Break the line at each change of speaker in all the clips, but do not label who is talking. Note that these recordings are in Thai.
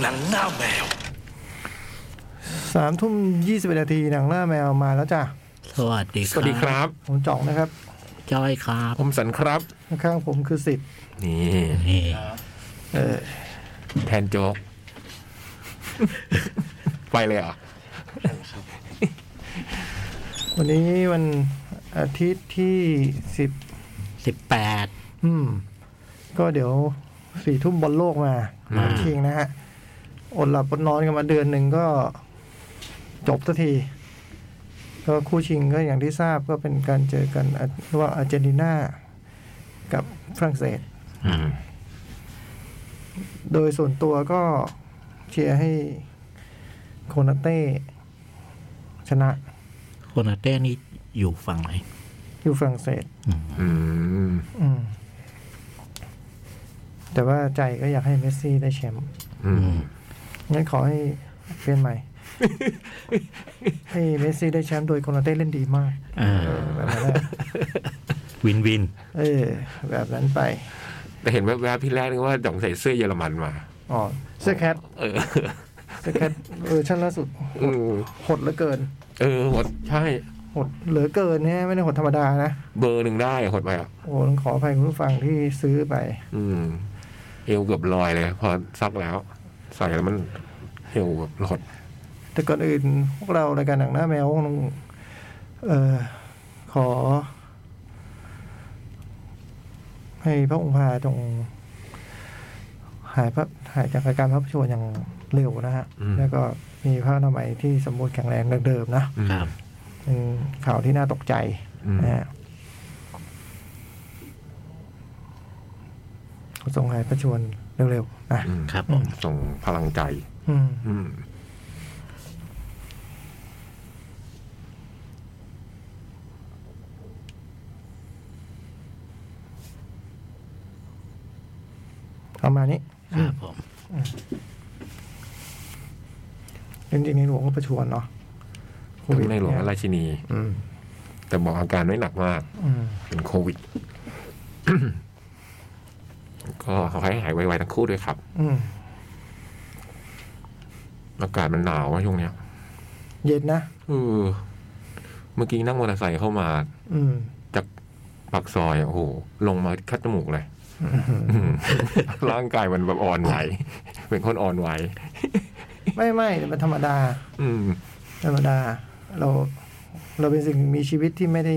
หนังหน้าแมว
สามทุ่มยี่สิบนาทีหนังหน้าแมวมาแล้วจ้ะ
สวัสดีค
ส
รับ
วัสดีครับ
ผมจ่องนะครับ
จ้อยครับ
ผมสันครับ
ข้างๆผมคือสิทธิ์
นี่
นี่
เออ
แทนโจ๊ก ไปเลยเหรอ่ะ
วันนี้วันอาทิตย์ที่สิบ
สิบแปด
อืม ก็เดี๋ยวสี่ทุ่มบอลโลกมามาเคียงนะฮะ อดหลับอดนอนกันมาเดือนหนึ่งก็จบสักที ก็คู่ชิงก็อย่างที่ทราบก็เป็นการเจอกันอ่ะระหว่างอาร์เจนตินากับฝรั่งเศส โดยส่วนตัวก็เชียร์ให้โคนาเต้ชนะ
โคนาเต้นี่อยู่ฝั่งไหน
อยู่ฝรั่งเศส
อืม
อืม แต่ว่าใจก็อยากให้เมสซี่ได้แชมป์
อืม
งั้นขอให้เปลี่ยนใหม่ ให้เมสซี่ได้แชมป์โดยโคนาเต้เล่นดีมาก
เออ
แบบนั้นแหละ
วินวิน
เออ แบบนั้นไป
แต่เห็นแวบๆพี่แรกนึกว่าจ่องใส่เสื้อเยอรมันมา
อ๋อเสื้อแคท
เออ
เสื้อแคทเวอร์ชันล่าสุด
อืม
หดเหลือเกิน
เออหดใช่
หดเหลือเกินเนี่ยไม่ได้หดธรรมดานะ
เบอร์หนึ่งได้หดไปอ่ะ
โอ้ต้องขออภัยคุณผู้ฟังที่ซื้อไป
อืม เอวเกือบลอยเลย พอซักแล้ว ใส่แล้วมันเอวแบบหด
แต่ก่อนอื่นพวกเรารายการหนังหน้าแมวคงต้องเอ่อขอ ให้พระองค์พาจงหายพระหายจากอาการพระประชวรอย่างเร็วนะฮะ แล้วก็มีพระอนามัยที่สมบูรณ์แข็งแรงดังเดิมนะ
อืม
ครับ
เป็นข่าวที่น่าตกใจ
อืม
นะฮะขอทรงหายพระชวรเร็วๆนะ
อืม
ครับผม
ส่งพลังใจ
อืม
อืม
ประมาณนี้
ครับผม
จริงๆในหลวงก็ประชวรเนาะโควิด
ในหลวงราชินี
อืม
แต่บอกอาการไม่หนักมาก
อืม
เป็นโควิด ก็ขอให้หายไวๆทั้งคู่ด้วยครับ
อืม
อากาศมันหนาวอะช่วงเนี้ย
เย็นนะ
เออเมื่อกี้นั่งมอเตอร์ไซค์เข้ามา
อืม
จากปากซอยอะโอ้โห ลงมาคัดจมูกเลย ร่างกายมันแบบอ่อนไหว เป็นคนอ่อนไหว
ไม่ไม่แต่มันธรรมดา
อืม
ธรรมดา เรา เราเป็นสิ่งมีชีวิตที่ไม่ได้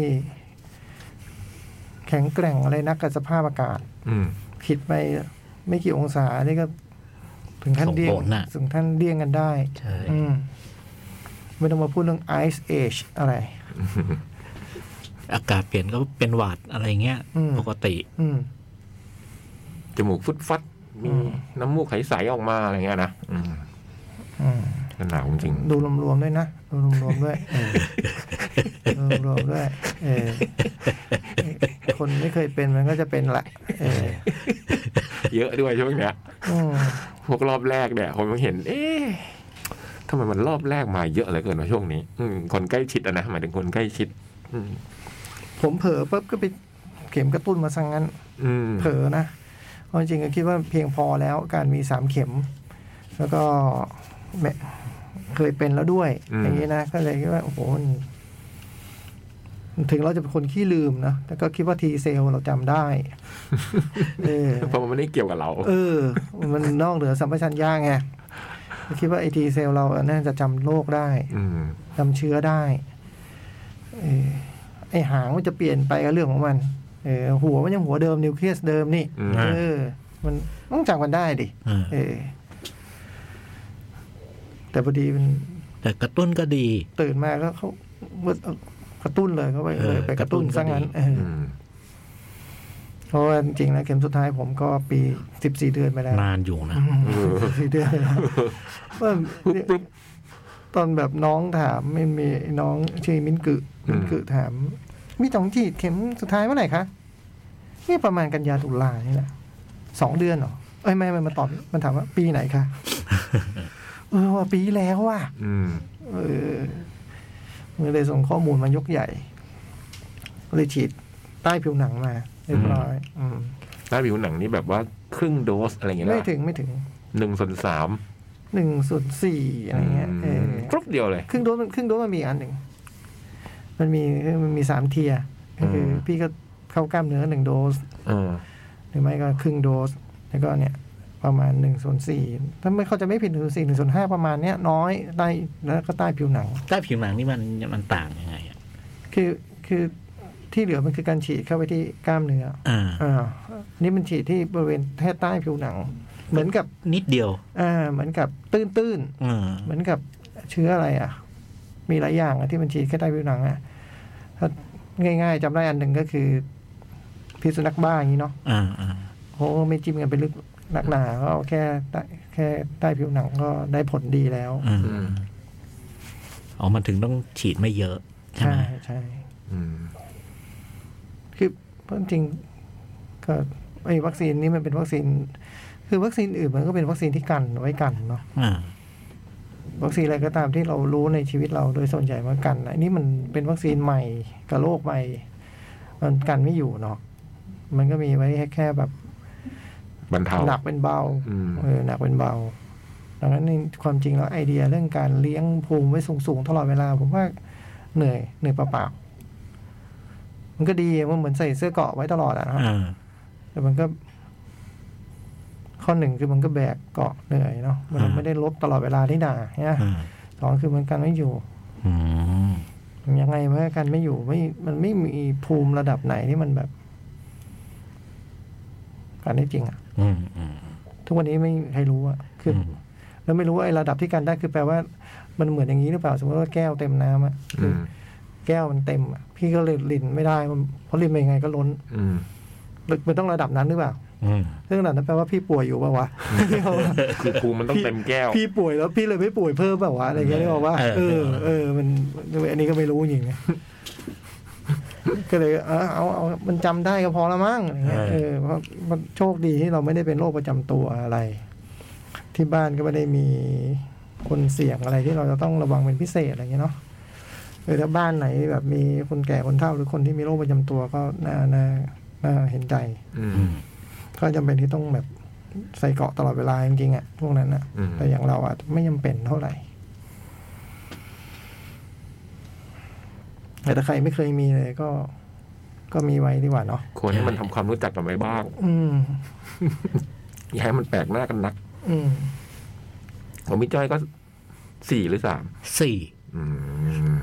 แข็งแกร่งอะไรนักกับสภาพอากาศ
อืม
ผิดไปไม่กี่องศานี่ก็ ถึงขั้นเดี้ยง
ส่งผลน่ะ
ถึงขั้นเดี้ยงกันได้
ใช่
อืม ไม่ต้องมาพูดเรื่อง Ice Age อะไร
อากาศเปลี่ยนก็เป็นหวัดอะไรเงี้ย
อืม
ปกติ
อืม
จมูกฟุดฟัด มี
อืม
น้ำมูกใสๆออกมาอะไรเงี้ยนะอืม
อืม
ก็หนาวจริง
ดูรวมๆด้วยนะดูรวมๆด้วยเออดูรวมๆด้วย เออ คนไม่เคยเป็นมันก็จะเป็นแหละ เออ
เยอะด้วยช่วงเนี้ย
อืม
พวกรอบแรกเนี่ยผมเห็น เอ๊ะทำไมมันรอบแรกมาเยอะเหลือเกินวะช่วงนี้ อืมคนใกล้ชิดอะนะหมายถึงคนใกล้ชิด อืม
ผมเผลอปุ๊บก็ไปเข็มกระตุ้นมาซะงงั้น
อืม
เผลอนะเพราะจริงๆก็คิดว่าเพียงพอแล้วการมีสามเข็ม แล้วก็แม่เคยเป็นแล้วด้วย อย่างนี้นะ ก็เลยคิดว่า โอ้โหมันถึงเราจะเป็นคนขี้ลืมนะแต่ก็คิดว่าทีเซลเราจำได้ เออ
เพราะมันไม่ได้เกี่ยวกับเรา
เออ มันนอกเหนือสัมปชัญญะไง คิดว่าไอทีเซลเราน่าจะจำโรคได้
อืม
จำเชื้อได้เออไอหางมันจะเปลี่ยนไปก็เรื่องของมัน เออ หัวมันยังหัวเดิมนิวเคลียสเดิมนี่
อืม
เออ มันต้องจำกันได้ดิ
เออ
เออ แต่พอดีมัน
แต่กระตุ้นก็ดี
ตื่นมาก็เขากระตุ้นเลยเขาไป
เออ
เลยไปกระตุ้น
กระตุ้นก็
ซะงั้น
ดี
เออ
อืม
เพราะว่าจริงๆแล้วเข็มสุดท้ายผมก็ปีสิบสี่เดือนไปแล้ว
นานอยู่นะ
ซีเรียสเลยนะว่าตอนแบบน้องถามไม่มีน้องชื่อมินกึมินกึถาม มีจองฉีดเข็มสุดท้ายเมื่อไหร่คะนี่ประมาณกันยาตุลานี่แหละสองเดือนเหรอเอ้ยไม่ไม่มันตอบมันถามว่า ปีไหนคะเออว่าปีแล้วว่ะ
อืม
เออมันเลยส่งข้อมูลมายกใหญ่ก็เลยฉีดใต้ผิวหนังมาเรียบร้อย อืม
หน้าผิวหนังนี่แบบว่าครึ่งโดสอะไรอย่างเงี้ย
ไม่
นะ
ถึงไม่ถึง
หนึ่งส่วนสาม
หนึ่งส่วนสี่อะไรเงี้ยเออ
ครบเดียวเลย
ครึ่งโดสมันครึ่งโดสมันมีอีกอันหนึ่งมันมีมันมีสามเทียร์ก็คืออ
ม
พี่ก็เข้ากล้ามเนื้อหนึ่งโดส
เออ
หรือไม่ก็ครึ่งโดส แล้วก็เนี่ยประมาณหนึ่งส่วนสี่ถ้าไม่เขาจะไม่ผิดหนึ่งส่วนสี่หนึ่งส่วนห้าประมาณเนี้ยน้อยได้แล้วก็ใต้ผิวหนัง
ใต้ผิวหนังนี่มันมันต่างยังไงอะ
คือคือที่เหลือมันคือการฉีดเข้าไปที่กล้ามเนื้อ
อ่า
อ่านี่มันฉีดที่บริเวณแค่ใต้ผิวหนัง เหมือนกับ
นิดเดียว
อ่าเหมือนกับตื้นตื้นๆ
อ่า
เหมือนกับเชื้ออะไรอ่ะ มีหลายอย่างอะที่มันฉีดแค่ใต้ผิวหนังอ่ะถ้าง่ายๆจำได้อันหนึ่งก็คือพิษสุนัขบ้าอย่างนี้เนาะ
อ่าอ่า
โหไม่จิ้มกันไปลึกหนักหนาก็เอาแค่ใต้แค่ใต้ผิวหนังก็ได้ผลดีแล้ว
อ่า
อืม
อ๋อมันถึงต้องฉีดไม่เยอะใช่ไหม
ใช่
อืม
คือเพราะจริงก็ไอ้วัคซีนนี้มันเป็นวัคซีน คือวัคซีนอื่นมันก็เป็นวัคซีนที่กันไว้กันเนาะ
อ่า
วัคซีนอะไรก็ตามที่เรารู้ในชีวิตเราโดยส่วนใหญ่มันกันอันนี้มันเป็นวัคซีนใหม่กับโรคใหม่ มันกันไม่อยู่เนาะมันก็มีไว้แค่แบบ
บรรเทา
หนักเป็นเบา
อืม
เออหนักเป็นเบา ดังนั้นในความจริงแล้วไอเดียเรื่องการเลี้ยงภูมิไว้สูงๆตลอดเวลา ผมว่าเหนื่อยเหนื่อยเปล่าๆมันก็ดีมันเหมือนใส่เสื้อเกราะไว้ตลอดอะนะครับ
อ่า
แต่มันก็ ข้อหนึ่งคือมันก็แบกเกาะเหนื่อยเนาะมันไม่ได้ลบตลอดเวลาที่ด่าเนี่ย
อ่า
สองคือมันกันไม่อยู่
อืม
ยังไงมันก็กันไม่อยู่ไม่มันไม่มีภูมิระดับไหนที่มันแบบกันได้จริงอะ
อืมอืม
ทุกวันนี้ไม่มีใครรู้อะคืออ
ม
แล้วไม่รู้ว่าไอ้ระดับที่กันได้คือแปลว่า มันเหมือนอย่างนี้หรือเปล่า สมมติว่าแก้วเต็มน้ำอะ
อื
คือ
ม
แก้วมันเต็มอะพี่ก็เลยลินไม่ได้มันเพราะลินไปยังไงก็ล้น
อืม
หรือมันต้องระดับนั้นหรือเปล่า
อืม
ซึ่งระดับนั้นแปลว่าพี่ป่วย อยู่เปล่าวะ
คือภูมิมันต้องเต็มแก้ว
พี่ป่วยแล้วพี่เลยไม่ป่วยเพิ่มแบบว่าอะไรเงี้ยได้บอกว่าเออเออมันอันนี้ก็ไม่รู้จริงนะก็เลยเออเอาเอามันจำได้ก็พอละมั้งอะไรเงี้ยเออเพราะมันโชคดีที่เราไม่ได้เป็นโรคประจำตัวอะไร ที่บ้านก็ไม่ได้มีคนเสี่ยงอะไรที่เราจะต้องระวังเป็นพิเศษอะไรเงี้ยเนาะเออถ้าบ้านไหนแบบมีคนแก่คนเฒ่าหรือคนที่มีโรคประจำตัวก็น่าน่าน่าเห็นใจ
อืม
อืม
ก็จำเป็นที่ต้องแบบใส่เกราะตลอดเวลาจริงๆอ่ะพวกนั้นอ่ะ
อืม
แต่อย่างเราอ่ะไม่จำเป็นเท่าไหร่ แต่ถ้าใครไม่เคยมีเลยก็ ก็มีไว้ดีกว่าเนาะ
ควรให้มันทำความรู้จักกันไว้บ้าง
อืม
อย่าให้มันแปลกหน้ากันนัก
อืม
ผมพี่จ้อยก็สี่หรือสาม
สี่
อืม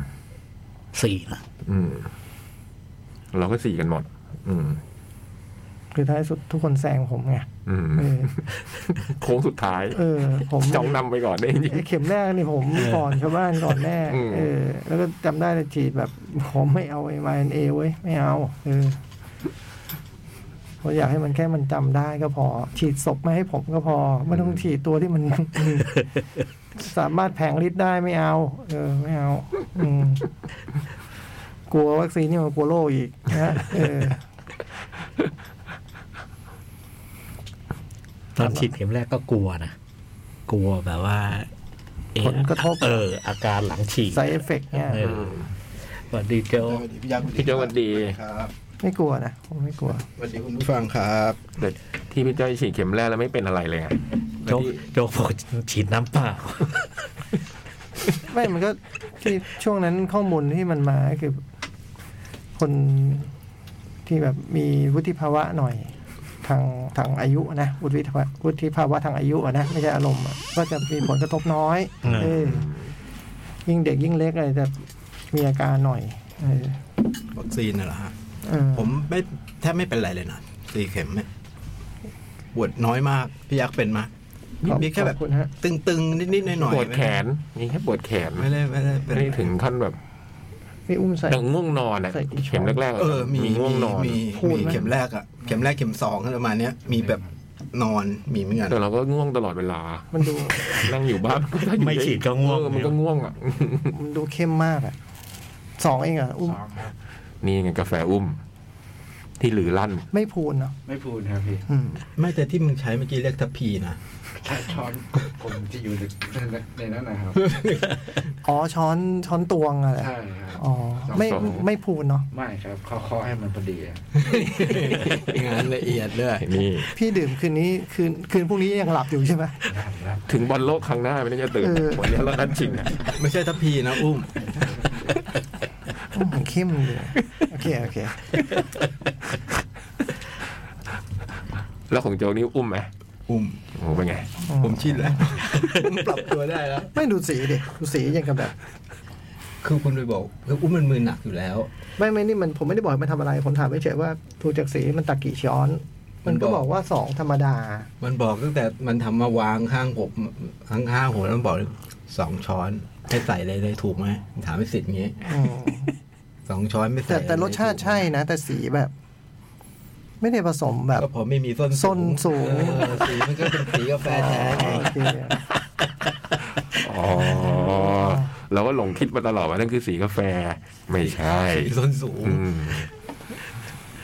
สี่นะ
อืม เราก็สี่กันหมด อืม
คือท้ายสุดทุกคนแซงผมไง
อืม
เออ
โค้งสุดท้าย
เออ ผม
จ้องนำไปก่อนได้จริง
ไอ้เข็มแรกนี่ผมก่อนชาวบ้านก่อนแน่
อืม
เออ แล้วก็จำได้เลยฉีดแบบ ผมไม่เอาไอ้มาเอเว้ยไม่เอา เออผมอยากให้มันแค่มันจำได้ก็พอ ฉีดศพมาให้ผมก็พอ ไม่ต้องฉีดตัวที่มัน สามารถแผงฤทธิ์ได้ไม่เอา เออ ไม่เอา อืมกลัววัคซีนนี่มันกลัวโรคอีกนะเออ
ตอนฉีดเข็มแรกก็กลัวนะ กลัวแบบว่าเอ๊
ผลกระทบ
เออ อาการหลังฉีด
ไซเอฟเฟกเนี่ย
เออสวัสดีโจ
สวัสดีพี่ยักษ์
พี่โจ้สวัสดี
ครับ
ไม่กลัวนะผมไม่กลัว
สวัสดีคุณผู้ฟังครับ
แต่ที่พี่จ้อยฉีดเข็มแรกแล้วไม่เป็นอะไรเลยไง
โจกโจกบอกฉีดน้ำเปล่า
ไม่ มันก็ ที่ช่วงนั้นข้อมูลที่มันมาก็คือ คนที่แบบมีวุฒิภาวะหน่อย ทางทางอายุนะวุฒิภาวะวุฒิภาวะทางอายุอะนะไม่ใช่อารมณ์อะก็จะมีผลกระทบน้อย
อืม
เออยิ่งเด็กยิ่งเล็กอะไรจะมีอาการหน่อยเออ
วัคซีนน่ะเหรอฮะ
เออ
ผมไม่แทบไม่เป็นไรเลยนะสี่เข็มเนี่ยปวดน้อยมากพี่ยักษ์เป็นมา
ขอบ
มีแค่แบบ
ขอคุณฮะ
ตึงๆ นิดๆหน่อยๆ
ปวดแขนมีแค่ปวดแขน
ไม่ได้ไม่ได้เป็น
นี่ถึงขั้นแบบ
มีอุ้มใส่
ดังง่วงนอนอ่ะ
ใส่กี่ช้อน
เข็มแรกๆะ
เออมี
มีง่วงนอน
มี
พูดไหม
มีเข็มแรกอะเข็มแรกเข็มสองอะไรประมาณเนี้ยมีแบบนอนมีเหมือนกัน
แต่เราก็ง่วงตลอดเวลา
มันดู
นั่งอยู่บ้าน
ไม่ฉีดก็ง่วง
เออมันก็ง่วงอ่ะ
มันดูเข้มมากอะสองเองอะอุ้ม
นี่ไงกาแฟอุ้ม ที่หลือลั่น
ไม่พูนเนาะ
ไม่พูดครับพี่
อืม
ไม่แต่ที่มึงใช้เมื่อกี้เรียกทัพพีนะ
ถ้าช้อนผมจะอยู่ในนั้นนะครับ
อ๋อช้อนช้อนตวงอะไร
ใช่ครับ
อ๋อไม่
ช้อนตวง
ไม่พูนเนาะ
ไม่ครับเขาเคาะให้มันพอดีอะ
งานละเอียดด้วย
นี่
พี่ดื่มคืนนี้คืนคืนพรุ่งนี้ยังหลับอยู่ใช่ไหม
ครับครับ
ถึงบอลโลกครั้งหน้าไม่ได้จะตื่น
เออ
วันนี้เรานัดชิงอะ
ไม่ใช่ทัพพีนะอุ้ม
อืมเข้มเลยโอเคโอเค
แล้วของโจนี่อุ้มไหม
อุ้ม
โอ้โหเป็นไง
ผมชินแล้ว ผมปรับตัวได้แล้ว
ไม่ดูสีดิดูสียังกับแบบ
คือคุณไปบอกคืออุ้มมันมือหนักอยู่แล้ว
ไม่ไม่นี่มันผมไม่ได้บอกให้มันทำอะไร ผมถามเฉยๆว่าดูจากสีมันตักกี่ช้อน มันก็บอกว่าสองธรรมดา
มันบอกตั้งแต่มันทำมาวางข้างผมข้างข้างหัวแล้วมันบอกเลยสองช้อนให้ใส่เลยเลยถูกไหมถามไม่สิทธิ์อย่างงี้
อืม
สองช้อนไม่ใส่
แต่แต่รสชาติใช่นะ แต่สีแบบ ไม่ได้ผสมแบบ
ก็พอไม่มีส้น
ส้นสูง
เออสีมันก็เป็นสีกาแฟแท้ไง
โอเค
อ๋อ เราก็หลงคิดมาตลอดว่านั่นคือสีกาแฟ ไม่ใช่
สีส้นสูง
อืม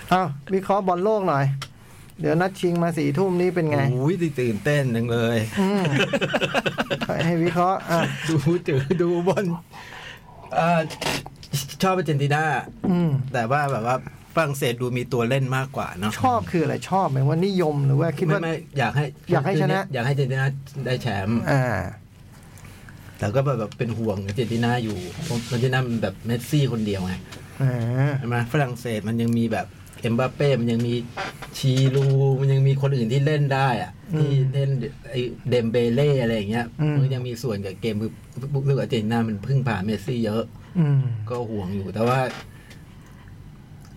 เอาวิเคราะห์บอลโลกหน่อย เดี๋ยวนัดชิงมาสี่ทุ่มนี้เป็นไง
โอ้ยตื่นเต้นจังเลย
อืมให้วิเคราะห์อ่ะ
ดูจือดูบอลเอ่อชอบอาร์เจนตินา
อืม
แต่ว่าแบบว่าฝรั่งเศสดูมีตัวเล่นมากกว่าเนาะ
ชอบคืออะไรชอบไหมว่านิยมหรือว่าคิด
ไม่
ว่า
ไม่อยากให้
อยากให้ชนะ
อยากให้อาร์เจนตินาได้แชมป์
อ่า
แต่ก็แบบแบบเป็นห่วงอาร์เจนตินาอยู่เพราะอาร์เจนตินามันแบบเมสซี่คนเดียวไง
อ่า
ใช่ไหมฝรั่งเศสมันยังมีแบบเอ็มบัปเป้มันยังมีชีรูมันยังมีคนอื่นที่เล่นได้อะที่เล่นไอเดมเบเล่อะไรอย่างเงี้ย
อืม
มันยังมีส่วนกับเกมคือคืออาร์เจนตินามันพึ่งพาเมสซี่เยอะ
อืม
ก็ห่วงอยู่แต่ว่า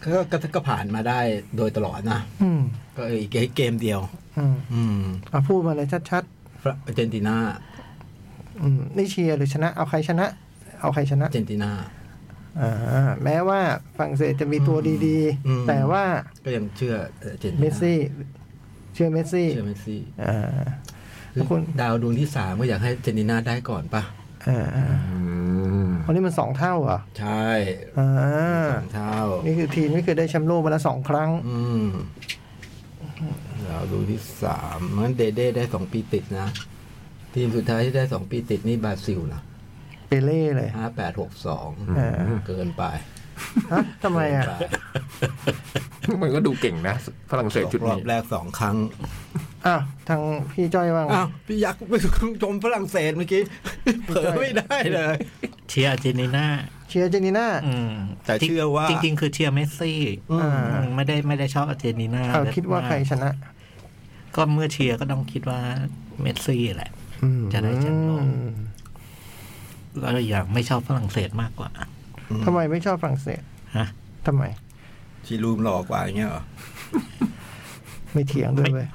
ก็ก็ก็ผ่านมาได้โดยตลอดนะ
อืม
ก็อีกแค่เกมเดียว
อืม
อืม
อ่ะพูดมาเลยชัด
ฝรั่งอาร์เจนตินา
ๆอืมนี่เชียร์หรือชนะ เอาใครชนะ เอาใครชนะ
อาร์เจนตินา
อ่าแม้ว่าฝรั่งเศสจะมีตัวดี
อืม
ๆ แต่ว่า
ก็ยังเชื่ออาร์เจนตินา
เมสซี่เชื่อเมสซี่
เชื่อเมสซี่
อ่า
คื
แล้วคุ
อ
ณ
ดาวดวงที่สามก็อยากให้อาร์เจนตินาได้ก่อนปะ
อ่า
อืม
วันนี้มันสองเท่าเหรอ
ใช่
อ่า
สองเท่า
นี่คือทีมที่เคยได้แชมป์โลกมาแล้วสองครั้ง
อืมดาวดวงที่สามงั้นเดเด้ได้สองปีติดนะ ทีมสุดท้ายที่ได้สองปีติดนี่บราซิลนะ
เปเล่เลย
ห้าแปดหกสอง
อ่า
เกินไป
ฮะทำไมอ่ะ
เกินป
มันก็ดูเก่งนะฝรั่งเศส
ตก
ชุด
รอ
นี้
บแรกสองครั้ง
อ้าวทางพี่จ้อยว่าไง
อ้าว พี่ยักษ์ไปชมฝรั่งเศสเมื่อกี้ เผลอไม่ได้เลย
เชียร์อาร์เจนตินา
เชียร์เจนีน่า
อืม
แต่เชื่อว่า
จริง ๆ คือเชียร์เมสซี่
อ่า
อืมไม่ได้ไม่ได้ชอบอาร์เจนตินา
เอาคิดว่าใครชนะ
ก็เมื่อเชียร์ก็ต้องคิดว่าเมสซี่แหละ จะได้แชมป์โลก
อืม
แล้วอีกอย่างไม่ชอบฝรั่งเศสมากกว่า
ทำไมไม่ชอบฝรั่งเศส
ฮะ
ทำไม
ชีรูมหลอกกว่าอย่างเงี้ยเหรอ
ไม่เถียงด้วยเว้ย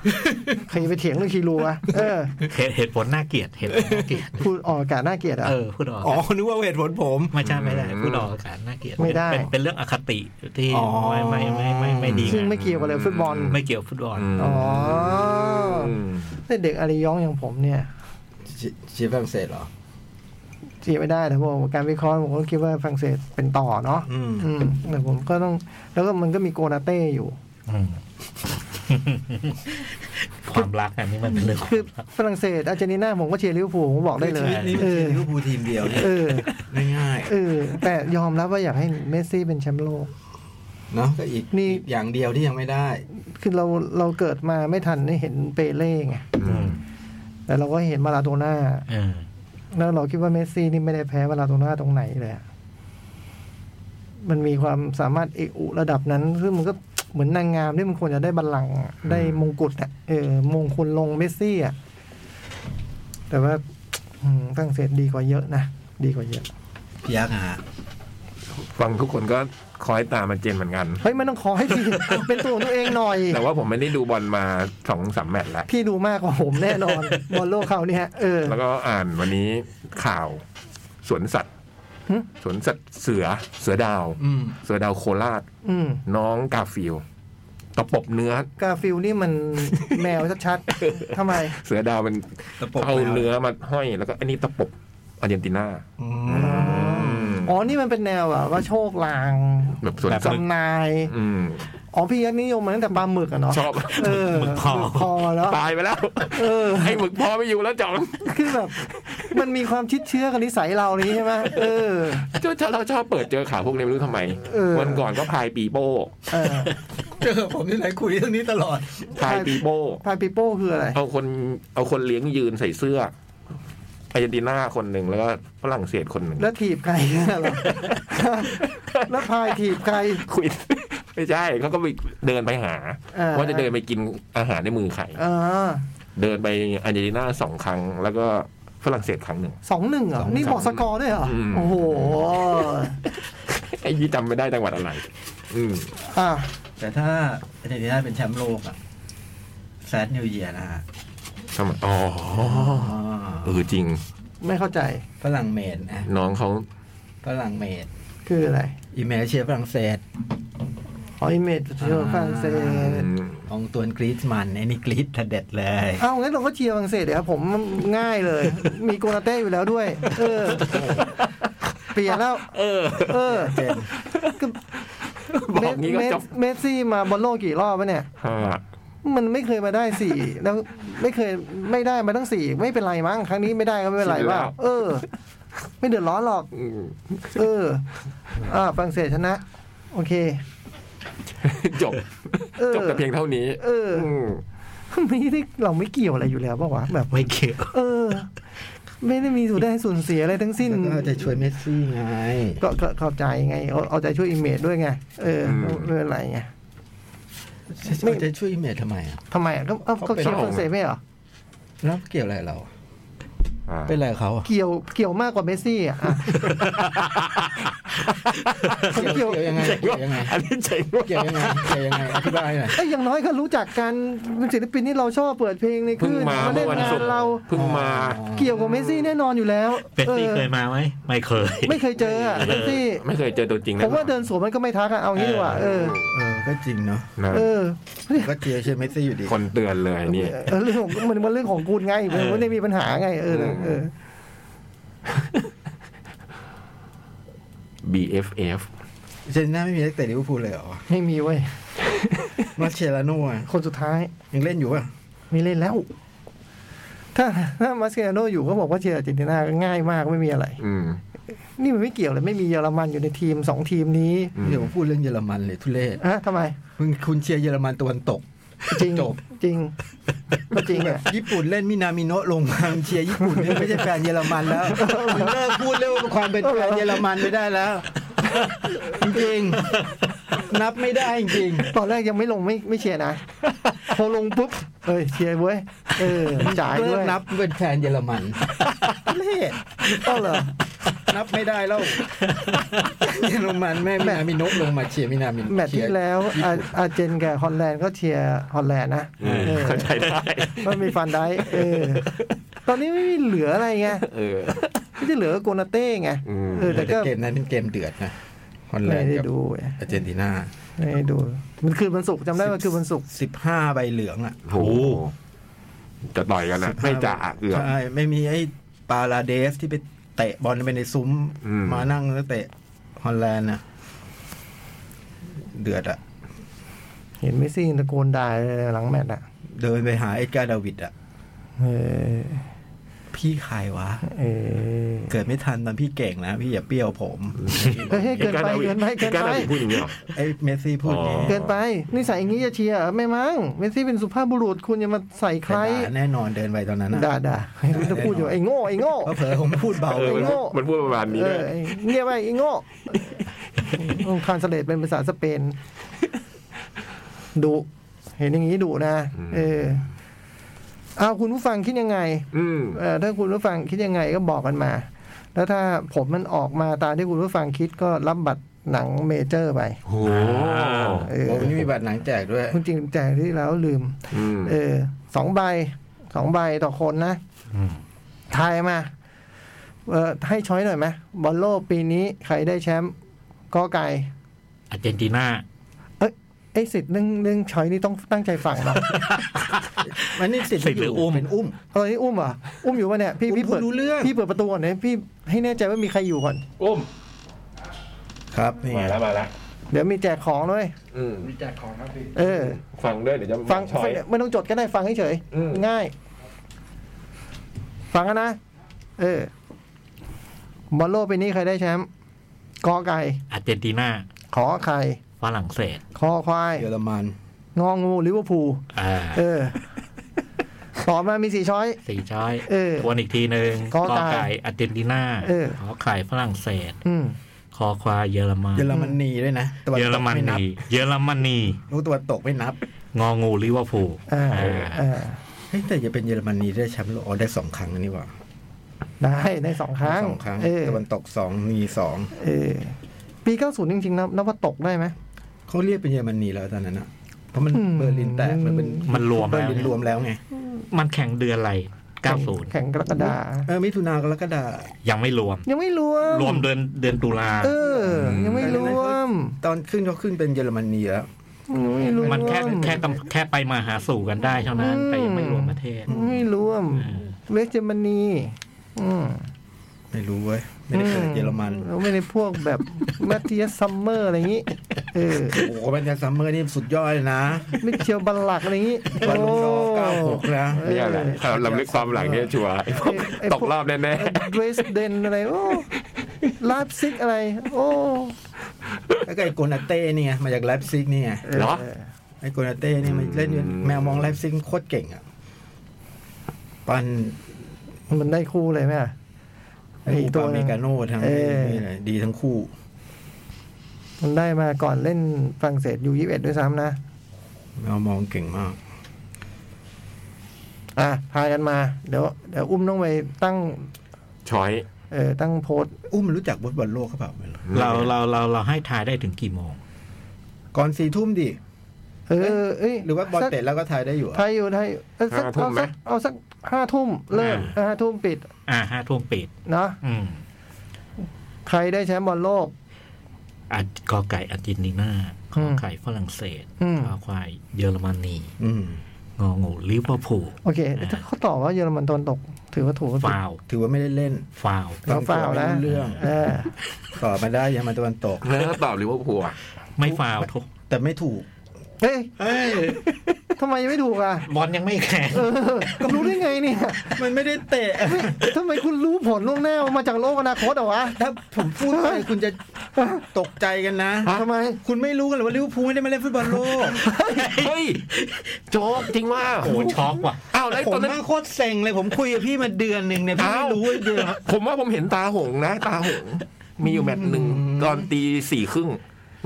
ใครจะไปเถียงเรื่องคีรูวะเออ
เหตุเหตุผลน่าเกลียดเหตุผลน่าเกลียด
พูดออกอากาศน่าเกลียดอ่ะ
เออพูดออก
อ๋อ นึกว่าเหตุผลผม
ไม่ใช่ไม่ได้พูดออกอากาศน่าเกลียด
ไม่ได้
เป็นเป็นเรื่องอคติที่
อ๋อ
ไม่ไม่ไม่ไม่ไม่ดี
ซึ่งไม่เกี่ยวกับเลยฟุตบอล
ไม่เกี่ยวฟุตบอล
อืม
อ๋อ
อืม
แต่เด็กอาริยองอย่างผมเนี่ย
เชียเชียร์ฝรั่งเศสเหรอ
เชียร์ไม่ได้แต่ผมการวิเคราะห์ผมก็คิดว่าฝรั่งเศสเป็นต่อเนาะ
อืม
อืมแต่ผมก็ต้อง แล้วก็มันก็มีโกนาเต้อยู่
อืม ความรักอันนี้มันเป็นเรื่องขอ
คือง
รัก
ฝรั่งเศสอาร์เจนตินาผมก็เชียร์ลิเวอร์พูลผมบอกได้เลย
ชีวิตนี้
เอ
เชีย
อ
ร์ลิเวอร์พูลทีมเดียวเนี่ย
เออ
ง่าย
เออ แต่ยอมรับว่าอยากให้เมสซี่เป็นแชมป์โลก
ๆเนาะก็อีก
นี่
อีกอย่างเดียวที่ยังไม่ได้
คือเราเราเกิดมาไม่ทันได้เห็นเปเล่ไง
อืม
แต่เราก็เห็นมาลาโดน่า
เออ
แล้วเราคิดว่าเมสซี่นี่ไม่ได้แพ้มาลาโดน่าตรงไหนเลยอะมันมีความสามารถเอกอุระดับนั้น ซึ่งมันก็เหมือนนางงามที่มันควรจะได้บัลลังก์อะได้มงกุฎอะเออ มงคลลงเมสซี่อะแต่ว่าอืมฝรั่งเศสดีกว่าเยอะนะ ดีกว่าเยอะ
พี่ยักษ์ฮะ
ฟังทุกคนก็คอยตามอาเจนเหมือนกัน
เฮ้ย มันต้องขอให้พี่ เป็นตัวของตัวเองหน่อย
แต่ว่าผมไม่ได้ดูบอลมาสองสามแมตช์แล้ว
พี่ดูมากกว่าผมแน่น อนบอลโลกเขาวเนี่ยเออ
แล้วก็อ่านวันนี้ข่าว สวนสัตว์
หึ
สวนสัตว์เสือเสือดาว
อืม
เสือดาวโคราช
อืม
น้องกาฟิลด์ตะปบเนื้อ
กาฟิลนี่ มัน แมวชัดๆ ทำไม
เสือดาวมัน
ตะปบ
เอา
แล้ว
เนื้อมาห้อย แล้วก็อันนี้ตะปบอาร์เจนตินา
อ๋อ นี่มันเป็นแนวแบบว่าโชคลาง
แบบสวนสัตว์
จำนาย
อืม
อ๋อพี่ยักษ์นิยมมาตั้งแต่ปลาหมึกอะเนาะ
ช อบ
เออ
หมึกพอ
หพอแล้ว
ตายไปแล้ว
เออ
ไอ้หมึกพอไม่อยู่แล้วจ่อง
คือแบบ มันมีความชิดเชื้อกับนิสัยเรานี้ใช่ไหมเออ
เจ้าเราชอบเปิดเจอข่าวพวกนี้ไม่รู้ทำไม
เออ
วันก่อนก็พายปีโป้
เออ
เจอผมที่ไหนคุยเรื่องนี้ตลอด
พายปีโป้
พายปิโป้คืออะไร
เอาคนเอาคนเลี้ยงยืนใส่เสื้ออาร์เจนตินาคนหนึ่งแล้วก็ฝรั่งเศสคนหนึ่ง
แล้วถีบใครเหรอ แล้วพายถีบใคร
คุย ไม่ใช่เขาก็ไปเดินไปหา
อ่า
ว่าจะเดินไปกินอาหารในมือใคร
เออ
เดินไปอาร์เจนตินาสองครั้ง แล้วก็ฝรั่งเศสครั้งห นึ่ง
สองหนึ่งเหรอ นี่บอกสกอร์ด้วยเหรอ
อืม
โอ้โห
ไอ้ยี่จำไม่ได้จังหวัดอะไร อืม
อ่ะ
แต่ถ้าอาร์เจนตินาเป็นแชมป์โลกอะแซดนิวเยียนะฮะ
ทำไมอ๋อเออจริง
ไม่เข้าใจ
ฝรั่งเมดนะ
น้องเขา
ฝรั่งเมด
คืออะไร
อิเมลเชียฝรั่งเศส
อ๋ออิเมจเชียร์ฝรั่งเศ
อื
ส
ม
องตัวนกรีซมันไอ้นี่กรีซทะเด็ดเลย
เอางั้นเราก็เชียร์ฝรั่งเศสเดี๋ยวครับผมง่ายเลย มีโกนาเต้อยู่แล้วด้วย เออ เปลี่ยนแล้ว
เออ
เออ
เจน
ก็
บอกงี้ก็จบ
เมสเมสซี่มาบอลโลกกี่รอบวะเนี่ย
ห้า
มันไม่เคยมาได้สี่ แล้วไม่เคยไม่ได้มาตั้งสี่ไม่เป็นไรมั้งครั้งนี้ไม่ได้ก็ไม่เป็นไรว่าเออ ไม่เดือดร้อนหรอก
อืม
เออ อ่าฝรั่งเศสชนะ โอเค
จบ
เออ
จบแต่เพียงเท่านี้
เอออื
ม
ไม่ได้เราไม่เกี่ยวอะไรอยู่แล้วป่าวะแบบ
ไม่เกี่ยว
เออ ไม่ได้มีสูตรได้สูญเสียอะไรทั้งสิ้น
แล้วก็เอาใจะช่วยเมสซี่ไง
ก็ก็เข้าใจไงเอาเอาใจช่วยอิมเมจด้วยไง เออเรื่องอะไรไง
ไม่จะช่วยอิเมลทำไมอ่ะ
ทำไมอ่ะก็เอ้าก็เชียร์ฝรั่งเศสไม่เหรอ
แล้วเกี่ยวอะไรกับเราอะ
อ่า
เป็นอะไรกับเขาอะ
เกี่ยวเกี่ยวมากกว่าเมสซี่อ่ะอ่ะเขาเกี่ยว
เกี่ยวยังไง
เจ๋งว่ะอันนี้เจ๋งว่ะ
เกี่ยวยังไงเกี่ยวยังไงอธิบายหน่อย
ไอ้ยอย่างน้อยก็รู้จักกันเป็นศิลปินที่เราชอบเปิดเพลงในค
เพิ่ง
ลื่น
มา
มา
เมื่
เล่
อน วัน
งา
ศุก
น
ร์
เรา
เพิ่งมา
เกี่ยวกับเมสซี่แน่นอนอยู่แล้ว
เป็ดซี่
ออ
เคยมาไหม ไม่เคย
ไม่เคยเจออ่ะเมสซี่
ไม่เคยเจอตัวจริงนะ
ผมว่าเดินสวนมันก็ไม่ทักอ่ะเอางี้ดีกว่าเออ
เออ ก็จริงเนาะ
นะ
เออ
ก็เจียร์เชียร์เมสซี่อยู่ดี
คนเตือนเลยนี่
เออเรื่องของมันมันเรื่องของกูไงมัน
เออ
ไม่ได้มีปัญหาไง เออเออ
BFF
เจนน่าไม่มีนักเตะลิเวอร์พูลเลยเหรอ
ไม่มีเว้ย
มาเชลาโน่อะ
คนสุดท้าย
ยังเล่นอยู่ป่ะ
ไม่เล่นแล้ว ถ้าถ้ามาสเกโนอยู่ก็บอกว่าเชียร์อาร์เจนตินาก็ง่ายมากไม่มีอะไร
อืม
นี่มันไม่เกี่ยวเลยไม่มีเยอรมันอยู่ในทีมสองทีมนี้
อืม
เดี๋ยวผมพูดเรื่องเยอรมันเลยทุเรศ
ฮะทำไม
มึงคุณเชียร์เยอรมันตะวันตก
จริง
จบ
จริงก็จริง
แบบ
อ่ะ
ญี่ปุ่นเล่นมินามิโนะลงมาเชียร์ญี่ปุ่นเนี่ยไม่ใช่แฟนเยอรมันแล้วมึงเลิกพูดเรื่องความเป็นแฟนเยอรมันไม่ได้แล้ว จริงๆนับไม่ได้จริง
ตอนแรกยังไม่ลงไม่ไม่เชียร์นะพอลงปุ๊บเอ้ยเชียร์เว้ยเออจ่าย
ๆเลิ
ด้
ก
วย
นับเป็นแฟนเยอรมันทุเล่
ก็เหรอ
นับไม่ได้แล้วเยอรมันแม่งมินามิโนะลงมาเชียร์มินามิโนะ
แมตช์ที่แล้วอาอาร์เจนกับฮอลแลนด์ก็เชียร์ฮอลแลนด์นะเออ
เข้าใจได้
มันมีฟันได้เออ ตอนนี้ไม่มีเหลืออะไรไง
เออ
ไม่ได้เหลือโกนาเต้ไง
อืม
เออ แต่
แต่
ก็
เกมนั้นเป็นเกมเดือดนะฮอลแล
ไม่
นด์
ได้
กับ
ดูเว้ย
อาร์เจนตินา
ไม่ได้ดู มันคืนวันศุกร์จำได้ว่าคืนวันศุกร์
สิบห้าใบเหลืองอ่ะ
โหจะต่อยกันนะไม่จ่าเกือบ
ใช่ไม่มีไอ้ปาลาเดสที่ไปเตะบอลไปในซุ้ม
อืม
มานั่งแล้วเตะฮอลแลนด์น่ะ เดือดอะ
เห็นเมสซี่ตะโกนด่าเลยหลังแมตช์อ่ะ
เดินไปหาเอ็ดการ์ดาวิดอะ
เออ
พี่ใคายวะ
เออ
เกิดไม่ทันตอนพี่เก่งนะ พี่อย่าเปรี้ยวผม
เฮ้ยเกินไป เกินไป เกิน
การ
ไป
ดาวิดพูดอย่างนี้ยเหรอ
ไอ้เมสซี่พูดอย่าง
อ๋
เกิ
นี้
อ
นไป นิสัยอย่างนี้จะเชียร์เหรอไม่มั้ง เมสซี่เป็นสุภาพบุรุษคุณอย่ามาใส่ใคร
ไปด่าแน่นอนเดินไปตอนนั้นอะ
ด่าด่าให้รู้จะพูดอยู่ไอ้โง่ไอ้โง่
เพราะเผลอผมพูดเบา
เออมัน
ไโง่
พูดมันพูดประมาณนี้
เอ
ด้วย
อไอ้เงียบไปไอ้โง่ต้องทานสเลตเป็นภาษาสเปนดุเห็นอย่างนี้ดุนะ เออ เอาคุณผู้ฟังคิดยังไง
อืม
เออถ้าคุณผู้ฟังคิดยังไงก็บอกกันมา แล้วถ้าผมมันออกมาตามที่คุณผู้ฟังคิดก็รับบัตรหนังเมเจอร์ไป
โห
เออ
ผมนี่มีบัตรหนังแจกด้วย
คุณจริงแจกที่แล้วลืม
อืม
เออสองใบสองใบต่อคนนะทายมา เออให้ช้อยหน่อยไหมบอลโลกปีนี้ใครได้แชมป์ก็ไก่
อาร์เจนตินา
เอ้ยไอ้สิทธิ์เรื่องเรื่องช้อยนี่ต้องตั้งใจฟังนะ
มันนี่สิทธิ์อยู่เป็นอุ้ม
ตอนนี้อุ้มเหรอ่ะอุ้มอยู่วะเนี่ยพี่พี่
อุ้ม
เปิด
รู้เรื่อง
พี่เปิดประตูก่อนนะพี่ให้แน่ใจว่ามีใครอยู่ก่อน
อุ้ม
ครับนี่ไง
มาแล้วมาแล้ว
เดี๋ยวมีแจกของด้วย
อืม
มีแจกของครับพี่
เออ
ฟังด้วยเดี๋ยวจะ
ฟัง
ชอย
ไม่ต้องจดก็ได้ฟังเฉยๆ
อืม
ง่าย ฟังกันนะ เออ บอลโลกปีนี้ใครได้แชมป์กอไก่
อาร์เจนตินา
ขอไข่
ฝรั่งเศส
คอควาย
เยอรมัน
งองูลิเวอร์พูล
อ่า
เอ อ ต่อมามีสี่ช้อย
สี่ช้อย
เออ
ทวนอีกทีหนึ่ง
กอไก่
อาร์เจนตินา
เออ
ขอไข่ฝรั่งเศส
อืม
คอควายเยอรมัน
เยอรมนีด้วยนะตะวัน
เย
ต
อร
ก
มัน
ไม่นับ
นีเยอรมนี
รู้ตะวันตกไม่นับ
งองูลิเวอร์พูล
อ่า
อ่า
อ่า
เฮ้ยแต่จะเป็นเยอรมนีได้แชมป์โลกอ๋อได้สองครั้งอันนี่หว่า
ได้ได้สองครั้ง
สองครั้ง
เออ
ตะวันตกสองนีสอง
เออ ปีเก้าศูนย์จริงๆนะนับว่าตกได้ไหม
เขาเรียกเป็นเยอรมนีแล้วตอนนั้นอะเพราะมัน
อืม
เบอร์ลินแตกมันเป็น
มันรวม
เบอ
แล้
ร์
ว
ลินรวมแล้วไง
มันแข่งเดือนอะไร 90
แข่งกรกฎา
เออมิถุนากรกฎา
ยังไม่รวม
ยังไม่รวม
รวมเดือนเดือนตุลา
เออ ยังไม่รวม
ตอนขึ้นเขาขึ้นเป็นเยอรมนีแล้ว
ยังไม่รวม
มันแค่แค่กำแค่ไปมาหาสู่กันได้เท่านั้น
อืม
แต่ยังไม่รวมประเทศ
ไม่รวม
เออ
เวสต์เยอรมนีอืม
ไม่รู้เว้ยไม่ได้เกิดเยอรมัน
เราไม่ได้พวกแบบ แมทเทียสซัมเมอร์อะไรอย่างนี้ เออ
โอ้โหแมนยูซัมเมอร์นี่สุดยอดเลยนะ
มิเชลบัลลักอะไรอย่างนี้
บอลลู
โอ้
นดอร์เก้าหกนะ
เนี่ยแหละเราลำลึกความหลังเนี่ยชัวร์ไอ้พวก
ไอ้พวก
ตกรอบแน่
เดรสเดนอะไร โอ้ลาบซิกอะไร โอ้
แล้วก็ไอ้โกนาเต้เนี่ยมาจากไลฟ์ซิกเนี่ย
ๆเหรอ
ไอ้โกนาเต้เนี่ยมันเล่นแมวมองไลฟ์ซิกโคตรเก่งอ่ะปั้น
มันได้คู่เลยไหมอะไอ
ไอ้
ตั
ตัว วอเมริกาโน่ทั้ง
เออ
นี่เลยดีทั้งคู่
มันได้มาก่อนเล่นฝรั่งเศสยูยี่เอ็ดด้วยซ้ำนะ
แมวมองเก่งมาก
อ่ะ พากันมา เดี๋ยวเดี๋ยวอุ้มต้องไปตั้ง
ชอย
เออตั้งโพสต์
อุ้มรู้จักฟุตบอลโลกเขาเปล่าไม่รู้
เราเราเราเราให้ทายได้ถึงกี่โมง
ก่อนสี่ทุ่มดิ
เออ เอ้ย
หรือว่าบอลเตะ
สัก
แล้วก็ทายได้อยู่อะ
ไทยอยู่ไทยเออสัก
ห้าทุ่ม
เอา
ไหม
สักเอาสักห้าทุ่มเริ่ม
อ่า
ห้าทุ่มปิด
อ่าห้าทุ่มปิด
เนาะ
อืม
ใครได้แชมป์บอลโลก
อาจกอไก่อาร์เจนตินาขอไข่ฝรั่งเศส
อืม
คอควายเยอรมนี
อืม
งองูลิเวอร์พูล
โอเคถ้าเขาตอบว่าเยอรมันตอนตก ถือว่าถูกก็ผิด
ฟาว
ถือว่าไม่ได้เล่น
ฟาว
เราฟาวนะ
ไม่รู้เรื่อง
เออ
ตอบมาได้ยังมาตะวันตก
แล้วก็ตอบลิเวอร์พูลอะ
ไม่ ฟาวทุก
แต่ไม่ถูก
เฮ้ยทำไมยังไม่ถูกอ่ะ
บอลยังไม่แข่ง
เออรู้ได้ไงเนี่ย
มันไม่ได้เตะ
ทำไมคุณรู้ผลล่วงหน้ามาจากโลกอนาคตเหรอวะ
ถ้าผมพูดไปคุณจะตกใจกันนะ
ทำไม
คุณไม่รู้กันเหรอว่าลิเวอร์พูลไม่ได้มาเล่นฟุตบอลโลก
เฮ้ย โจ๊กจริงว่า
โอ้โหช็อกว่ะ
อ้าวแล้ว
ผม
ตอนนั้น
แม่งโคตรเซ็งเลยผมคุยกับพี่มาเดือนหนึ่งเนี่ยพี่
อ้า
ไม่
ว
รู้ว่าเดือนละ
ผมว่าผมเห็นตาหงนะ ตาหง มีอยู่แมตช์หนึ่งตอนตีสี่ครึ่ง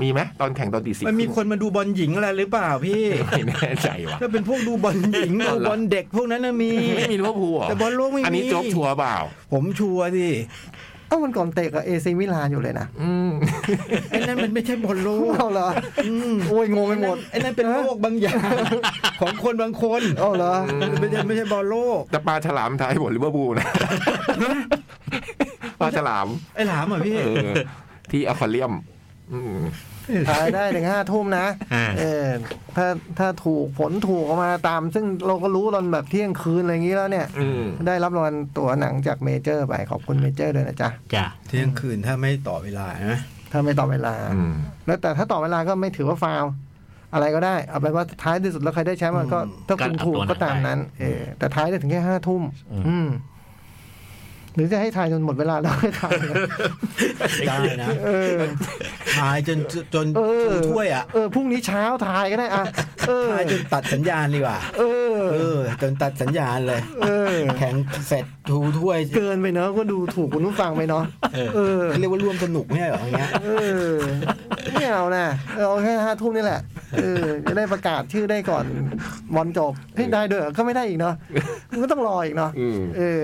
มีไหมตอนแข่งตอนตีสี่
มันมีคนมาดูบอลหญิงอะไรหรือเปล่าพี่
ไม่แน่ใจว่ะ
ถ้าเป็นพวกดูบอลหญิง
อ๋
ดู
อเหรอ
บอลเด็กพวกนั้นนะมี
ไม่มีลิเวอร์พูลเหรอ
แต่บอลโลกไม่มี
อันนี้โจ๊กชัวร์เปล่า
ผมชัวร์สิ
เอ้ามันก่อนเตะกับเอซีมิลานอยู่เลยนะ
อืม
ไอ้นั่นมันไม่ใช่บอลโลก
เอาเหรอ
อืม
โอ้ยงงไปหมด
ไอ้นั่นเป็นโลกบางอย่างของคนบางคน
เอาเหรอ
ไม่ใช่ไม่ใช่บอลโลก
แต่ปลาฉลามทายบทลิเวอร์พูลนะ ปลาฉลาม
ไอ้หลามเหรอ่ะพี่
เออ ที่อควาเรียม อืม
ทายได้ถึงห้าทุ่มนะ
อ่า
เออถ้าถ้าถูกผลถูกออกมาตาม ซึ่งเราก็รู้ตอนแบบเที่ยงคืนอะไรอย่างนี้แล้วเนี่ย
อืม
ได้รับรางวัลตัวหนังจากเมเจอร์ไปขอบคุณเมเจอร์ด้วยนะจ๊ะ
จ้ะ
เที่ยงคืนถ้าไม่ต่อเวลานะ
ถ้าไม่ต่อเวลา
อืม
แล้วแต่ถ้าต่อเวลาก็ไม่ถือว่าฟาวล์อะไรก็ได้ เอาไปนว่าท้ายที่สุดแล้วใครได้แชมป์มันก็ถ้าคุณถูกก็ตามนั้น เออแต่ท้ายได้ถึงแค่ห้าทุ่มอืม หรือจะให้ทายจนหมดเวลาแล้วให้ทายนะ
ได้นะ
เออ
หายจนจน
เออ
ชูถ้วยอ่ะ
เออพรุ่งนี้เช้าทายก็ได้อ่ะเออ
หายจนตัดสัญญาณดีกว่า
เออ
เออจนตัดสัญญาณเลย
เออ
แข่งเสร็จถูถ้วย
เกินไปเนาะก็ดูถูกคุณผู้ฟังไปเนาะเออ
เรียกว่าร่วมสนุกไม่ใช่เหรออย่างเงี้ย
เออไม่เอานะเอาแค่ห้าทุ่มนี่แหละเออจะได้ประกาศชื่อได้ก่อนบอลจบเฮ้ยได้ด้วยเหรอก็ไม่ได้อีกเนาะมันก็ต้องรออีกเนาะ
อืม
เออ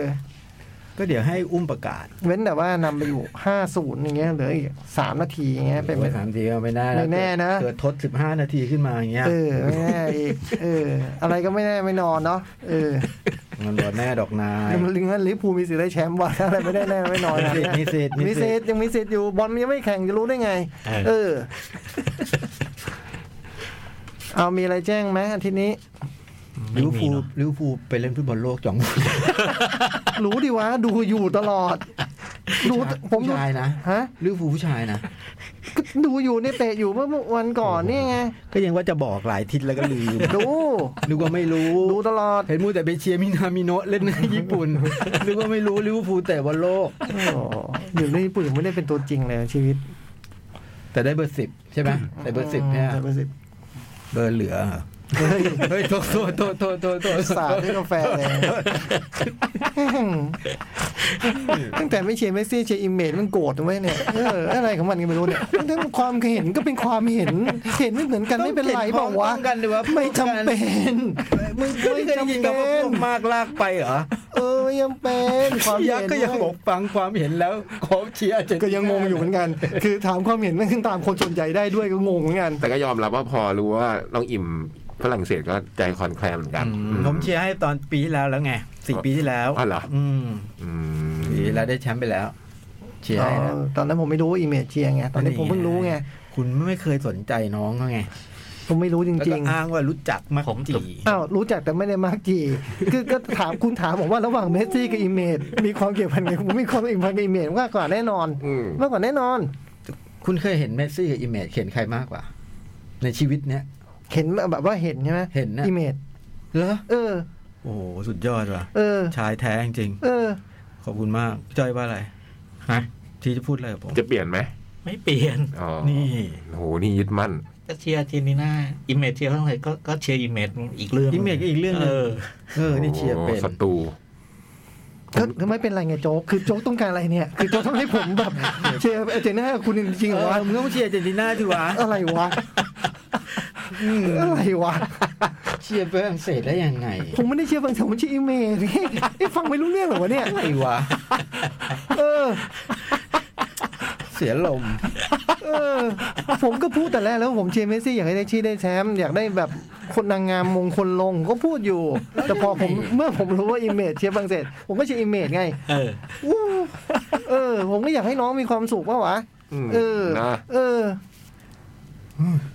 ก็เดี๋ยวให้อุ้มประกาศ
เว้นแต่ว่านำไปอยู่ห้าศูนย์อย่างเงี้ยเหลืออีกสามนาทีอย่างเงี้ยเป็นไป
สามทีก็ไม่ได้ะ
ไม่แน่นะ
เกิดทดสิบห้านาทีขึ้นมาอย่างเงี้ย
เออไม่แน่อีกเออ อะไรก็ไม่แน่ไม่นอนเนาะเออ
มันบอดแน่ดอกนาย
ยังมันลิงก์ลิฟูลมีสิทธิ์ได้แชมป์บอลอะไรไม่ได้แน่ไม่นอนนะเนี่ย
มีสิทธิ์มี
มี
สิ
สิ
ท
ท
ธิ์
ธิ์ยังมีสิทธิ์อยู่บอลมันยังไม่แข่งจะรู้ได้ไง
เออ
เออ เอามีอะไรแจ้งไหมอาทิตย์นี้
ไม่
ลิเวอร์
มี
พูล
เนาะ
ลิเวอร์พูลไปเล่นฟุตบอลโลกจ่อง
รู้ดิวะ ดูอยู่ตลอด ดูผม
ผู้
ดู
ชายนะ
ฮะ
ลิเวอร์พูลผู้ชายนะ
ก็ ดูอยู่ในเปะอยู่เมื่อวันก่อนเนี่ยไง
ก็ยังว่าจะบอกหลายทิศแล้วก็ลืม
ดู
นึกว่าไม่รู้
ดูตลอด
เห็นมูแต่ไปเชียร์มินามิโนะเล่นในญี่ปุ่นนึกว่าไม่รู้ลิเวอร์พูลแต่บอลโลก
โอ้อยู่ในญี่ปุ่นยังไม่ได้เป็นตัวจริงเลยชีวิต
แต่ได้เบอร์สิบใช่ไหมแต่เบอร์สิบเนี่ย
แต่เบอร์สิบ
เบอร์เหลือเหรอ
เฮ้ย
เฮ้ยโทษโทษโทษโทษโทษโทษ
สาดด้วยกาแฟเลยตั้งแต่ไม่เชียร์เมสซี่เชียร์อิมเมจมันโกรธนะเว้ยเนี่ยเอออะไรของมันก็ไม่รู้เนี่ยทั้งๆความเห็นก็เป็นความเห็น เห็นไม่เหมือนกันไม่เป็นไร
ต้งห็
เปล่าวะ
พ้มกันดีวะ
ไม่จำเป็น
มึงไม่เคยได้ยินกับพวกมากลากไปเหรอ
เออยังเป็นความ
ยัก
เห็น
ษ์ก็ยัง
เว้ย
บอกฟังความเห็นแล้วขอเชียร์เจ็ด
ก็ยังงงอยู่เหมือนกัน คือถามความเห็นนั่นคือตามคนส่วนใหญ่ได้ด้วยก็งงเหมือนกัน
แต่ก็ยอมรับว่าพอรู้ว่าน้องอิ่มฝรั่งเศสก็ใจคลอนแคลนเหมือนกัน
ผมเชียร์ให้ตอนปีที่แล้วแล้วไงสี่ปีที่แล้ว
อ๋อเหรอ
อืม
อืม
ปีที่แล้วได้แชมป์ไปแล้ว เชียร์ให้นะ
ตอนนั้นผมไม่รู้ว่าอีเมจเชียร์ไง ตอนนี้ผมเพิ่งรู้ไง
คุณไม่เคยสนใจน้องเขาไง
ผมไม่รู้จ
แล้ว
ริ
ก็
ง
อ้างว่ารู้จักมัก
ผม
จี
ถูก
ๆ อ้าวรู้จักแต่ไม่ได้มากจีคือก็ถามคุณถามผมว่าระหว่างเมสซี่กับอีเมจมีความเกี่ยวพันกันผมมีความเกี่ยวพันกับอีเมจมากกว่าแน่นอน
อืม
มากกว่าแน่นอน
คุณเคยเห็นเมสซี่กับอิมเมจเห็นใครมากกว่า ในชีวิตเนี้ย
เห็นแบบว่าเห็นใช่ไหม
เห็นน่ะ
อีเมจ
เหรอ
เออ
โอ้โห สุดยอดว่ะ
เออ
ชายแท้จริง
เออ
ๆขอบคุณมากพี่จ้อยว่าอะไรฮะที่จะพูดอะไรกับผม
จะเปลี่ยนไหม
ไม่เปลี่ยน
อ๋อ
นี่
โหนี่ยึดมั่น
ก็เชียร์อาร์เจนีน่าอิมเมจเชียร์เท่าไหร่ก็ก็เชียร์อิมเมจอีกเรื่อง
อิมเมจก็อีกเรื่องหนึ่ง
อ
เออ นี่เชียร์เป็น
โอ้ศัตรู
ก็ก็ไม่เป็นไรไงโจ๊ก คือโจ๊กต้องการอะไรเนี่ย คือโจ๊กทำให้ผม แบบเชียร์เจน่าคุณจริงๆเหรอ
เอ
วะ
อมึงต้องเชียร์อาร์เจนติน่าดิวะ
อะไรวะ อะไรวะ
เชียร์ฝรั่งเศสได้ยังไง
ผมไม่ได้เชื่อฟังสมชื่ออีเมลนี่ ไอ้ฟังไม่รู้เรื่องเหรอวะเนี่ย
อะไรวะ
เออ
เสียลม
เออ ผมก็พูดแต่แรกแล้ววาผมเชียร์เมสซี่อยากให้ได้ชี่ได้แชมป์อยากได้แบบคนนางงามมงคลลงก็พูดอยู่ แต่พอผมเมื่อผมรู้ว่าอีเมลเชียร์ฝรั่งเศสผมก็เชียร์อีเมลไง
เออ
อู้เออ ผมก็อยากให้น้องมีความสุขว่าวะ
ม
เออ
นะ
เออ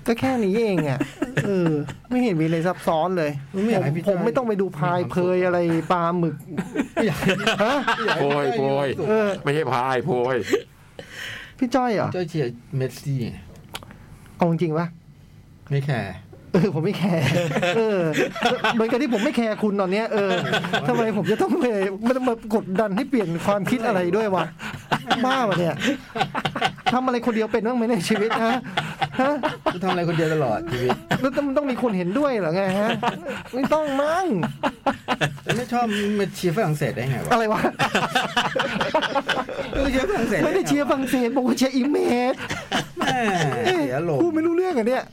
ก็แค่นี้เองอ่ะ เออ ไม่เห็นมีอะไรซับซ้อนเลย
ไม่อยากให้
ผม
พี่
ผม
จ้อย
ไม่ต้องไปดูพาย
มีความสุข
เพยอะไรปลาหมึกฮะ
โพยโพย
เออ
ไม่ใช่พายโพย
พี่จ้อยเหรอ่ะ
จ้อยเชียร์เมสซี่ไง
เอาจริงๆปะ
ไม่แคร์
เออ ผมไม่แคร์ เออ เหมือนกับที่ผมไม่แคร์คุณตอนเนี้ย เออทำไมผมจะต้องไปมันมากดดันให้เปลี่ยนความคิดอะไรด้วยวะ บ้าวะเนี่ยทำอะไรคนเดียวเป็นบ้างไหมในชีวิตฮะฮะ
กูทำอะไรคนเดียวต ลอดชีวิต
แล้วมันต้องมีคนเห็นด้วยเหรอไงฮะ ไม่ต้องมั้ง
ไม่ชอบมาเชียร์ฝรั่งเศสได้ไงวะ
อะไรวะ
ไม่เชียร์ฝรั่งเศส
ไม่ได้เชียร์ฝรั่งเศสบอกว่าเชียร์อิมเมจ
แม่เสียลม
พูดไม่รู้เรื่องอ่ะเนี่ย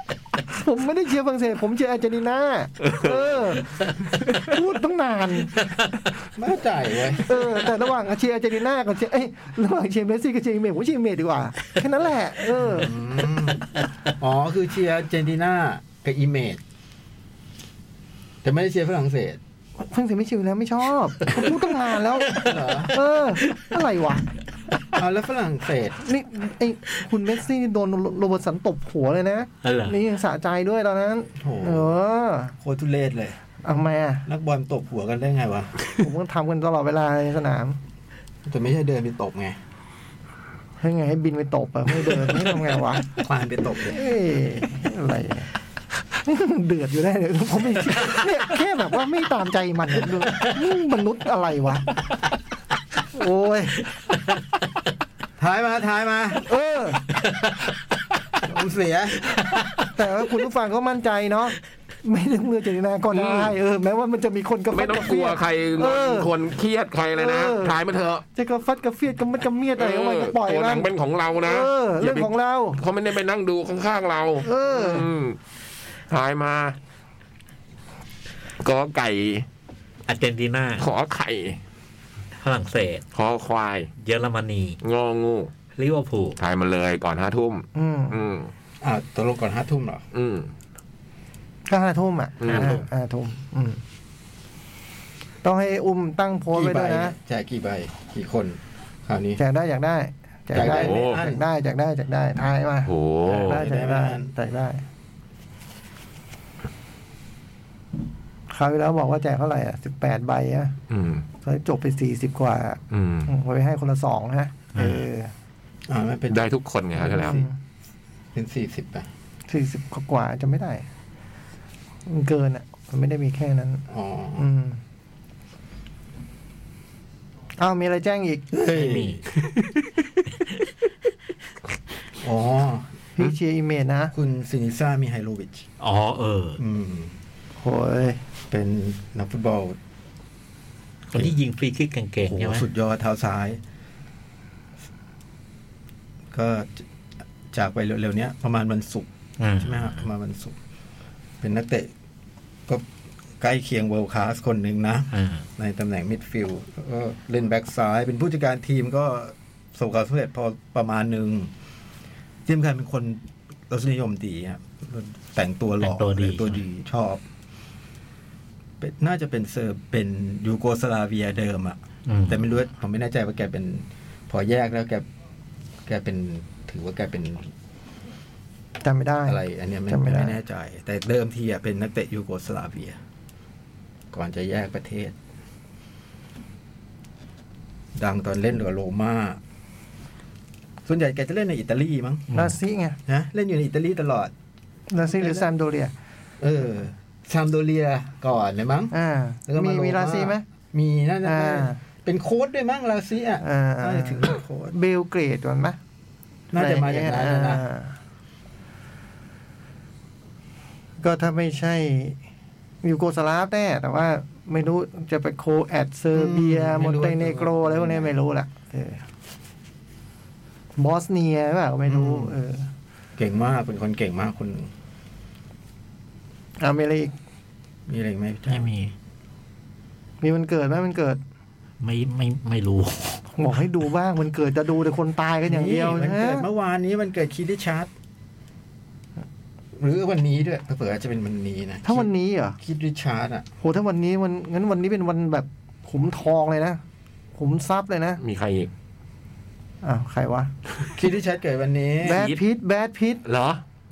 ผมไม่ได้เชียร์ฝรั่งเศสผมเชียร์อาร์เจนตินาเออ พูดต้องนาน
ไม่เข้าใจเว้ย
เออ แต่ระหว่างเชียร์อาร์เจนตินากับเชียร์เอ้ยระหว่างเชียร์เมสซี่กับเชียร์อิมเมจผมเชียร์อิมเมจดีกว่าแค่นั้นแหละ เออ
อ๋อ คือเชียร์เจนติน่ากับอิเมจแต่ไม่ได้เชียร์ฝรั่งเศส
ฝรั่งเศสไม่เชียร์อยู่แล้วไม่ชอบผมพูดต้องนานแล้ว
เหรอ
เออ อะไรวะ
เอาแล้วฝรั่งเศส
นี่ไอ้คุณเมสซี่นี่โดนโรเบิร์ตสันตบหัวเลยนะ
อ๋อเหรอ
นี่ยังสะใจด้วยตอนนั้น
โอ้โห
เออ
โคตรทุเรศเลย
เอามาอะ
นักบอลตบหัวกันได้ไงวะ
ผมก็ทำกันตลอดเวลาในสนาม
แต่ไม่ใช่เดินไปตบไง
ให้ไงให้บินไปตบอะไม่เดินไม่ทำไงวะ
ควานไปตบเลย
เอ้ยอะไรอะเดือดอยู่ได้เลยผมไม่เนี่ยแค่แบบว่าไม่ตามใจมันเนี่ยดูนี่มนุษย์อะไรวะ โอ้ย
ท้ายมาท้ายมา
เออ
ผมเสีย
แต่ว่าคุณผู้ฟังก็มั่นใจเนาะไม่ได้เมื่อเจรินาก่อนได้เออแม้ว่ามันจะมีคนกระฟั
ไม่
ด
ต้อก งก
ระเฟี
ลัวย
ด
ใคร
เออ
คนเครียดใครเลยนะ
เออ
ทายมาเถอะ
จะกระฟัดกระเฟียดกระมัดกระเมียดอะไรก็ไม่ก็ปล่อย
ตัวห
มั
นั
น
งเป็นของเรานะ
เออ เรื่องของเรา
เขาไม่ได้ไปนั่งดูข้างๆเรา
เออ
มทายมา ก็ไก่
อาร์เจนตินา
ขอไข่
ฝรั่งเศส
ขอควาย
เยอรมนี
งองู
ลิเวอร์พูล
ทายมาเลยก่อนห้าทุ่ม
อืม
อืม
อ่าตกลงก่อนห้าทุ่มเหรอ
อืม
ก็ห้าทุ่มอ่ะ
อืม
ห้าทุ่มอืมต้องให้อุ้มตั้งโพสต์
กี่
ไว้
ใบ
ด้วยนะ
แจกกี่ใบ กี่คน คราวนี้
แจกได้อยากได้แจกได้
แจกได้
โอ้
แจกได้แจกได้แจกได้ทายมา
โห
แจกได้แจกได้แจกได้คราวที่แล้วบอกว่าแจกเท่าไหร่อ่ะสิบแปดใบอ่ะ
อืม
ตอนนี้จบไปสี่สิบกว่า
อืม
อืมเอาไปให้คนละสองนะเออ
อ่าไม่เป็น
ได้ทุกคนไงครับที่แล้ว
เป็นสี่สิบป่ะ
สี่สิบกว่าๆจะไม่ได้มันเกินอ่ะ มันไม่ได้มีแค่นั้น
อ๋อ
อืมอ้าวมีอะไรแจ้งอีก
เฮ้ย
ไม่มี
อ๋อ
พี่เชียร์อีเมจนะ
คุณซินิซ่ามีไฮโลวิช
อ๋อเออ
อืม
โอ้ย
เป็นนักฟุตบอล
คนที่ยิงฟรีคิกเก่ง
โห
ๆใช่ไหม
สุดยอดเท้าซ้าย ก็จากไปเร็วๆเนี้ย ประมาณวันศุกร์
อืม
ใช่ไหมฮะมาวันศุกร์เป็นนักเตะ ก็ใกล้เคียงเวิลด์คลาสคนหนึ่งนะ
อ่า
ในตำแหน่งมิดฟิลด์ก็เล่นแบ็กซ้าย เป็นผู้จัดการทีมก็ประสบความสำเร็จพอประมาณหนึ่งที่สำคัญเป็นคนรสนิยมดีฮะแต่งตัวหล่อแต่งตัวดีชอบเป็นน่าจะเป็นเซอร์เป็นยูโกสลาเวียเดิมอะ
อืม
แต่ไม่รู้ว่าผมไม่แน่ใจว่าแกเป็น พอแยกแล้วแกแกเป็นถือว่าแกเป็น
จำไม่ได้
อะไรอันเนี้ยไม่
จำไม่
ไม่
ได้
แน่ใจ แต่เดิมทีอ่ะเป็นนักเตะยูโกสลาเวีย ก่อนจะแยกประเทศ ดังตอนเล่นกับโรมาส่วนใหญ่แกจะเล่นในอิตาลีมั้ง
ลาซิไง
นะเล่นอยู่ในอิตาลีตลอด
ลาซิหรือซามโดเรีย
เออซามโดเรียก่อนเลยมั้ง
อ่า
แล้วก็
มี
โ
มีลาซิไหม
มีนั่นนะ
อ่า
เป็นโค้ดด้วยมั้งลาซิอ่ะ
อ่า
น่าจะถึงเป็นโค้ด
เบลเกรดก่อนไหม
น่าจะมาอย่างนั้นนะ
อ่าก็ถ้าไม่ใช่ยูโกสลาฟแน่แต่ว่าไม่รู้จะไปโคแอดเซอร์เบียมอนเตเนโกรอะไรพวกนี้ไม่รู้ละเออบอสเนียเปล่าไม่รู้ เออ
เก่งมากเป็นคนเก่งมากคนหนึ่ง
อ่ามีอะไรอีก
มีอะไรอีกไหมพี่แจ๊ค
ไม่มี
มีมันเกิดไหมมันเกิด
ไม่ไม่ไม่รู้
บอกให้ดูบ้างมันเกิดจะดูแต่คนตายกันอย่างเดียว
นี่มัน
นะ
เกิดเมื่อวานนี้มันเกิดคีดิชาร์ดหรือวันนี้ด้วยเผื่อๆอาจจะเป็นวันนี้นะ
ถ้าวันนี้เหรอ
คิดริชาร์ดอ่ะ
โหถ้าวันนี้วันงั้นวันนี้เป็นวันแบบขุมทองเลยนะขุมทรัพย์เลยนะ
มีใครอีก
อ้าวใครวะ
คิดริชาร์ดเกิดวันนี้
แบดพิทแบดพิท
เหรอ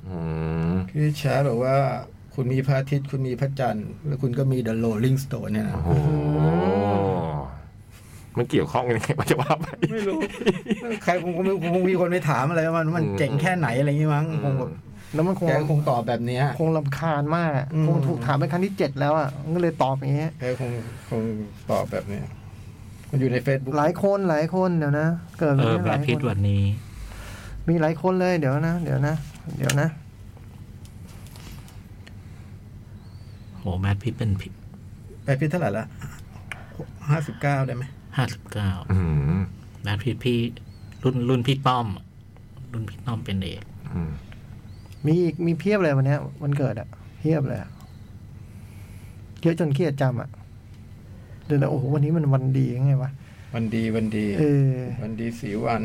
อืม
คิดริชาร์ดบอกว่า คุณมีพระอาทิตย์คุณมีพระจันทร์แล้วคุณก็มีเดอะโรลลิงสโตนเนี่ยนะ
โอ้โหมันเกี่ยวข้องกันยังไงวะจะว่าไป
ไม่รู้ ใครคงคงคงมีคนไปถามอะไรว่ามันมัน
อืม
เจ๋งแค่ไหนอะไรอย่างงี้มั้งคงแบบ
แล้วมันคง
แกก็คงตอบแบบเนี้ย
คงลำคาญมากอะ
อืม
คงถูกถามเป็นครั้งที่เจ็ดแล้วอ่ะมันก็เลยตอบอย่างเงี้ย
แกคงคงตอบแบบเนี้ยมันอยู่ในเฟซบุ๊ก
หลายคนหลายคนเดี๋ยวนะเกิด
เอ
วันนี้
อแบ
ห
ล็
ลาย
พิท
คน
วันนี้
มีหลายคนเลยเดี๋ยวนะ เดี๋ยวนะ เดี๋ยวนะ
โหแบล็พิทเป็นพิท
ไปพิเท่าไหร่ละห้าสิบเก้าได้ไหม
ห้าสิบเก้า
อืม
แบล็พิทพี่รุ่นรุ่นพี่ต้อม รุ่นพี่ต้อมเป็นเอก
อืม
มีอีกมีเพียบเลยวันเนี้ยวันเกิดอะเพียบเลยอะเยอะจนเครียดจำอะเดี๋ยวนะโอ้โหวันนี้มันวันดียังไงวะ
วันดีวันดี
เออ
วันดีสีวัน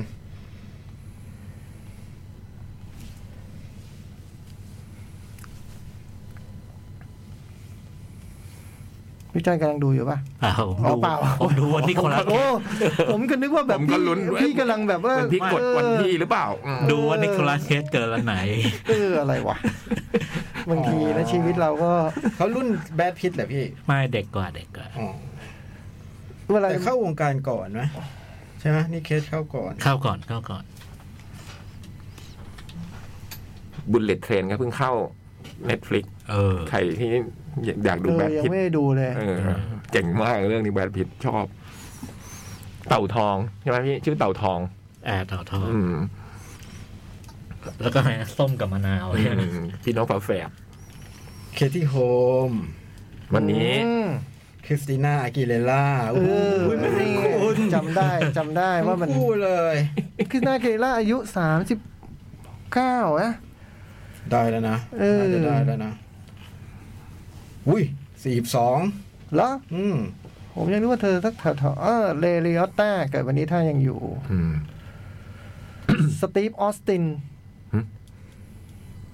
พี่จ้อยกำลังดูอยู่ปะ
เปล่าผม
อ๋อเป
ดู
ล่า
ผมดูวัน นี้คนละ
โอ้ผมก็นึกว่าแบบ
ผมก็
พี่
ลุ้นด้วย
พี่กำลังแบบว่า
มันพี่กดวันที่หรือเปล่าอืม
ดูว่านิโคลัสเคสเกิดวันไหน
เอออะไรวะบางทีนะชีวิตเราก็
เขารุ่นแบดพิทแหละพี่
ไม่เด็กกว่าเด็กกว่า
อ๋อ
เวลา
แต่เข้าวงการก่อนไหมใช่ไหมนี่เคสเข้าก่อน
เข้าก่อนเข้าก่อน
บุลเลตเทรนก็เพิ่งเข้า Netflix
เออ
ใครที่อยากดู
เอ
แบ
อ
ท
ยัง
พิท
ไม่ได้ดูเลย
เออเจ๋งมากเรื่องนี้แบทพิทชอบ เต่าทองใช่ไหมพี่ชื่อเต่าทอง
แอร์ต่อทอง
อืม
แล้วก็ให้ส้มกับมะนาว
อืมพี่น้องฝาแฝด
เคที่โฮม
วันนี้
อืม
คริสติน่าอากิเลล่า
เออ
ไม่ได้
นี่
คุณ
จำได้จำได้ว่ามัน
คู่เลย
คือนาเคล่าอายุสามสิบเก้านะ
ได้แล้วนะ
เออ
น่าจะได้แล้วนะ อุ้ยสี่สอง
เหรอ
อืม
ผมยังรู้ว่าเธอสักแถวๆเออเลริออตตาเกิดวันนี้ถ้ายังอยู่
อืม
สตีฟออสติน
หึ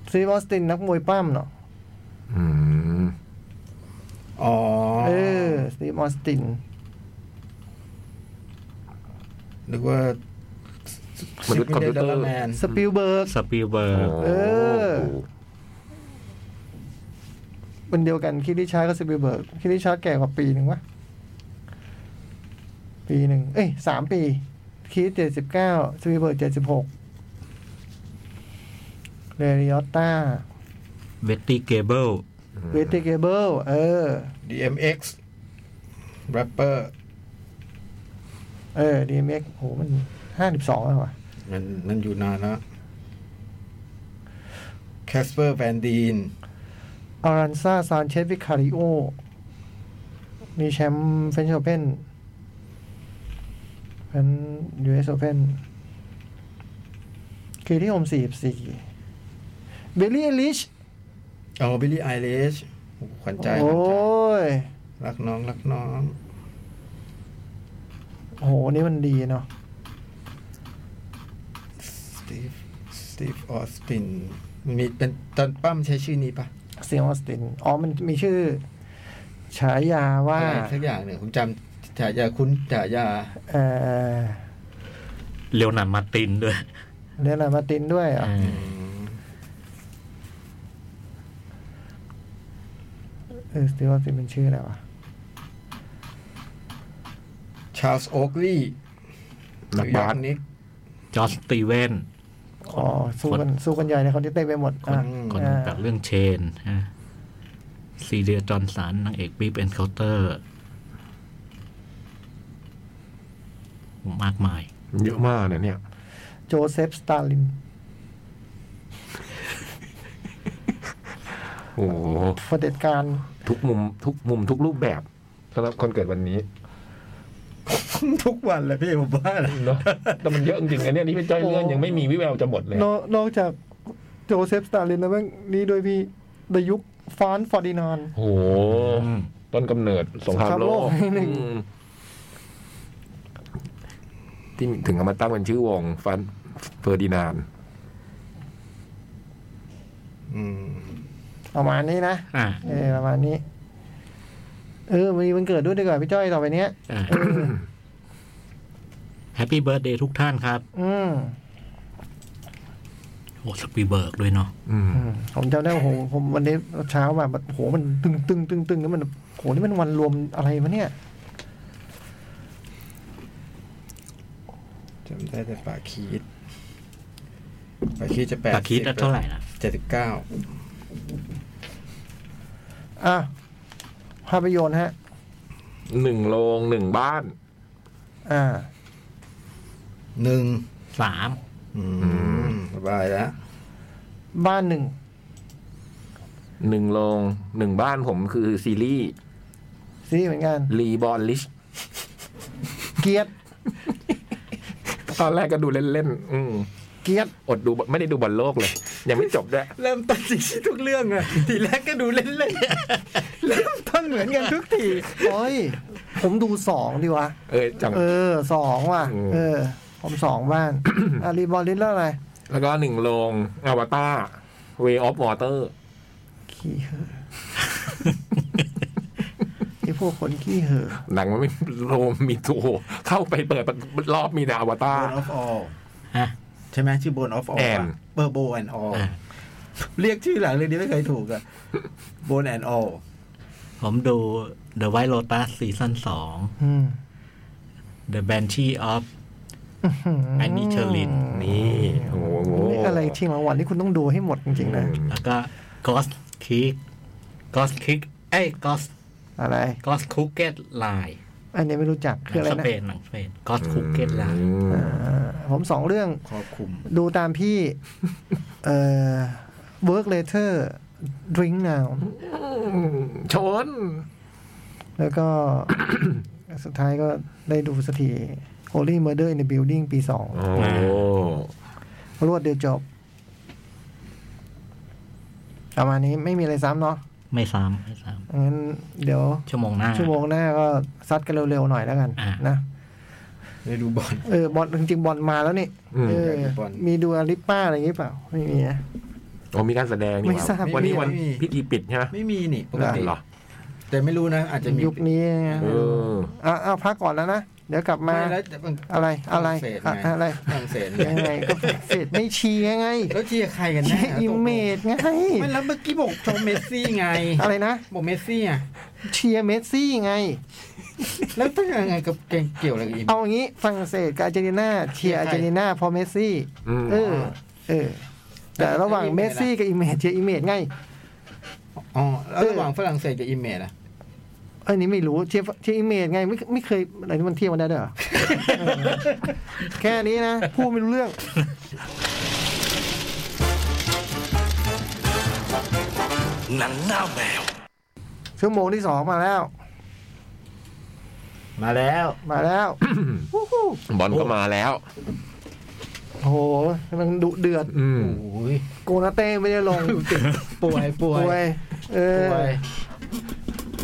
สตีฟออสตินนักมวยปั้มเนาะ
อืม
อ๋อ
เออสตีฟออสติน
นึกว่า
มนุษย์คอมพิวเตอร์
Superman
สปิลเบิร์ก
สปีลเบิร์ก
เออ เป็นเดียวกันคิดดิชาร์ดกับสปิลเบิร์กคิดดิชาร์ดแก่กว่าปีหนึ่งวะปีหนึ่งเอ้ยสามปีคิดเจ็ดสิบเก้าสปิลเบิร์กเจ็ดสิบหก เรริออตตา
เบตตี้เกเบิล
เวสติเกเบิลเออ
DMX rapper
เออ DMX โหมันห้าสิบสองแล้วว่ะ
มันนั่นอยู่นานนะ Casper Van Dien
อารันซาซานเชสวิคาริโอ มีแชมป์เฟนช์โอเพนเป็นยูเอสโอเพนคือที่โอมสี่สี่เบลลี่ลิช
เอา Billie Eilish โอ้โหขวัญใจขวัญ
โอ้
ใจ
ย
รักน้องรักน้อง
โห นี่มันดีเนาะ
สตีฟ สตีฟออสติน มีเป็นตอนปั้มใช้ชื่อนี้ปะ
เซียงออสติน อ๋อ มันมีชื่อ ฉายาว่า
อะไรสักอย่างหนึ่งผมจำฉายาคุ้นฉายา
เอ่อ
เลียวนามาร์ตินด้วย
เรนามาร์ตินด้วยเหรอ่ะ
อ่า
เออสตีวอสตินเป็นชื่ออะไรวะ
ชาร์ลส์โอ๊กลีย์
นักบาส
นิก
จอร์จสตีเวน
อ๋อ สู้กัน สู้กันใหญ่ในคอนเทนเต็มไปหมด
คน
อ่ะ
คน
อ่า
จากเรื่องเชนฮะซีเรียจอห์นสันนางเอกบีบเอนเคาน์เตอร์มากมาย
เยอะมากนะเนี่ย
โจเซฟสตาลิน
โอ้โห
เผด็จการ
ทุกมุมทุกมุมทุกรูปแบบสำหรับคนเกิดวันนี้
ทุกวันเลยพี่ผมว่านะ
เนาะ แต่มันเยอะจริงๆนะเนี่ยนี่พี่จ้อยเลื่อนยังไม่มีวิแววจะหมดเลย
นอกนอกจากโจเซฟสตาลินแล้วแม่งนี่ด้วยพี่ดยุคฟรานซ์ฟอร์ดินาน
โอ้โห ต้นกำเนิดสงครามโลก
สงครามโลกครั้งหนึ่ง
อืมที่ถึงเอามาตั้งเป็นชื่อวงฟันเฟอร์ดินานด์
อืม
ประมาณนี้นะ
อ่า
เออประมาณนี้ เออมีวันเกิดด้วยดีกว่าพี่จ้อยต่อไปเนี้ย
แฮปปี้เบิร์ดเดย์ทุกท่านครับ
อืม
โอ้สปีเบิร์กด้วยเนาะ
อืม
อืมผมจำได้ว่าโหผมวันนี้เช้ามาแบบโหมันตึงตึงตึงตึงแล้วมันโหนี่มันวันรวมอะไรวะเนี่ย
จำได้แต่ปาคีดปาคีดจะแปด
ตาคิดเท่าไหร่นะ
เจ็ดสิบเก้า
อ่ะภาพยนตร์ฮะ
หนึ่งโรงหนึ่งบ้าน
อ่า
หนึ่ง
สาม
อืมสบายแล้ว
บ้านหนึ่ง
หนึ่งโรงหนึ่งบ้านผมคือซีรีส์
ซีรีส์เหมือนกัน
รีบอลลิช
เกียรติ
ตอนแรกก็ดูเล่นๆอืม
เกียรติ
อดดูไม่ได้ดูบอลโลกเลย ยังไม่จบด้วย
เริ่มต้นสิ่งที่ทุกเรื่องอะทีแรกก็ดูเล่นๆเริ่มต้นเหมือนกันทุกที
โอ้ย ผมดูสองดีวะ
เออจัง
เออสองว่ะ
อืม
เออ ผมสองบ้าง อารีบอลลิสแล้วอะไร
แล้วก็หนึ่งโรงอวตาร Way of Water
ขี้เหอะไอพวกคนขี้เหอะ
หนังมันไม่โรงมีโอ้โหเข้าไปเปิดรอบมีแต่อวตาร
Bone of All
ฮะ
ใช่ไหมชื่อ Bone of All
แอน
เบอร์โบแอนออล
อ่า
เรียกชื่อหลังเรื่องนี้ไม่เคยถูกอะ Bone and All
ผมดู The White Lotus ซีซั่นสอง
อืม
The Banshee of อันนี้เชอริน
นี่โอ้โห
นี่อะไรชิงรางวัลที่คุณต้องดูให้หมดจริงๆนะ
แล้วก็กอสคิกกอสคิกเอ้ยกอส
อะไร
กอสคุกเก็ตไลน์
อันนี้ไม่รู้จักคืออะไร
ส
นะ
เปนหนังสเปนกอสคุกเก็ตไลน์
อ่าผมสองเรื่อง
ครอบคลุม
ดูตามพี่ เอ่อ work later drink now
ชน
แล้วก็ สุดท้ายก็ได้ดูสักที Holy Murder in the Building ปีสอง
โอ้
รวดเดียวจบ ประมาณนี้ไม่มีอะไรซ้ำเนาะ
ไม่ซ้ำไม่ซ้
งั้นเดี๋ยว
ำชั่วโมงหน้า
ชั่วโมงหน้าก็ซัดกันเร็วๆหน่อยแล้วกัน
อ่าน
นะ
ได้ดูบอล
เออบอลจริงๆบอลมาแล้วนี่
อืม
เออ
บอล
มีดูอาลิปป้าอะไรอย่างงี้เปล่า ไม่มีนะ
โอ้มีการแสดงนี่
ไม่
หว่า
ทราบ
วันนี้วัน
ไม่มี
พิธีปิดใช่ไหม
ไม่มีนี่ปกติ
เหรอ
แต่ไม่รู้นะ อาจจะมี
ยุคนี้นะ
เออ
เอาเอาพักก่อนแล้วนะ เดี๋ยวกลับ
ไม่
มา
แล้วแต่บาง
อะไร อะไร
ฝรั่งเศส
อะ
ง
อะไร
ฝรั่งเศส
ยังไงก็ฝรั่งเศสไม่เชียร์ไง
แล้วเชียร์ใครกัน
เชี
แน่
ยร์อิมเมจไง
ไม่แล้วเมื่อกี้บอกชมเมสซี่ไง
อะไรนะ
บอกเมสซี่อะ
เชียร์เมสซี่ไง
แล้วถ้ายังไงกับเกี่ยวอะไรกับอิม
เอาอย่างนี้ฝรั่งเศสกับอาร์เจนตินาเชียร์อาร์เจนตินาเพอเมสซี่
อืม
เออ เออ แต่ระหว่างเมสซี่กับอิเมจเชียร์อิเมจไง
อ๋อแล้วระหว่างฝรั่งเศสกับอิมเมดอะ
เอันนี้ไม่รู้เชียร์เชียร์อิเมจไงไม่ไม่เคยอะไรที่มันเที่ยวกันได้ด้วยเหรอ แค่นี้นะพูดไม่รู้เรื่อง
หนังหน้าแมว
ชั่วโมงที่สองมาแล้ว
มาแล้ว
มา แล้ว โอ้โห
บอลก็มาแล้ว
โอ้โหมันดุเดือด
อืม
โอ้ย
โกนาเต้ไม่ได้ลง
ป่วยป่วย
ป่
ป่
วย เออ
วย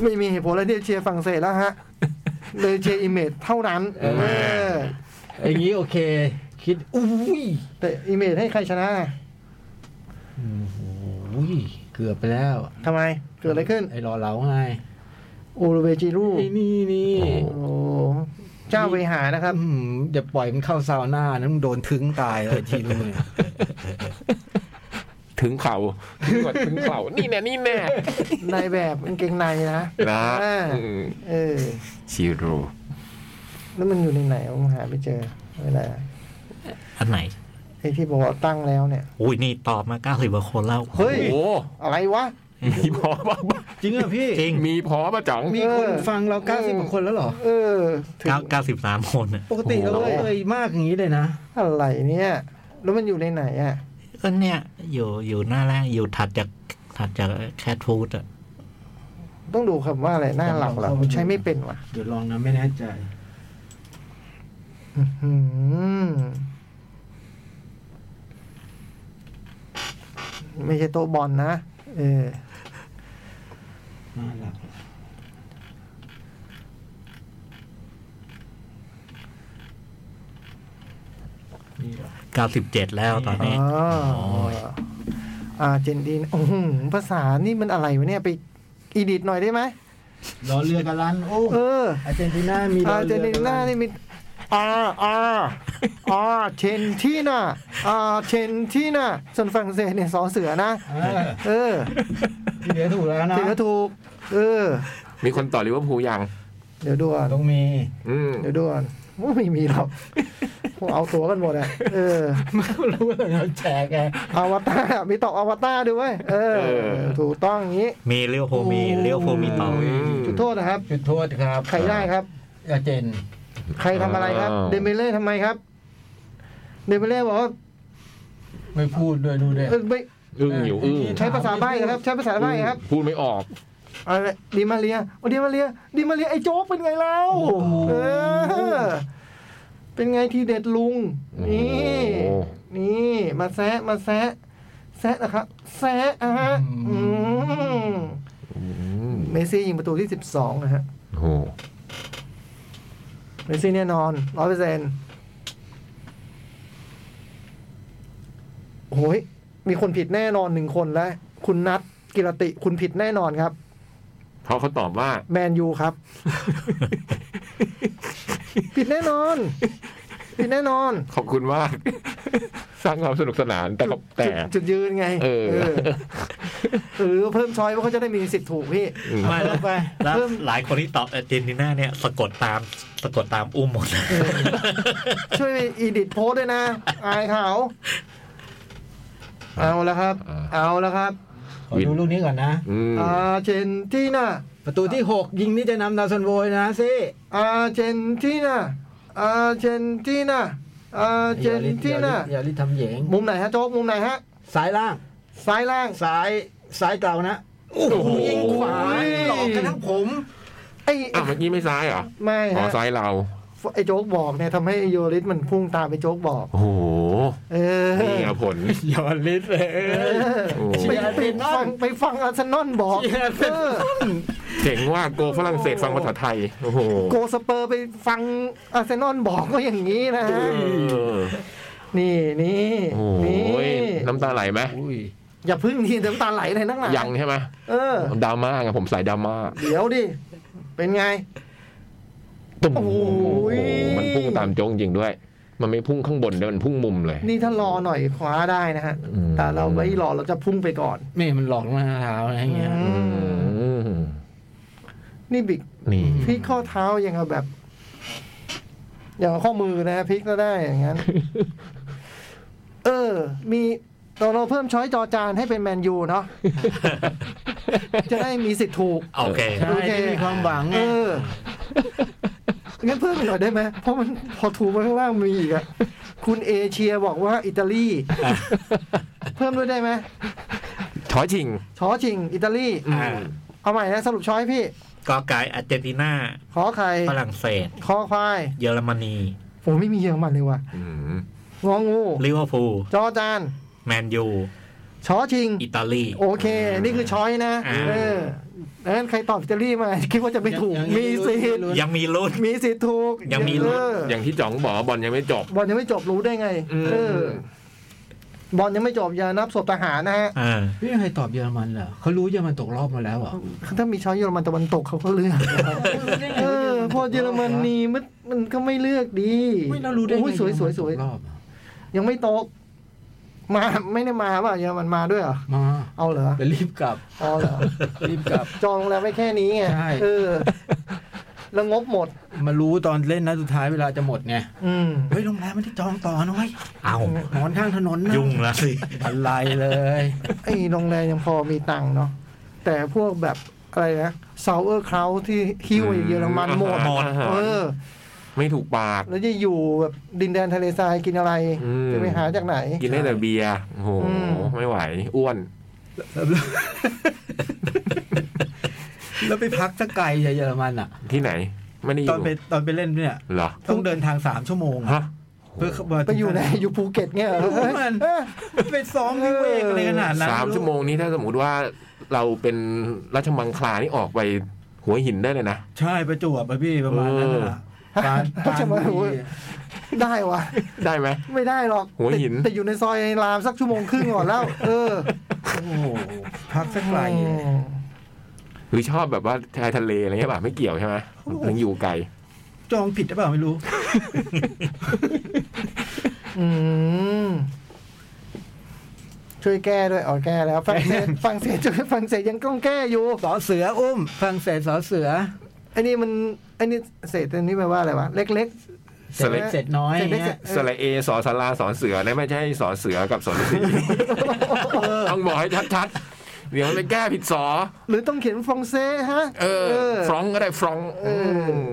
ไม่มีเหตุผลอะไรที่จะเชียร์ฝรั่งเศสแล้วฮะ เลยเชียร์อิเมจเท่านั้น เออ
อย่างนี้โอเค คิดอุ้ย
แต่อิเมจให้ใครชนะ
โอ้ยเกือบไปแล้ว
ทำไม เกิดอะไรขึ้น
ไอ้รอเราไง
โอรูเวจิรู
ไอ้นี่นี่
โอ้โหเจ้าเวหานะครับ
อืมอย่าปล่อยมันเข้าซาวน่านะมึงโดนถึงตายเลยทีนึงเนี่ย
ถึงเข่าถึงก่อนถึงเข่านี่แน่นี่แน่
ในแบบกางเกงในนะ
นะ
อ่า
อืม
เออ
ชิโร่
แล้วมันอยู่ในไหนผมหาไม่เจอเวลา
อันไหน
ไอ้ที่บอกว่าตั้งแล้วเนี่ย
อุ้ยนี่ตอบมาเก้าสิบกว่าคนแล้ว
โอ้
เฮ้ย
โห
อะไรวะ
มีพอป่ะ
จริงเหรอพี่
จริง
มีพอป่ะจ๋อง
มีคนฟังเราเก้าสิบกว่าคนแล้วเหรอ
เออ ถึง
เก้าเก้าสิบสามคนอะ
ปกติเราไม่เคยมากอย่างนี้เลยนะ
อะไรเนี่ย แล้วมันอยู่ในไหนอ่ะ
ก็เนี่ยอยู่อยู่หน้าแรกอยู่ถัดจากถัดจากแคทฟูดอะ
ต้องดูคำว่าอะไรหน้าหลังเหราใช้ไม่เป็นว่ะ
เดี๋ยวลองนะไม่แน่ใจ
อื้อหือไม่ใช่โต๊ะบอลนะ เออ
น่ารักนี่เหรอ
เก้าสิบเจ็ดแล้วตอน
อ๋
นี้
ออาร์เจนดินโอ้โหภาษานี่มันอะไรวะเนี่ย ไปอีดิทหน่อยได้ไหม
รอเรือกันลัน โอ้
เออ
อาร์เจนตินามีรอ
อาร์เจ
เรื
น
อกั
ติ
น
นา
ลั่น
นี่มีอาอาอาเชนทีนาอาเชนทีนาส่วนฝรั่งเศสเนี่ยสอเสือนะ
เออ
เออ
ที่เหลือถูกแล้วนะ
ถือว่าถูก เออ
มีคนต่อลิเวอร์พูลยัง
เดี๋ยวดูก่อน
ต้องมี
อืม
เดี๋ยวดูก่อนว่าไม่มีหรอกพวกเอาตัวกันหมดอ่ะ เออ
ไม่รู้เลยเราแจกไง
อวตารมีต่ออวตารด้วยเออ ถูกต้องอย่างนี้
มีเลี้ยวโพมีเลี้ยวโพมีต่อ
อืม
จุดโทษนะครับ
จุดโทษครับ
ใครได้ครับ
อาร์เจน
ใครทำอะไรครับ เดเมเล่ทำไมครับ เดเมเล่บอกว่า
ไม่พูดด้วยดูด้วย
เออไม่
อึ้งอยู่อึ้ง
ใช้ภาษาใบ้ครับ ใช้ภาษาใบ้ครับ
พูดไม่ออก
อะไรดิมาเรียโอ้ดิมาเรียดิมาเรียไอ้โจ๊กเป็นไงเล่าเออ เป็นไงทีเด็ดลุง นี่
โอ้โห
นี่มาแซะมาแซะแซะนะครับ แซะอะฮะอืมเมสซี่ยิงประตูที่สิบสองนะฮะ
โอ้โห
เมสซี่แน่นอนร้อยเปอร์เซ็นโอ้ยมีคนผิดแน่นอนหนึ่งคนแล้ว คุณนัทกิรติคุณผิดแน่นอนครับ
เพราะเขาตอบว่า
แมนยูครับ ผิดแน่นอน ผิดแน่นอน
ขอบคุณมาก สร้างความสนุกสนานแต่ก็แต่
จุดจุดยืนไง
เออ
หรือเพิ่มช้อยว่าเขาจะได้มีสิทธิ์ถูกพี่
ไม่แล้ว
ไป
แล้ว
เพิ่ม
หลายคนที่ตอบอาร์เจนตินาเนี่ยสะกดตามสะกดตามอุ้มหมด
ช่วยอีดิทโพสต์ด้วยนะ อายเขาเอาแล้วครับ
อ่า
เอาแล้วครับ
ขอดูลูกนี้ก่อนนะ
อืม
อาร์เจนตินา
ประตูที่ 6 ยิงนี่จะนำดาวซันโวยนะซิ
อาร์เจนตินาอาร์เจนตินาอาร์เจนตินา
อย่าลิทำเหยง
มุมไหนฮะโจ๊กมุมไหนฮะ
สายล่าง
ซ้ายล่าง
ซ้ายซ้ายเก่านะ โอ้โหยิงขวาหลอกกันทั้งผม
ไอ้
อ้าวเมื่อกี้ไม่ซ้ายเหรอ
ไม่
ขอ
ฮะ
ซ้ายเรา
ไอ้โจ๊กบอกเนี่ยทำให้โยริสมันพุ่งตามไปโจ๊กบอก
โอ้โห
เออ
นี่อะผล
ยอลิสเลย
โอ้โห
ไปไปฟังไปฟังอาร์เซนอลบอกเออ
เจ๋งว่าโกฝรั่งเศสฟังภาษาไทย โอ้โห
โกสเปอร์ไปฟังอาร์เซนอลบอกก็อย่างนี้นะฮะ
เออ
นี่นี่
โอ้
นี่
โหน้ำตาไหลไหม
อุ้ย
อย่าพึ่งทีน้ำตาไหลเลยนักหนา
ยังใช่ไหม
เออ
ดราม่าไงผมสายดราม่า
เดี๋ยวดิ เป็นไง
ตุ้ม
โอ้โห
มันพุ่งตามโจงจริงด้วย มันไม่พุ่งข้างบนด้วยมันพุ่งมุมเลย
นี่ถ้ารอหน่อยคว้าได้นะฮะ
อืม
แต่เราไม่รอเราจะพุ่งไปก่อน
แม่มันหลอกมาเท้าอะไรเงี้ย
อืม
นี่บิ๊ก
นี่
พลิกข้อเท้ายังเอาแบบ อย่างเอาข้อมือนะพลิกก็ได้อย่างนั้น เออ มี เราเราเพิ่มช้อยจอจานให้เป็นแมนยูเนาะ จะได้มีสิทธิ์ถูก
โอเค
ใช่
โอเค
ได้มีความหวังไง
เอองั้นเพิ่มอีกหน่อยได้ไหมเพราะมันพอถูกไปข้างล่างมีอีกอะคุณเอเชียบอกว่าอิตาลี เพิ่มด้วยได้ไหม
ช้อยชิง
ช้อชิง อิตาลี
อืม
อ่า
เอาใหม่นะสรุปช้อยพี่
กอไก่อาร์เจนตินา
ขอใคร
ฝรั่งเศส
คอควาย
เยอรมนี
ผมไม่มีเยอรมันเลยว่ะ
อืม
งองู
ลิเวอร์พูล
จอจาน
แมนยู
ช้อชิง
อิตาลี
โอเค นี่คือช้อยนะ
อ่า
เอองั้นใครตอบอิตาลีมา คิดว่าจะไม่ถูก
ยัง
มีสิทธิ์
ยังมีลุ้น
มีสิทธิ์ถูก
ยังมีลุ้น
เออ
อย่างที่จ๋องบอกว่าบอลยังไม่จบ
บอลยังไม่จบรู้ได้ไง
อืม
เออ บอลยังไม่จบอย่านับศพทหารนะฮะ
อ่า
พี่ใครตอบเยอรมันเหรอเขารู้เยอรมันตกรอบมาแล้วเหรอ
ถ้ามีช้อยเยอรมันตะวันตกเขาก็เลือก เออเพอเยอรมนีมันมันก็ไม่เลือกดี
ไม่เรารู้ได้ไง
โอ้ยสวยสวยสวย
เอรมันตกรอบอะ
ยังไม่ตก มาไม่ได้มาป่ะเยอรมันมาด้วยเหรอ
มา
เอาเหรอ
แล้วรีบกลับ
เอาเหรอ
รีบกลับ
จองโรงแรมไม่แค่นี้ไง
ใช่
เออ แล้วงบหมด
มารู้ตอนเล่นนะสุดท้ายเวลาจะหมดไง
อืม
เฮ้ยโรงแรมไม่ได้จองต่อนะเว้อย
เอา
นอนข้างถนนนะ
ยุ่งละสิ
บันไลเลย
ไอ้โรงแรมยังพอมีตังค์เนาะแต่พวกแบบอะไรนะเซาเออร์คราวที่ฮิวไอ้เยอรมันหมด
หมด
เออ
ไม่ถูกปาก
แล้วจะอยู่แบบดินแดนทะเลทรายกินอะไร
อืม
จะไปหาจากไหน
กินได้แต่เบียร์โอ้โห
อืม
ไม่ไหว อ้วน
แล้วไปพักสักไกลจากเยอรมันอ่ะ
ที่ไหน ไม่ได้อ
ตอน
ยู่
ไปตอนไปเล่นเนี่ย
เหรอ
ต้องเดินทางสามชั่วโมงอะ
ฮะ
เพื่อเข้ามา
ไปอยู่ไหน อยู่ภูเก็ตเงี้ยเหรอ
โอ้ยมัน
เออ
ไปซ้อมวิเวกอะไรขนาดนั้น
สามชั่วโมงนี้ถ้าสมมติว่าเราเป็นราชมังคลานี่ออกไปหัวหินได้เลยนะ
ใช่ประจวบอะพี่ประมาณนั้นนะการ
เขาจะมา
การบุรี
ได้วะ
ได้ไหม
ไม่ได้หรอก
หัวหิน
แต่แต่อยู่ในซอยรามสักชั่วโมงครึ่งก่อนแล้ว เออ
โอ้โหพักสักไกล
อืม
หรือชอบแบบว่าชายทะเลอะไรเงี้ยป่ะไม่เกี่ยวใช่ไหมถึงอยู่ไกล
จองผิดหรือเปล่าไม่รู้
อืมช่วยแก้ด้วยอ๋อแก้แล้วฝรั่งเศสฝรั่งเศสจะฝรั่งเศสยังต้องแก้อยู่
สอเสืออุ้มฝรั่งเศสสอเสือ
ไอ้นี่มันไอ้นี่เศษอันนี้แปลว่าอะไรวะ เล็กๆ
เศษเล็กเศษน้อย
เศษเล็กเศษ
สระเอสอสาราสอนเสือนะไม่ใช่สอนเสือกับสอนฤาษีต้องบอกให้ชัดๆ เดี๋ยวไปแก้ผิดสอ
หรือต้องเขียนฟองเซ่ฮะ
เออ ฟรองก์ก็ได้ฟรองก์ม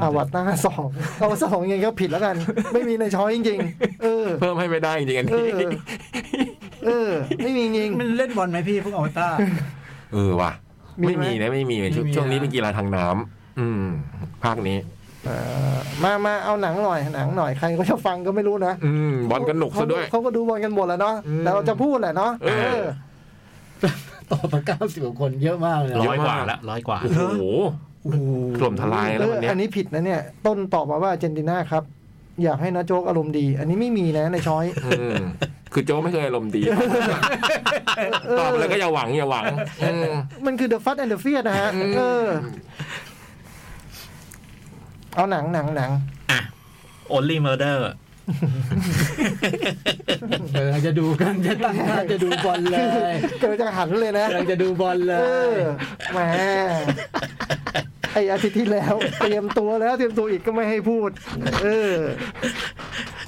อาวัตหน้าสองเอาสองยังไงก็ผิดแล้วกัน ไม่มีในช้อยจริงๆ เออ
เพิ่มให้ไม่ได้จริงๆอัน
เอ
นี้
อ เออ ไม่มีจริง
มันเล่นบอลไหมพี่พวกอวตาร
เออว่ะ
มี
ไม่
ไหม
มีนะไม่มีช่วง
ไม่มีนะ
ช่วงนี้เป็นกีฬาทางน้ำอืม ภาคนี้
เออมามาเอาหนังหน่อยหนังหน่อยใครก็จะฟังก็ไม่รู้นะ
อืม บอลกันหนุกซะด้วย
เขาก็ดูบอลกันหมดแล้วเนาะ
อืม
แต่เราจะพูดแหละเนาะ
เออ
เออ
ต่อมาเก้าสิบคนเยอะมากเลย
เยอะ
อะ
ร้อยกว่าละร้อยกว่า
โอ้โห
โอ้โห
ถล่มทลายแล้ววัน
เออ
เนี้ย
อันนี้ผิดนะเนี่ย ต้นตอบมาว่าอาร์เจนตินาครับ อยากให้นาโจ๊กอารมณ์ดี อันนี้ไม่มีนะในช้อย
อืมคือโจ้ไม่เคยอารมณ์ดี ตอบแล้วก็อย่าหวังอย่าหวัง อืม
มันคือ The Fast and the Furious นะฮะ
อืม
เออ เอาหนังหนังหนัง
อ่ะ only murder
เออจะดูกันจะตั้งหน้าจะดูบอลเลย
เกิดจะหันเลยนะ
กำลังจะดูบอลเล
เอย อแหมไออาทิตย์ที่แล้ว เตรียมตัวแล้วเตรียมตัวอีกก็ไม่ให้พูด เออ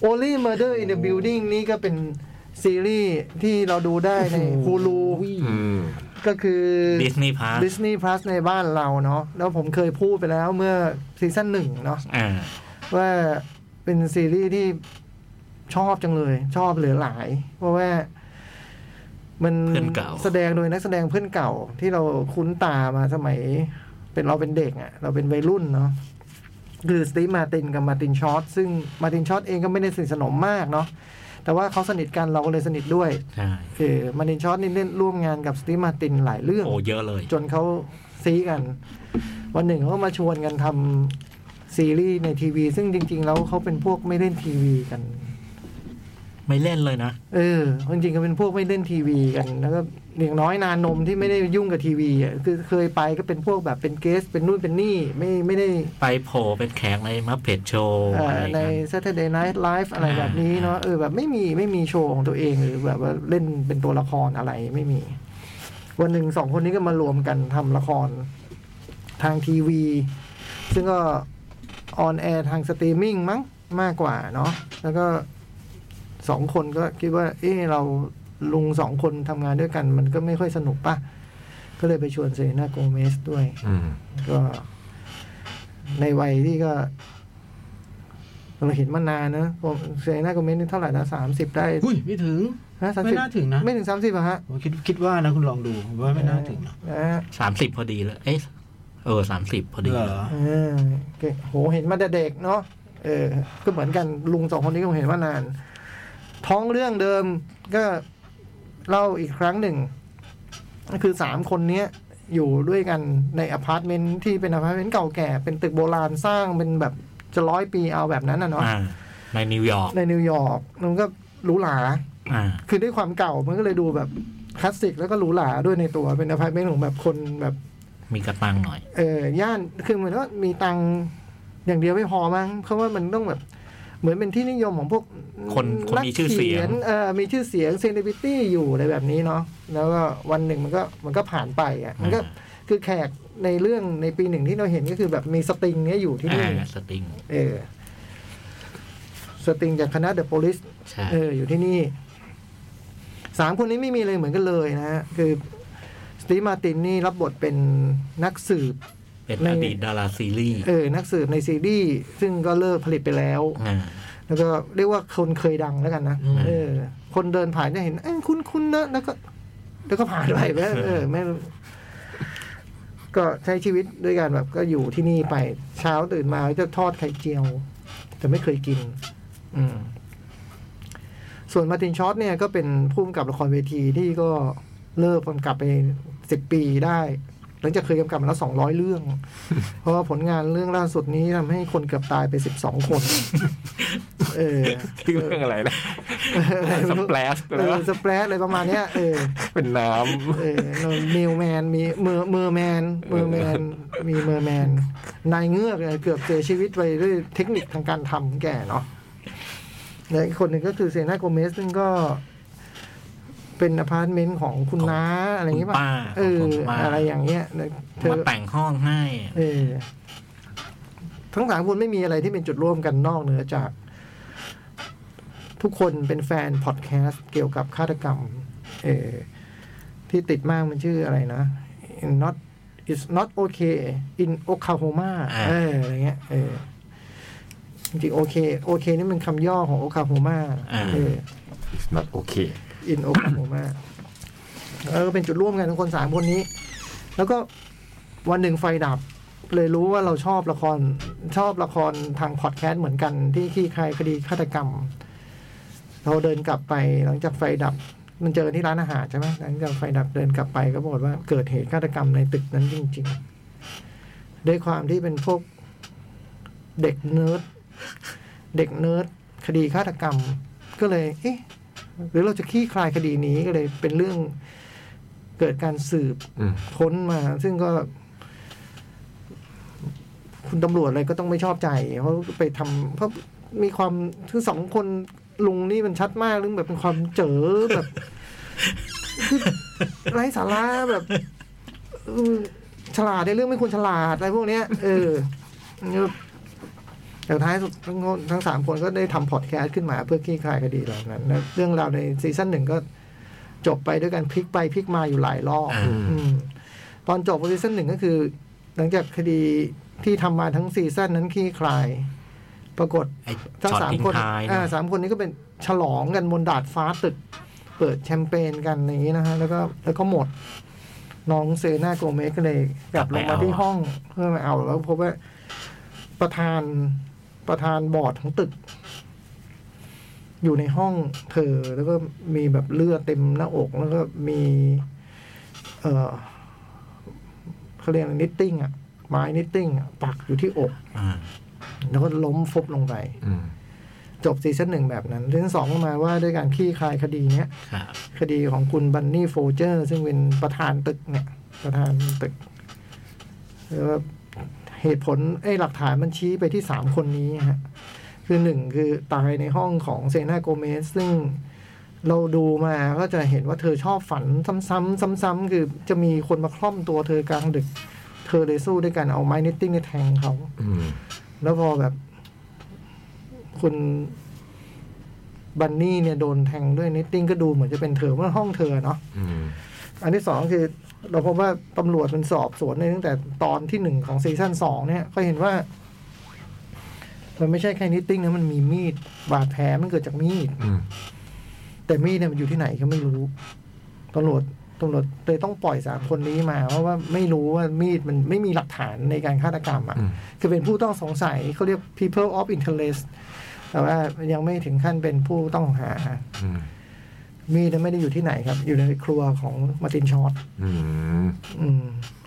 Only Murder in the Building นี่ก็เป็นซีรีส์ที่เราดูได้ใน Hulu
อืม
ก็คือ
Disney Park
Disney Plus ในบ้านเราเนาะแล้วผมเคยพูดไปแล้วเมื่อซีซั่นหนึ่งเนาะ
อ่า
ว่าเป็นซีรีส์ที่ชอบจังเลย ชอบเหลือหลาย เพราะว่า มัน
เพื่อนเก่า
แสดงโดยนักแสดงเพื่อนเก่า ที่เราคุ้นตามาสมัย เป็นเราเป็นเด็กอะ่ะ เราเป็นวัยรุ่นเนาะคือสตีฟมาตินกับมาตินชอตซึ่งมาตินชอตเองก็ไม่ได้สนิทสนมมากเนาะแต่ว่าเขาสนิทกันเราก็เลยสนิทด้วย
ใช่
คือมาตินชอตนี่เล่นร่วมงานกับสตีฟมาตินหลายเรื่อง
โอ้เยอะเลย
จนเขาซีกัน วันหนึ่งเขาก็มาชวนกันทำซีรีส์ในทีวี ซึ่งจริง ๆ แล้วเขาเป็นพวกไม่เล่นทีวีกัน
ไม่เล่นเลยนะ
เออจริงๆก็เป็นพวกไม่เล่นทีวีกันแล้วก็อย่างน้อยนานนมที่ไม่ได้ยุ่งกับทีวีอ่ะคือเคยไปก็เป็นพวกแบบเป็นเกส เป็นนู่นเป็นนี่ไม่ไม่ได้
ไปโผล่เป็นแขกในมัฟเ e ็ s โชว์
เอ่
อะไร
อใน
กัน
Saturday Night Live อะไรแบบนี้เนาะเออแบบไม่มีไม่มีโชว์ของตัวเองหรือแบบว่าเล่นเป็นตัวละครอะไรไม่มี วันหนึ่งสองคนนี้ก็มารวมกันทำละคร ทางทีวี ซึ่งก็ออนแอร์ทางสตรีมมิ่งมั้งมากกว่าเนาะแล้วก็ สองคนก็คิดว่า เออเราลุงสองคนทำงานด้วยกัน มันก็ไม่ค่อยสนุกป่ะ ก็เลยไปชวนเซเลน่าโกเมสด้วย
อืม
ก็ในวัยที่ก็ เราเห็นมานานนะผมเซเลน่าโกเมสนี่เท่าไหร่นะสามสิบได้
อุ้ยไม่ถึง
ฮะ30
ไม่น่าถึงนะ
ไม่ถึงสามสิบอะฮะ
ผมคิดคิดว่านะคุณลองดูผมว่าไม่น่าถึงนะ
นะฮะ
สามสิบพอดีเลยเอ๊ะเออสามสิบพอดี
เหรอ
เออเก่งโหเห็นมาแต่เด็กเนาะเออ ก็เหมือนกันลุงสองคนนี้ก็เห็นมานาน ท้องเรื่องเดิมก็เล่าอีกครั้งหนึ่งก็คือสามคนเนี้ย อยู่ด้วยกันในอพาร์ตเมนต์ที่เป็นอพาร์ตเมนต์เก่าแก่ เป็นตึกโบราณสร้างเป็นแบบจะร้อยปีเอาแบบนั้นนะเนาะ
อ่าในนิวยอร์ก
ในนิวยอร์กมันก็หรูหรา
อ่า
คือด้วยความเก่ามันก็เลยดูแบบคลาสสิกแล้วก็หรูหราด้วยในตัวเป็นอพาร์ตเมนต์ของแบบคนแบบ
มีกระตังหน่อย
เออย่านคือเหมือนว่ามีตังค์อย่างเดียวไม่พอมั้งเพราะว่ามันต้องแบบ เหมือนเป็นที่นิยมของพวก
คนคนมีชื่อเสียง
นักขีนเออมีชื่อเสียงเซเลบริตี้อยู่อะไรแบบนี้เนาะแล้วก็วันหนึ่งมันก็มันก็ผ่านไปอ่ะมันก็คือแขกในเรื่องในปีหนึ่งที่เราเห็นก็คือแบบมีสติงเนี้ยอยู่ที่นี่
อ่าสติง
เออสติงจากคณะเดอะโพลิส
ใช่
เอออยู่ที่นี่สามคนนี้ไม่มีอะไรเหมือนกันเลยนะฮะคือสตีมาตินนี่รับบทเป็นนักสืบ
เป็น
ใน
อดีตดาราซีรีส์
เออนักสืบในซีรีส์ซึ่งก็เลิกผลิตไปแล้ว
อ่า
แล้วก็เรียกว่าคนเคยดังแล้วกันนะ
อืม
เออ คนเดินผ่านจะเห็นเอ้ยคุณคุณนะแล้วก็ แล้วก็ผ่านไปแม่เออไม่ก็ใช้ชีวิตด้วยกันแบบก็อยู่ที่นี่ไป เช้าตื่นมาก็จะทอดไข่เจียว แต่ไม่เคยกิน อืม ส่วนมาร์ตินช็อตเนี่ยก็เป็นผู้กำกับละครเวทีที่ก็เลิกกำกับไปสิบปีได้ หลังจากเคยกำกับมาแล้วสองร้อยเรื่อง เพราะว่าผลงานเรื่องล่าสุดนี้ทำให้คนเกือบตายไปสิบสองคน เออ
ชื่อเรื่องอะไรนะสแปลช
เอ
นะ
อสเปรดอะไรประมาณเนี้ยเออ
เป็นน้
เออมิวแมนมีเมอร์เมอร์แมนเมอร์แมนมีเมอร์แมนนายเงือกเนี่ยเกือบเสียชีวิตไปด้วยเทคนิคทางการทำของแก่เนาะและอีกคนหนึ่งก็คือเซนาโกเมสซึ่งก็เป็นอพาร์ตเมนต์ของคุณน้าอะไรอย่างเงี้ย
คุณ
ป่ะ
ป้า
เออ
ของคุณป้า
อะไรอย่างเงี้ยเนี่ยเธ
มา
อ
แต่งห้องให้
เออทั้งสามคนไม่มีอะไรที่เป็นจุดร่วมกันนอกเหนือจาก ทุกคนเป็นแฟนพอดแคสต์เกี่ยวกับฆาตกรรม เออที่ติดมากมันชื่ออะไรนะ not it's not okay in Oklahoma
อ่า
เอออะไรเงี้ยเออจริงๆโอเคโอเคนี่มันคำย่อของ Oklahoma เออ
ำ it's not okay
อินโอคาโฮมาแล้วก็เป็นจุดร่วมกันของคนสามคนนี้ แล้วก็วันหนึ่งไฟดับ เลยรู้ว่าเราชอบละคร ชอบละครทางพอดแคสต์เหมือนกันที่ขี้คายคดีฆาตกรรม เราเดินกลับไปหลังจากไฟดับ มันเจอที่ร้านอาหารใช่ไหมหลังจากไฟดับเดินกลับไปก็ปรากฏว่าเกิดเหตุฆาตกรรมในตึกนั้นจริงๆ ด้วยความที่เป็นพวกเด็กเนิร์ดเด็กเนิร์ดคดีฆาตกรรม ก็เลย เอ๊ะ หรือเราจะคลี่คลายคดีนี้ก็เลยเป็นเรื่องเกิดการสืบ
อืม
ค้นมา ซึ่งก็ คุณตำรวจอะไรก็ต้องไม่ชอบใจเพราะไปทำเพราะมีความคือสองคนลุงนี่มันชัดมากเรื่องแบบเป็นความเจอแบบคือไร้สาระแบบเออฉลาดในเรื่องไม่ควรฉลาดอะไรพวกเนี้ย เออแต่ท้ายสุดทั้งทั้งสามคนก็ได้ทำพอดแคสต์ขึ้นมาเพื่อคลี่คลายคดีเหล่านั้นและเรื่องราวในซีซั่นหนึ่งก็จบไปด้วยการพลิกไปพลิกมาอยู่หลายรอบ
อ่า
อืมตอนจบซีซั่นหนึ่งก็คือ หลังจากคดีที่ทำมาทั้งซีซั่นนั้นคลี่คลาย ปรากฏ
ไอ้
ทั้ง
ช็อต
สาม
ทิ้ง
คน
ท้าย
อ่า
นะ
สามคนนี้ก็เป็นฉลองกันบนดาดฟ้าตึก เปิดแชมเปญกันอย่างนี้นะฮะ แล้วก็แล้วก็หมด น้องเซนาโกเมสก็เลยกลับลงมาที่ห้องเพื่อมาเอาแล้วพบว่าประธานประธานบอร์ดของตึก อยู่ในห้องเธอแล้วก็มีแบบเลือดเต็มหน้าอก แล้วก็มี เออเขาเรียกนิตติ้งอ่ะ ไม้นิตติ้งอะปักอยู่ที่อก
อ่า
แล้วก็ล้มฟุบลงไป
อืม
จบซีซั่นหนึ่งแบบนั้นซีซั่นสองก็มาว่าด้วยการคลี่คลายคดีเนี้ย
ครับ
คดีของคุณบันนี่โฟเจอร์ ซึ่งเป็นประธานตึกเนี่ย ประธานตึกแล้วก็เหตุผลไอ้ยหลักฐานมันชี้ไปที่สามคนนี้ฮะ คือหนึ่งคือตายในห้องของเซนาโกเมส ซึ่งเราดูมาก็จะเห็นว่าเธอชอบฝันซ้ำๆซ้ำๆคือจะมีคนมาคล่อมตัวเธอกลางดึก เธอเลยสู้ด้วยการเอาไม้นิตติ้งเนี่ยแทงเขา
อืม
แล้วพอแบบ คุณ บันนี่เนี่ยโดนแทงด้วยเนตติ้งก็ดูเหมือนจะเป็นเธอว่าห้องเธอเนาะ
อืม
อันที่สองคือเราพบว่าตำรวจมันสอบสวนในตั้งแต่ตอนที่หนึ่งของซีซั่นสองเนี่ย ก็เห็นว่า มันไม่ใช่แค่นิตติ้งนะมันมีมีดบาดแผลมันเกิดจากมีด
อืม
แต่มีดเนี่ยมันอยู่ที่ไหนก็ไม่รู้ตำรวจตำรวจเลยต้องปล่อยสามคนนี้มาเพราะว่าไม่รู้ว่ามีดมันไม่มีหลักฐานในการฆาตกรรม
อืม
อะ่ะคือเป็นผู้ต้องสงสัยเขาเรียก people of interest แต่ว่ายังไม่ถึงขั้นเป็นผู้ต้องหา
อืม
มีดเนี่ยไม่ได้อยู่ที่ไหนครับ อยู่ในครัวของมาร์ตินชอต
อืม
อืม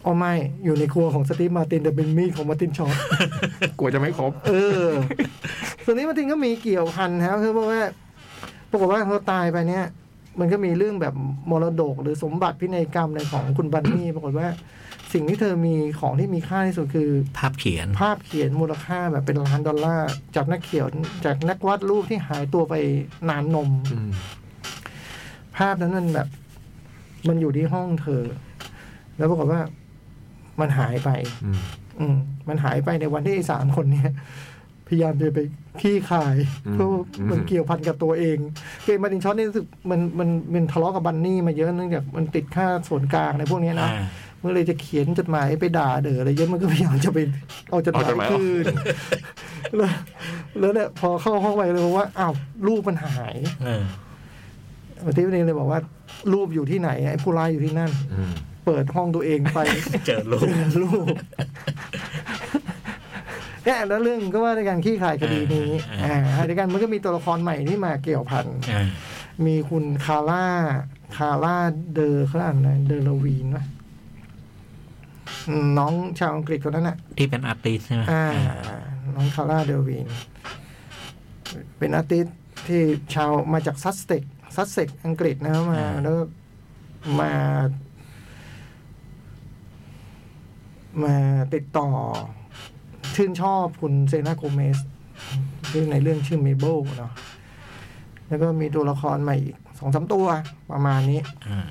อ๋อไม่ อยู่ในครัวของสตีฟมาร์ตินแต่เป็นมีดของมาร์ตินชอต
กลัวจะไม่ครบ
เออส่วนนี้มาร์ตินก็มีเกี่ยวพันครับคือเพราะว่าปรากฏว่าเขาตายไปเนี่ย มันก็มีเรื่องแบบมรดกหรือสมบัติพินัยกรรมอะไรของคุณบันนี่ ปรากฏว่า สิ่งที่เธอมีของที่มีค่าที่สุดคือ
ภาพเขียน
ภาพเขียนมูลค่าแบบเป็นล้านดอลลาร์จากนักเขียนจากนักวาดรูปที่หายตัวไปนานนม
อืม
ภาพนั้นมันแบบ มันอยู่ที่ห้องเธอ แล้วปรากฏว่ามันหายไป
อืม
อืมมันหายไปในวันที่ไอ้สามคนเนี่ย พยายามจะไปขี้ขาย
อืม
เพราะว่ามัน
อืม
เกี่ยวพันกับตัวเองคือไอ้มาร์ตินช็อตนี่รู้สึกมันมันมันทะเลาะกับบันนี่มาเยอะเนื่องจากมันติดค่าส่วนกลางในพวกเนี้ยนะ
อ่า
มันเลยจะเขียนจดหมายไปด่าเด๋ออะไรเยอะมันก็พยายามจะไปเอาจดห
เอาจดหา
มาม
ยออ
ย
ก
คืน แล้วแล้วเนี่ยพอเข้าห้องไปเลยบอกว่าอ้าวรูปมันหาย
เออ
มาทีนี้เลยบอกว่า รูปอยู่ที่ไหนไอ้ผู้ร้ายอยู่ที่นั่น
อืม
เปิดห้องตัวเองไป
เจอรูป
ลูกเนี่ยแล้วเรื่องก็ว่าในการขี้คลายคดีนี้
อ่า
อ่าในการมันก็มีตัวละครใหม่ที่มาเกี่ยวพัน
อ่า
มีคุณคาร่า คาร่าเดอร์เขาอ่านอะไรเดอร์ลาวีนวะอืมน้องชาวอังกฤษคนนั้นน่ะ
ที่เป็นอาร์ติสต์ใช่ไหม
อ่า
อ่า
น้องคาร่าเดอร์ลาวีน เป็นอาร์ติสต์ที่ชาวมาจากซัสเซกซัสเซกอังกฤษนะครับมา แล้วก็มา มาติดต่อ ชื่นชอบคุณเซนาโกเมสชื่อในเรื่องชื่อเมเบิลเนาะแล้วก็มีตัวละครใหม่อีกสองสามตัวประมาณนี้
อ่า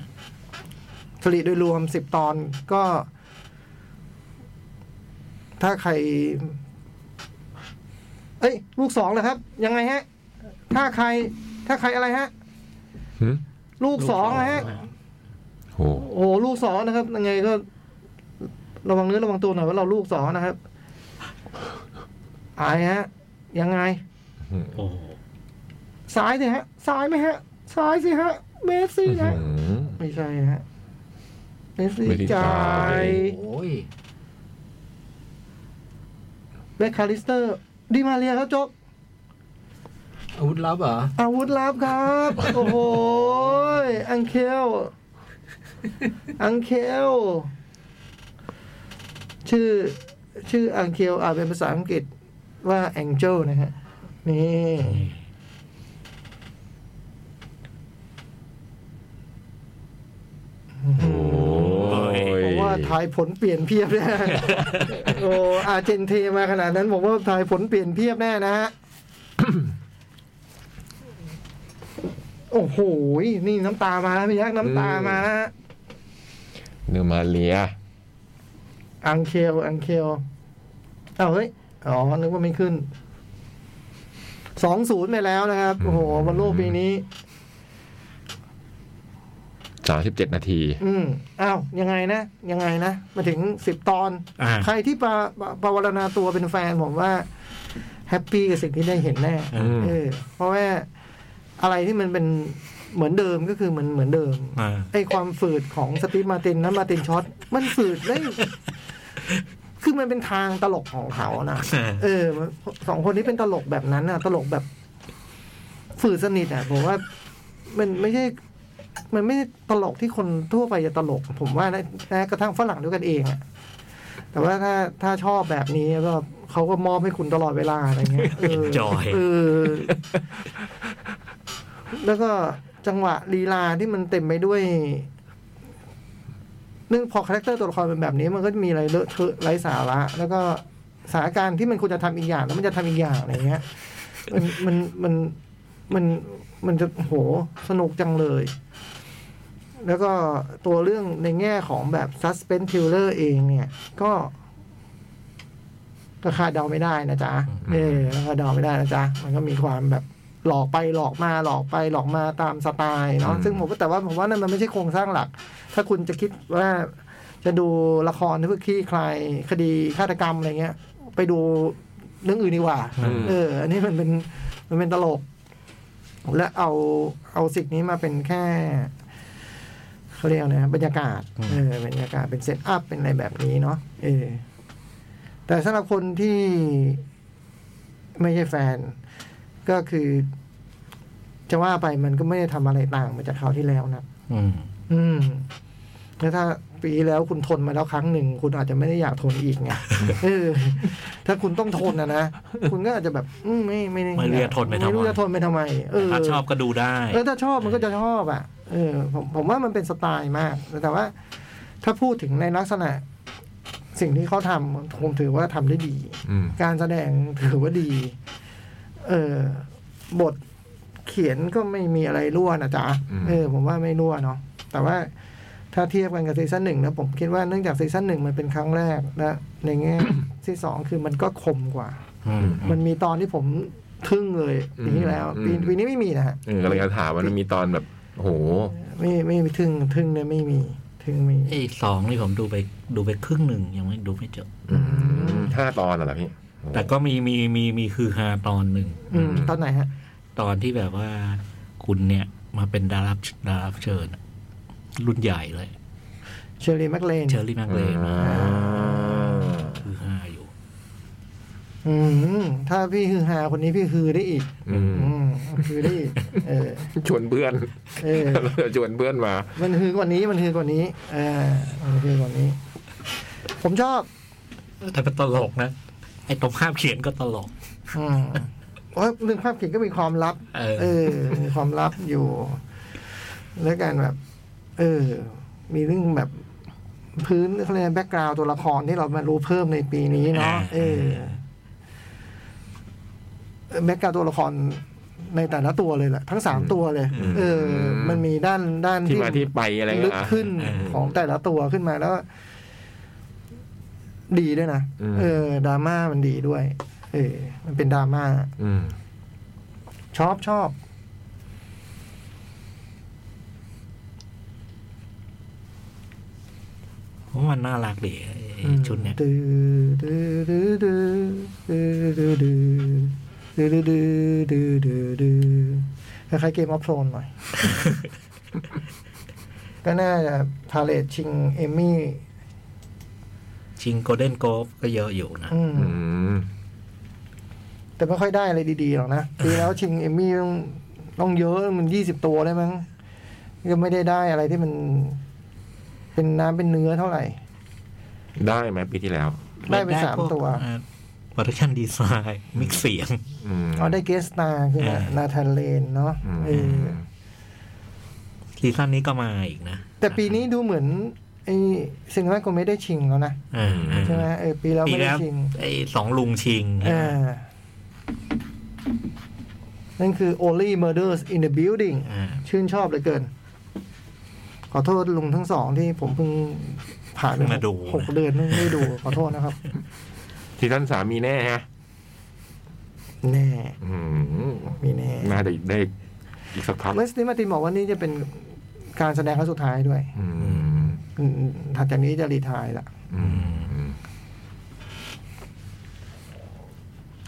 สรีโดยรวมสิบตอนก็ ถ้าใคร เอ้ย ลูกสองเหรอครับ ยังไงฮะ ถ้าใคร ถ้าใครอะไรฮะ
หืม
ลูกสองนะฮะ
โอ้
โอ้โหลูกสองนะครับ ยังไงก็ ระวังเนื้อระวังตัวหน่อยว่าเราลูกสองนะครับอายฮะ ยังไง
โอ้โห
ซ้ายสิฮะ ซ้ายไหมฮะ ซ้ายสิฮะ เมสซี่ฮะ
อืม
ไม่ใช่ฮะ เมสซี่
ไม่ได้จ่า
จ่าย ย
โอ้ย
แบคคาลิสเตอร์ ดิมาเรียครับจบ
อาวุธลับเหรอ
อาวุธลับครับ โอ้โหยอังเคลอังเคลชื่อชื่ออังเคลอ่านเป็นภาษาอังกฤษว่าแองเจลนะฮะ นี่
โอ้ย
ผมว่าทายผลเปลี่ยนเพียบแน่ โอ้อาร์เจนเทมาขนาดนั้นผมว่าทายผลเปลี่ยนเพียบแน่นะฮ ะ โอ้โห นี่น้ำตามาแล้วพี่ยักษ์น้ำตามาแล้วฮะ
เนื้อมาเลีย
อังเคลอังเคลเอ้าเฮ้ย อ๋อ นึกว่าไม่ขึ้น สองศูนย์ไปแล้วนะครับ โอ้โหบอลโลกปีนี้
สามสิบเจ็ดนาที
อืมอ้าวยังไงนะ ยังไงนะ มาถึงสิบตอน
อ่า
ใครที่ประประวรณาตัวเป็นแฟนผมว่า แฮปปี้กับสิ่งที่ได้เห็นแน่
อืม
เออ เพราะว่าอะไรที่มันเป็นเหมือนเดิมก็คือมันเหมือนเดิม
อ่า
ไอความฝืดของสตีฟมาร์ตินและมาร์ตินช็อตมันฝืดได้ คือมันเป็นทางตลกของเขานะเออมันสองคนนี้เป็นตลกแบบนั้นนะตลกแบบ ฝืดสนิทอ่ะผมว่า มันไม่ใช่ มันไม่ใช่ตลกที่คนทั่วไปจะตลก ผมว่านะแม้กระทั่งฝรั่งด้วยกันเองอะแต่ว่าถ้าถ้าชอบแบบนี้ก็เขาก็มอบให้คุณตลอดเวลาอะไรเงี้ ยเออ
จอย
เออ แล้วก็จังหวะลีลาที่มันเต็มไปด้วยเนื่องพอคาแรคเตอร์ตัวละครเป็นแบบนี้ มันก็จะมีอะไรเลอะเทอะไร้สาระ แล้วก็สถานการณ์ที่มันควรจะทำอีกอย่าง แล้วมันจะทำอีกอย่างอะไรเงี้ย มันมันมันมันมันจะโหสนุกจังเลย แล้วก็ตัวเรื่องในแง่ของแบบซัสเพนทิลเลอร์เองเนี่ย ก็ก็คาดเดาไม่ได้นะจ๊ะ เออคาดเดาไม่ได้นะจ๊ะ มันก็มีความแบบ หลอกไปหลอกมาหลอกไปหลอกมาตามสไตล์เนาะ
อืม
ซึ่งผมว่าแต่ว่าผมว่านั่นมันไม่ใช่โครงสร้างหลัก ถ้าคุณจะคิดว่าจะดูละครที่เพื่อคลี่คลายคดีฆาตกรรมอะไรเงี้ย ไปดูเรื่องอื่นดีกว่า
อืม
เออ อันนี้มันเป็นมันเป็นตลก และเอาเอาสิ่งนี้มาเป็นแค่เขาเรียกนะบรรยากาศ เออบรรยากาศเป็นเซตอัพเป็นอะไรแบบนี้เนาะเออ แต่สำหรับคนที่ไม่ใช่แฟน ก็คือ จะว่าไปมันก็ไม่ได้ทำอะไรต่างมาจากคราวที่แล้วนะ
อืม
อืมแล้วถ้าปีแล้วคุณทนมาแล้วครั้งหนึ่ง คุณอาจจะไม่ได้อยากทนอีก ไง เออ ถ้าคุณต้องทนนะนะ คุณก็อาจจะแบบ อืมไม่ไม่ด้
ไม่รู้จะทนไปทำไม
ไม่รู้จะทนไปทำไม เออ
ถ้าชอบก็ดูได้
เออถ้าชอบมันก็จะชอบอ่ะเออผมผมว่ามันเป็นสไตล์มาก แต่ว่า ถ้าพูดถึงในลักษณะ สิ่งที่เขาทำผมถือว่าทำได้ดี
อืม
การแสดง ถือว่าดี เออบทเขียนก็ไม่มีอะไรรั่วนะจ๊ะ
อืม
เออ ผมว่าไม่รั่วเนาะ แต่ว่าถ้าเทียบกันกับซีซั่นหนึ่งแล้วผมคิดว่าเนื่องจากซีซั่นหนึ่งมันเป็นครั้งแรกและในแง่ ที่สองคือมันก็คมกว่า
อืม
มันมีตอนที่ผมทึ่งเลยปีที่แล้วปี
อืม
ปีนี้ไม่มีนะฮะ
เออกำลังจะถามว่ามันมีตอนแบบโห
ไม่ไม่มีทึ่งทึ่งเนี่ยไม่มีทึ่งไมี
ไอ้สองนี่ผมดูไปดูไปครึ่งหนึ่งยังไม่ดูไม่จบ
อืมห้าตอนเหรอพี่โอ้
แต่ก็มีมีมีมีคือฮาตอนหนึ่ง
อืมตอนไหนฮะ
ตอนที่แบบว่าคุณเนี่ยมาเป็นดาราดาราเชิญอะรุ่นใหญ่เลย
เชอรี่แมกเลน
เชอร์รี่แมกเลน
อ่า
คือฮาอยู่
อืมถ้าพี่ฮือฮาคนนี้พี่ฮือได้อีก
อืม
อืมฮือได้อีก เออ
ชวนเพื่อน
เออ
ชวนเพื่อนมา
มันฮือกว่านี้มันฮือกว่านี้เออมันฮือกว่านี้ ผมชอบ
แต่เป็นตลกนะ ไอ้ตรงภาพเขียนก็ตลก
อืมว่าเรื่องภาพเขียนก็มีความลับ
เออ
เออ มีความลับอยู่ และการแบบ เออ มีเรื่องแบบพื้นเขาเรียกแบ็กกราวตัวละครที่เรามารู้เพิ่มในปีนี้เนาะ เออแบ็กกราวตัวละครในแต่ละตัวเลยแหละทั้งสามตัวเลย
อืม
เออ มันมีด้านด้าน
ที่
ที่
มาที่ไปอะไร
ลึ
เงี้
ก
ยอ่ะ
ขึ้น
เออ
ของแต่ละตัวขึ้นมาแล้ว ดีด้วยนะ
อืม
เออดราม่ามันดีด้วย เออ มันเป็นดราม่า
อืม
ชอบชอบ
เพราะมันน่ารักดีไอ้ชุดเนี้ย
ดื้อดื้อดื้อดื้อดื้อดื้อดื้อดื้อดื้อดื้อดื้อดื้อคล้ายๆเกมออฟโทนหน่อย ก็น่าจะพาเลตชิงเอมมี่
ชิงโกลเด้นโกฟก็เยอะอยู่นะ
อืม
อืม
แต่ไม่ค่อยได้อะไรดีๆหรอกนะปีแล้วชิงเอมมี่ต้องต้องเยอะมันยี่สิบตัวได้มั้งก็ไม่ได้ได้อะไรที่มัน เป็นน้ำเป็นเนื้อเท่าไหร่
ได้ไหมปีที่แล้ว
ได้ไปสามตัว
โปรดักชันดีไซน์มิกเสียง
อืม
อ๋อได้เกสตาคือ
อ่า
นาธานเลนเนาะ
อืม
เออ
ซีซั่นนี้ก็มาอีกนะ
แต่ปีนี้ดูเหมือนไอ้ซินมาโกเมได้ชิงแล้วนะ
อ่าอ่า
ใช่ไหมเออปีแล้ว
ปี
ไม่ได้
แล้ว
ชิง
ไอ้สองลุงชิง
อ่านั่นคือ Only Murders in the Building
อ่า
ชื่นชอบเหลือเกิน ขอโทษลุงทั้งสองที่ผมเพิ่งผ่านไป
เพิ่งมาดู
หกเดือนไม่ได้ดู ขอโทษนะครับ
ซีซั่นสามมีแน่ฮะ
แน่
อืม
มีแน่
น่าจะได้อีกสักพัก
เมื่อสติมาตินบอกว่านี่จะเป็นการแสดงครั้งสุดท้ายด้วย
อืม
อืมถัดจากนี้จะรีไทายละ
อืม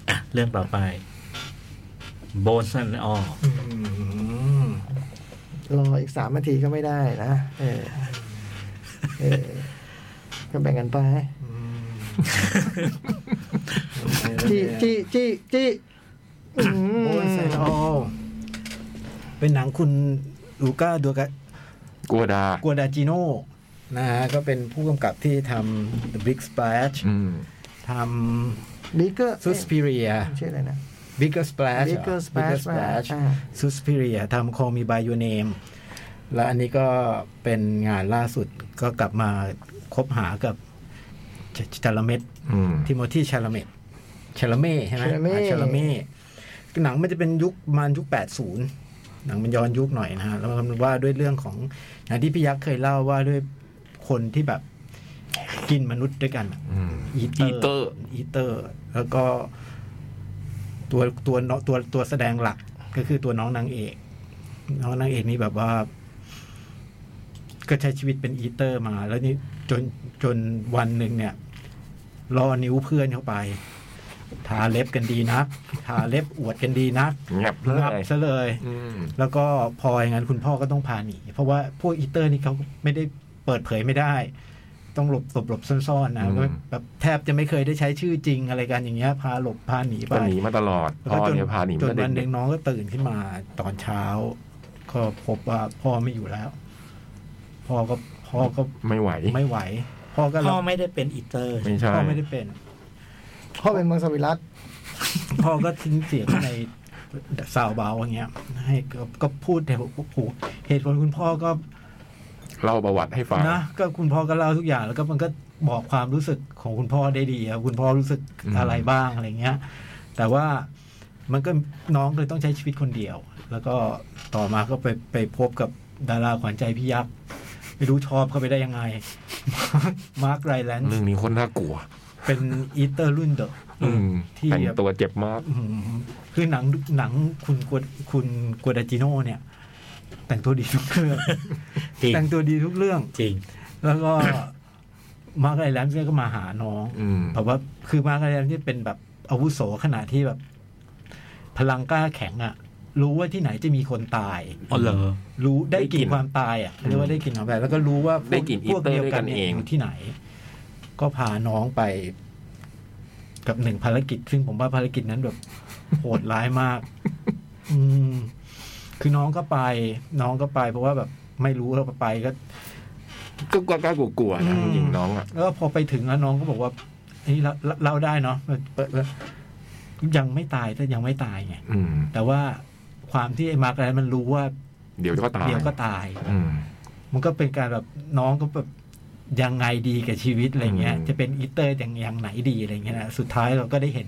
อ่ะเรื่องต่อไปโบสันออ
รออีกสามนาทีก็ไม่ได้นะ เออ เออ ก็แบ่งกันไปจี้จี้จี้จี้อืม
โอ้ยแสนออลเป็นหนังคุณลูก้าดูกะ
กลัวดา
กัวดาจิโน่นะฮะก็เป็นผู้กำกับที่ทำ The Big Splash
อืม
ท
บิ๊กเกอร์
ำ Suspiria
ชื่ออะไรนะ
Bigger Splash หร
Bigger Splash อ่า
Suspiria ทำ Call Me by Your Name และอันนี้ก็เป็นงานล่าสุดก็กลับมาคบหากับชาลเมต
อืม
ทิโมธีชาลาเมตชาลาเม่ใช่ไหม
Chalamet
อ่ะ Chalamet หนังมันจะเป็นยุคประมันยุค 80 หนังมันย้อนยุคหน่อยนะฮะ แล้วมันว่าด้วยเรื่องของอย่างที่พี่ยักษ์เคยเล่าว่าด้วยคนที่แบบกินมนุษย์ด้วยกัน
อืม
อีเตอ
Eater
ร์อีเตอร์ แล้วก็ตัวตัวตัวตัวแสดงหลัก ก็คือตัวน้องนางเอกน้องนางเอกนี่แบบว่า ก็ใช้ชีวิตเป็นอีเตอร์มา แล้วนี่จนจนวันหนึ่งเนี่ยล่อนิ้วเพื่อนเข้าไป ทาเล็บกันดีนักทาเล็บอวดกันดีนัก
เงียบเล
งับ
ย
ซะเลย
อืม
แล้วก็พออย่างนั้นคุณพ่อก็ต้องพาหนี เพราะว่าพวกอีเตอร์นี่เขาไม่ได้เปิดเผยไม่ได้ ต้องหลบหลบหลบซ่อนๆนะแบบแทบจะไม่เคยได้ใช้ชื่อจริงอะไรกันอย่างเงี้ยพาหลบพาหนีไป
ก็หนีมาตลอด
แล้ว
พ่
ก็
อ
จน
เนี่ยพาหนี
จ
มาน
วันห
เด็
นึ่
ก
งน้องก็ตื่นขึ้นมาตอนเช้า ก็พบว่าพ่อไม่อยู่แล้วพ่อก็พ่อก็
ๆไม่ไหว
ไม่ไหวพ่อก็
พ่อไม่ได้เป็นอีเตอร์
ไม่ใช่
พ่อไม่ได้เป็น
พ่อเป็นมังสวิรัต
พ่อก็ทิ้งเสียงในสาวเบาอย่างเงี้ย ให้ก็ก็พูดแต่โอ้โหเหตุผลคุณพ่อก็
เล่าประวัติให้ฟัง
นะก็คุณพ่อก็เล่าทุกอย่างแล้วก็มันก็บอกความรู้สึกของคุณพ่อได้ดีครับคุณพ่อรู้สึก
อืม
อะไรบ้างอะไรเงี้ย แต่ว่ามันก็น้องเลยต้องใช้ชีวิตคนเดียว แล้วก็ต่อมาก็ไปไปพบกับดาราขวัญใจพี่ยักษ์ไม่รู้ชอบเข้าไปได้ยังไง มาร์คไรแลนด์
เรื่องนี้คนน่ากลัว
เป็นอีเตอร์รุ่นเดอะ
อืม
ที่
แต่งตัวเจ็บมาก
อืมคือหนังหนังคุณกัวคุณกัวดาจิโน่เนี่ย แต่งตัวดีทุกเรื่อง
จริง
แต่งตัวดีทุกเรื่อง
จริง
แล้วก็ มาร์กไรแลนด์เนี่ยก็มาหาน้อง
อืม
แบบว่าคือมาร์กไรแลนด์เนี่ยเป็นแบบอาวุโสขนาดที่แบบ พลังกล้าแข็งอะรู้ว่าที่ไหนจะมีคนตาย
อ๋อเหรอ
รู้ได้ก
ได้กลิ่
ลิ่น
น
ความตายอะเรียกว่าได้กลิ่นความตายแล้วก็รู้ว่า
ได้กลิ่น
พวก
อีเตอร์
เดียวกัน
ด้วยกัน
เอง
เอง
อยู่ที่ไหน ก็พาน้องไป กับหนึ่งภารกิจ ซึ่งผมว่าภารกิจนั้นแบบ โหดร้าย มาก อืม คือน้องก็ไป น้องก็ไป เพราะว่าแบบ ไม่รู้แล้วไปก็
ก็กล้ากลัวๆนะ
อืม
จริงๆน้องอ่ะ
แล้วพอไปถึงแล้วน้องก็บอกว่าเฮ้ยเราเราเราได้เนาะเปิดแล้วยังไม่ตายแต่ยังไม่ตายไง
อืม
แต่ว่าความที่ไอ้มาร์กแลนด์มันรู้ว่า
เดี๋ยวก็ตาย
เดี๋ยวก็ตาย
อืม
มันก็เป็นการแบบน้องก็แบบยังไงดีกับชีวิตอะไรเงี้ย
อืม
จะเป็นอีเตอร์อย่างอย่างไหนดีอะไรเงี้ยนะสุดท้ายเราก็ได้เห็น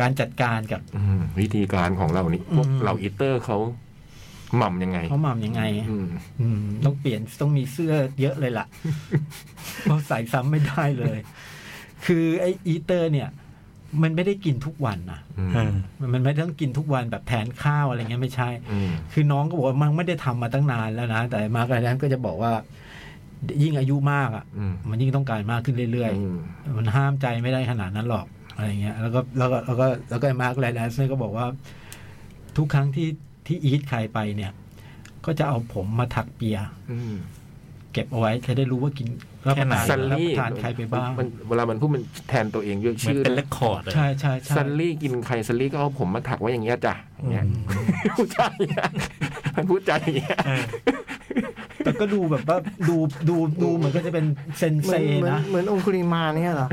การจัดการกับ
อืมวิธีการของเรานี่พวก
อืม
เราอีเตอร์เขาหม่ำยังไง
เขาหม่ำยังไง
อืม
อืมต้องเปลี่ยนต้องมีเสื้อเยอะเลยล่ะ เพราะใส่ซ้ำไม่ได้เลย คือไอ้อีเตอร์ เนี่ย มันไม่ได้กินทุกวันนะ
อืม
อ่า
มันมันไม่ต้องกินทุกวันแบบแทนข้าวอะไรเงี้ยไม่ใช่
อืม
คือน้องก็บอกว่ามันไม่ได้ทำมาตั้งนานแล้วนะ แต่มาร์กไรแลนด์ก็จะบอกว่า ยิ่งอายุมากอ่ะ
อืม
มันยิ่งต้องการมากขึ้นเรื่อย
อืม
ๆ มันห้ามใจไม่ได้ขนาดนั้นหรอกอะไรเงี้ย แล้วก็แล้วก็แล้วก็แล้วก็มาร์กไรแลนด์ก็บอกว่า ทุกครั้งที่ที่อีทใครไปเนี่ย ก็จะเอาผมมาถักเปียร์
อืม
เก็บเอาไว้จะได้รู้ว่ากินรับประทาน
ซัน
รับ
ลี่
ประทานใครไปบ้าง
มันเวลามันพูดมันแทนตัวเองด้วย
เหมือน
ชื่อ
เป็นเลคคอร์ดเลย
ใช่ใช่ใช่
ซันลี่กินใครซันลี่ก็เอาผมมาถักไว้อย่างเงี้ยจ้ะอย่างเงี้ยพูดใจอะมันพูดใจอย่างเงี้ย
เออ
แต่ก็ดูแบบว่าดูดูดูเหมือนก็จะเป็นเซน
เห
เซ
มือนเหมือน
นะ
เหมือนองคุริมาเนี่ยเหรอ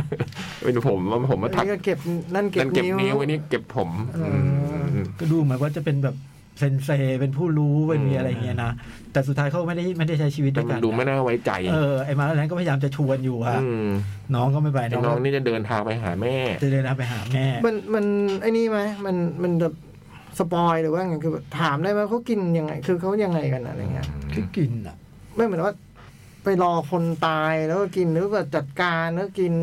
เป็นผมว่าผมมาถั
อั
ก
นนี้ก็เก็บนั่นเก็
นั่
บ
นเก็บ
นิ้
นิ้
ว
วอันนี้เก็บผม
เอออื
ม
ก็ดูเหมือนว่าจะเป็นแบบเซนเซเป็นผู้รู้เป็นมีอะไรเงี้ยนะแต่สุดท้ายเขาไม่ได้ไม่ได้ใช้ชีวิต
แต่
ด้วย
มั
กัน น
ดูไม่น่าไว้ใจ
เออไอ้มาแล้วนั้นก็พยายามจะชวนอยู่อะ
ม
น้องก็ไม่ไป
ไอ้
น้อง
น้องนี่จะเดินทางไปหาแม่
จะเดินทางไปหาแม่
มันมันไอ้นี่ไหมมันมันจะสปอยหรือว่าไงคือแบบถามได้ไหมเขากินยังไง คือเขายังไงกันอะไรเงี้ย
ก็กินอ่ะ
ไม่เหมือนว่า ไปรอคนตายแล้วก็กินหรือว่าจัดการแล้วกิน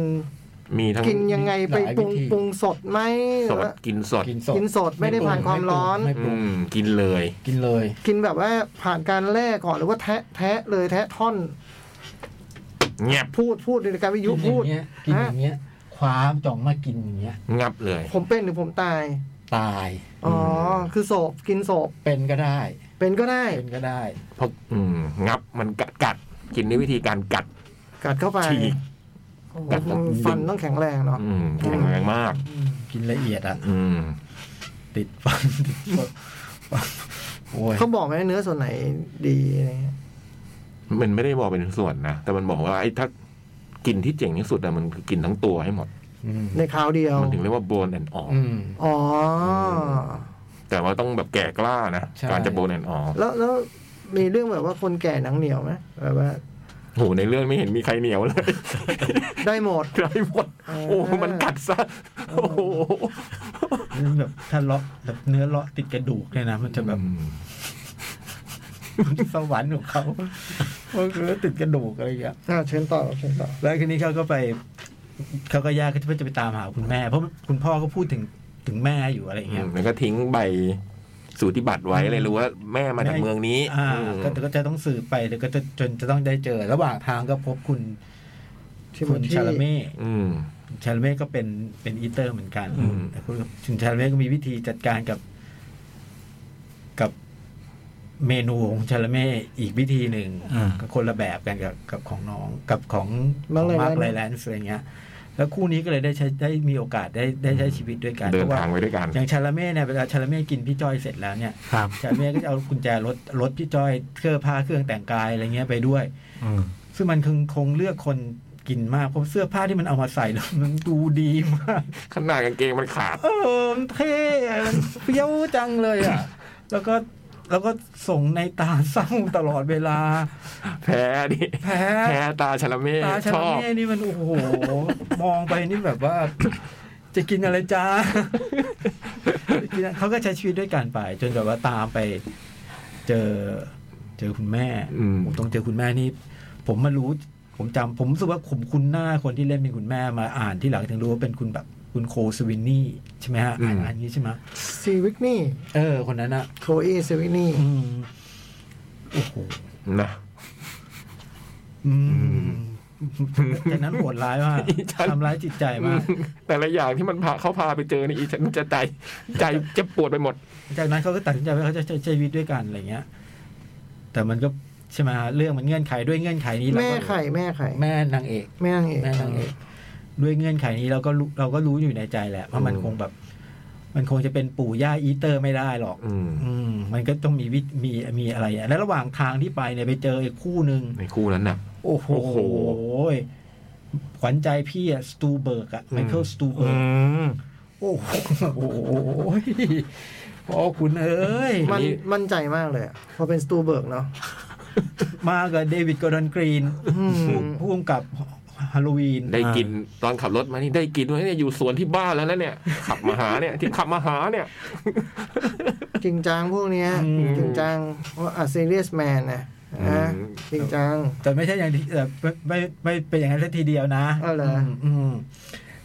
มีทั้ง
กินยังไงไปปรุงปรุงสดไหมห
ส
รือ
ด
ว่า
กินสด
กินสด
กินสดไม่ได้ผ่านความร้อน
ไม่ปรุ
อื
ง
มกินเลย
กินเลย
กินแบบว่าผ่านการแล่ก่อนหรือว่าแทะแทะเลยแทะท่อน
เงียบ
พูดพูดในการวิทยุ
กินอ
พูด
ย่างเงี้ยกินอย่างเงี้ยคว้ามจ่องมากินอย่างเงี้ย
งับเลย
ผมเป็นหรือผมตาย
ตาย
อ๋อ คือโศพกินโศพ
เป็นก็ได้
เป็นก็ได้
เป็นก็ได้
เพราะอืมงับมันกัดกัด กินด้วยวิธีการกัด
กัดเข้าไป
ฉีก
โอ้โหฟันต้องแข็งแรงเนาะ
อืมแข็งแรงมาก
กินละเอียดอ่ะ
อืม
ติดฟันติดฟันโอ้ย
เขาบอกไหมเนื้อส่วนไหนดีอะไรเงี้ย
มันไม่ได้บอกเป็นส่วนนะ แต่มันบอกว่าไอ้ถ้ากินที่เจ๋งที่สุดอะมันคือกินทั้งตัวให้หมด
อืม
ในคราวเดียว
มันถึงเรียกว่าโบนแอนออ
อืม
อ๋อ
แต่ว่าต้องแบบแก่กล้านะ
ใช่
การจะโบนแอนออ
แล้วแล้วมีเรื่องแบบว่าคนแก่หนังเหนียวไหมแบบว่า
โหในเรื่องไม่เห็นมีใครเหนียวเลย
ได้หมด
ได้หมด
เออ
โอ้มันกัดซะโอ้โห
แบบถ้าเลาะแบบเนื้อเลาะติดกระดูกเนี่ยนะมันจะแบบ สวรรค์ของเขาก็คือติดกระดูกอะไรอย่างเงี้ย
อ่าเชิญต่อเชิญต่อ
แล้วทีนี้เขาก็ไป เขาก็แยากที่จะไปตามหาคุณแม่ เพราะคุณพ่อก็พูดถึงถึงแม่อยู่อะไรอย่าง
อื
เงี้ย
มแล้วก็ทิ้งใบ สูติบัตรไว้เลยรู้ว่าแม่มาจากเมืองนี้
อ่า
อืม
ก็ก็จะต้องสืบไปแล้วก็จะจนจะต้องได้เจอ ระหว่างทางก็พบคุณ
ที่
คุณชาลเม่
อืม
ชาลเม่ก็เป็นเป็นอีเตอร์เหมือนกัน
อืม
แต่คุณคุณชาลเม่ก็มีวิธีจัดการกับ กับเมนูของชาลเม่อีกวิธีหนึ่ง
อ่า
ก็คนละแบบกันกับกับของน้องกับของ
มาร์ค
ของมาร์ค
ไล
ไล
แล
แล
น
น
ด์
ส์อะไรเงี้ย แล้วคู่นี้ก็เลยได้ใช้ได้มีโอกาสได้ได้ใช้ชีวิตด้วยกัน
เดิน
เพราะว่า
ทางไปด้วยกัน
อย่างชาลเม่เนี่ยเวลาชาลเม่กินพี่จ้อยเสร็จแล้วเนี่ย
ครับ
จาเมียก็จะเอากุญแจรถรถพี่จ้อยเสื้อผ้าเครื่องแต่งกายอะไรเงี้ยไปด้วย
อืม
ซึ่งมันคงคงเลือกคนกินมากเพราะเสื้อผ้าที่มันเอามาใส่แล้วมันดูดีมาก
ขนาดกางเกงมันขาด
เออมันเท่อะมันเฟี้ยวจังเลยอ่ะ แล้วก็แล้วก็ส่งในตาเศร้าตลอดเวลา
แพ้ดิ
แพ้
แพ้ตาชะละเม่
ตาชา
ช
ล
อบ
เม่นี่มันโอ้โห มองไปนี่แบบว่า จะกินอะไรจ้าจะกินอะไรเขาก็ใช้ชีวิตด้วยกันไป จนแบบว่าตามไป เจอเจอคุณแม่
อืม
ผมต้องเจอคุณแม่นี่ ผมมารู้ ผมจำผมรู้สึกว่าผมคุ้นหน้าคนที่เล่นเป็นคุณแม่มาอ่านที่หลังถึงรู้ว่าเป็นคุณแบบคุณโคสวินนี่ใช่ไหมฮะอ่านอ่านอย่างนี้ใช่ไหม
ซีวิกนี่
เออ คนนั้นอ่ะ
โคเอซีวิกนี่
อืมโอ้โห
นะ
อืมจากนั้นโหดร้ายมากทำร้ายจิตใจมาก
แต่ละอย่างที่มันพาเขาพาไปเจอนี่อี ฉันจะใจใจเจ็บปวดไปหมด
จากนั้นเขาก็ตัดสินใจว่าเขาจะใช้ชีวิตด้วยกันอะไรเงี้ย แต่มันก็ใช่ไหมฮะเรื่องมันเงื่อนไขด้วยเงื่อนไขนี้เรา
แม่
ก็
ไข่แม่ไข่
แม่นางเอก
แม่นางเอก
แม่นางเอกด้วยเงื่อนไขนี้เราก็รู้เราก็รู้อยู่ในใจแหละว่ามัน
อืม
คงแบบ มันคงจะเป็นปู่ย่าอีเตอร์ไม่ได้หรอก
อืม
อืม มันก็ต้องมีวิธีมีมีอะไรอะแล้วระหว่างทางที่ไปเนี่ยไปเจออีกคู่หนึ่ง
ในคู่นั้นน่ะ
โอ้โห
โอ้โห
ขวัญใจพี่อะสตูเบิร์กอะไมเคิลสตูเบิ
อื
ร์ก
ม
โอ้โหโอ้โหพอคุณเอ้ย
มันมั่นใจมากเลยอะพอเป็นสตูเบิร์กเนาะ
มากับเดวิดกอร์ดอนกรีน
อืม
ผู้กำกับฮาโลวีน
ได้กินตอนขับรถมานี่ได้กินไว้เนี่ยอยู่สวนที่บ้านแล้วนะเนี่ย ขับมาหาเนี่ย ที่ขับมาหาเนี่ย
จริงจังพวกเนี้ย
อืม
จริงจังว่าอ่ะซีเรียสแมนนะ
อื
นะ
ม
จริงจัง
แต่ไม่ใช่อย่างที่แต่ไม่ไม่ไม่เป็นอย่างนั้นซะทีเดียวนะ
อ๋อเหรออื
มอืม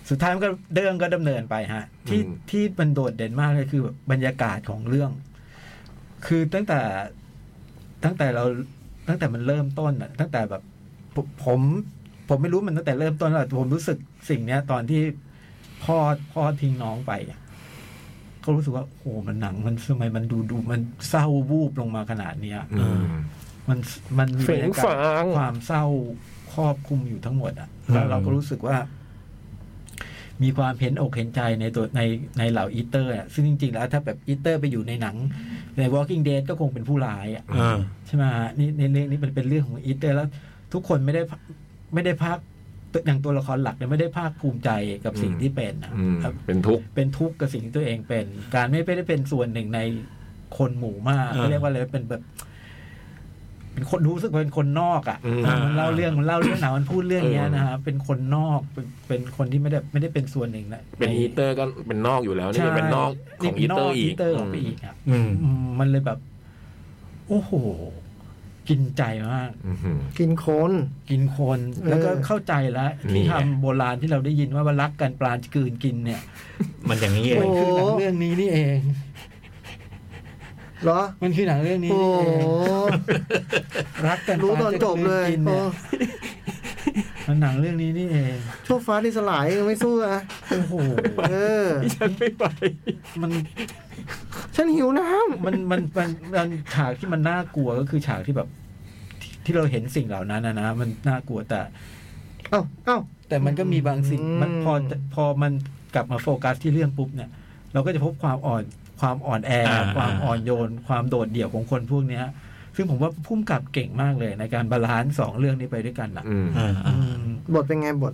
สุดท้ายมันก็เรื่องก็ดำเนินไปฮะ ที่
อืม
ที่มันโดดเด่นมากเลยคือแบบบรรยากาศของเรื่อง คือตั้งแต่ตั้งแต่เราตั้งแต่มันเริ่มต้นอะตั้งแต่แบบผมผมผมไม่รู้มันตั้งแต่เริ่มต้นแล้วแต่ผมรู้สึกสิ่งเนี้ย ตอนที่พ่อพ่อทิ้งน้องไปอะก็รู้สึกว่าโอ้โหมันหนังมันทำไมมันดูดูมันเศร้าวูบลงมาขนาดเนี้ย
อืม
มันมันมี
เฝ
บรร
ง
ยากา
ฝาง
ศความเศร้าครอบคลุมอยู่ทั้งหมดอ่ะแล้วเราก็รู้สึกว่า มีความเห็นอกเห็นใจในตัวในในเหล่าอีเตอร์อะซึ่งจริง ๆ แล้วถ้าแบบอีเตอร์ไปอยู่ในหนัง ใน Walking Dead ก็คงเป็นผู้ร้ายอ่ะ
อ่า
ใช่ไหมฮะนี่ในเรื่องนี้มันเป็นเรื่องของอีเตอร์แล้ว ทุกคนไม่ได้ไม่ได้ภาคอย่างตัวละครหลักเนี่ยไม่ได้ภาคภูมิใจกับสิ่งที่เป็นนะ
อืม
ครับ
เป็นทุกข์
เป็นทุกข์กับสิ่งที่ตัวเองเป็น การไม่ได้เป็นส่วนหนึ่งในคนหมู่มาก
เออ
เขาเรียกว่าอะไรเป็นแบบ เป็นคนรู้สึกเป็นคนนอกอ่ะ
อืม
อ่า
มันเล่าเรื่องมันเล่าเรื่องหนังมันพูดเรื่องเนี้ยนะฮะเป็นคนนอกเป็นเป็นคนที่ไม่ได้ไม่ได้เป็นส่วนหนึ่งนะ
เป็นอีเตอร์ก็เป็นนอกอยู่แล้ว นี่
ใช่
เป็นนอกของอี
ป็นน
เตอร์อีก
เตอร์ของไปอีกอ่ะ
อืม
อืมมันเลยแบบ โอ้โห กินใจมาก
อืมอืม
กินคน
กินคน
เออ
แล้วก็เข้าใจแล้ว
นี่
ที่
ไง
ทำโบราณที่เราได้ยินว่าว่ารักกันปลากืนกินเนี่ย
มันอย่างนี้เอ
มั
ง
นคือหนังเรื่องนี้นี่เอง
เหรอ
มันคือหนังเรื่องนี้
โอ้
นี่
โห
เอง รักกัน
รู้ตอนจบเลย
กิน
โอ้
เนี่ยมันหนังเรื่องนี้นี่เอง
ชั่วฟ้าที่สลายยังไม่สู้อ่ะ
โอ้โห
เออ
ฉันไม่ไป
มัน
ฉันหิวน้
มัน มัน มันมันฉากที่มันน่ากลัวก็คือฉากที่แบบ ที่ที่เราเห็นสิ่งเหล่านั้นนะนะ มันน่ากลัวแต่
ำเอ้าเอ้า
แต่มันก็มีบางสิ่ง
อืม
มันพอจะพอมันกลับมาโฟกัสที่เรื่องปุ๊บเนี่ย เราก็จะพบความอ่อน ความอ่อนแอ
อ่า
ความอ่อนโยน ความโดดเดี่ยวของคนพวกเนี้ย ซึ่งผมว่าพุ่มกับเก่งมากเลยในการบาลานซ์สองเรื่องนี้ไปด้วยกันนะ
อืม
อ่า
อื
อ่าม
บทเป็นไงบท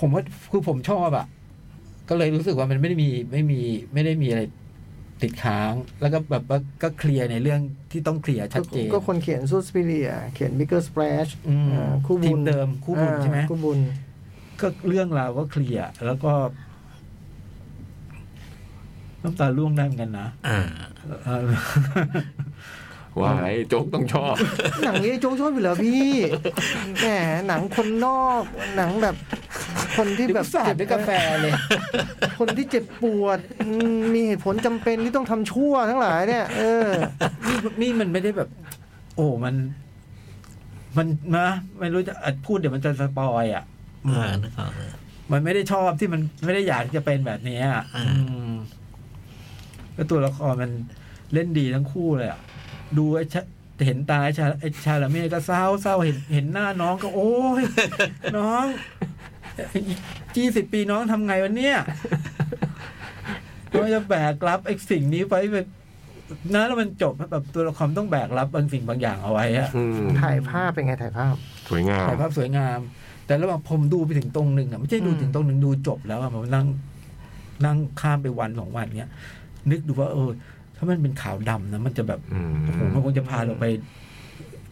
ผมว่าคือผมชอบอะก็เลยรู้สึกว่ามันไม่ได้มีไม่มีไม่ได้มีอะไรติดค้าง แล้วก็แบบว่าก็เคลียร์ในเรื่องที่ต้องเคลียร์ชัดเจน
ก็คนเขียนซูสปิเรียเขียนบิ๊กเกอร์สเปรช
อืม
คู่
ที
บุญ
มเดิมคู่บุญ
อ่า
ใช่ไหม
คู่บุญ
ก็เรื่องราวก็เคลียร์แล้วก็น้ำตาร่วงได้เหมือนกันนะ
อ่า
เออ
ว่าไอ้โจ๊กต้องชอบ
หนังนี้โจ๊กชอบอยู่แล้วพี่ แหมหนังคนนอก หนังแบบ คนที่แบบ
สาดด้วยกาแฟเลย
คนที่เจ็บปวดอืมมีเหตุผลจำเป็นที่ต้องทำชั่วทั้งหลายเนี่ย เออ
นี่นี่มันไม่ได้แบบ โอ้มัน มันนะไม่รู้จะอ่ะพูดเดี๋ยวมันจะสปอยอ่ะ
เออนึกออกเลย
มันไม่ได้ชอบที่มันไม่ได้อยากจะเป็นแบบเนี้ย
อ่า
อืมแล้วตัวละครมันเล่นดีทั้งคู่เลยอ่ะ ดูไอ้ชะเห็นตาไอ้ชาไอ้ชาละเมฆก็เศร้าเศร้าเห็นเห็นหน้าน้องก็โอ้ย น้องยี่สิบปีน้องทำไงวันเนี้ยน้องจะแบกรับไอ้สิ่งนี้ไปแบบนะแล้วมันจบแบบตัวละครต้องแบกรับบางสิ่งบางอย่างเอาไว้อะ
อืม
ถ่ายภาพเป็นไงถ่ายภาพ
สวยงาม
ถ่ายภาพสวยงาม แต่ระหว่างผมดูไปถึงตรงหนึ่งอะไม่ใช่ดู
อืม
ถึงตรงหนึ่งดูจบแล้วอะมันนั่ง นั่งข้ามไปวันสองวันเนี้ย นึกดูว่า เออ ถ้ามันเป็นขาวดำนะมันจะแบบ
อืม
โอ้โหมันคงจะพาเราไป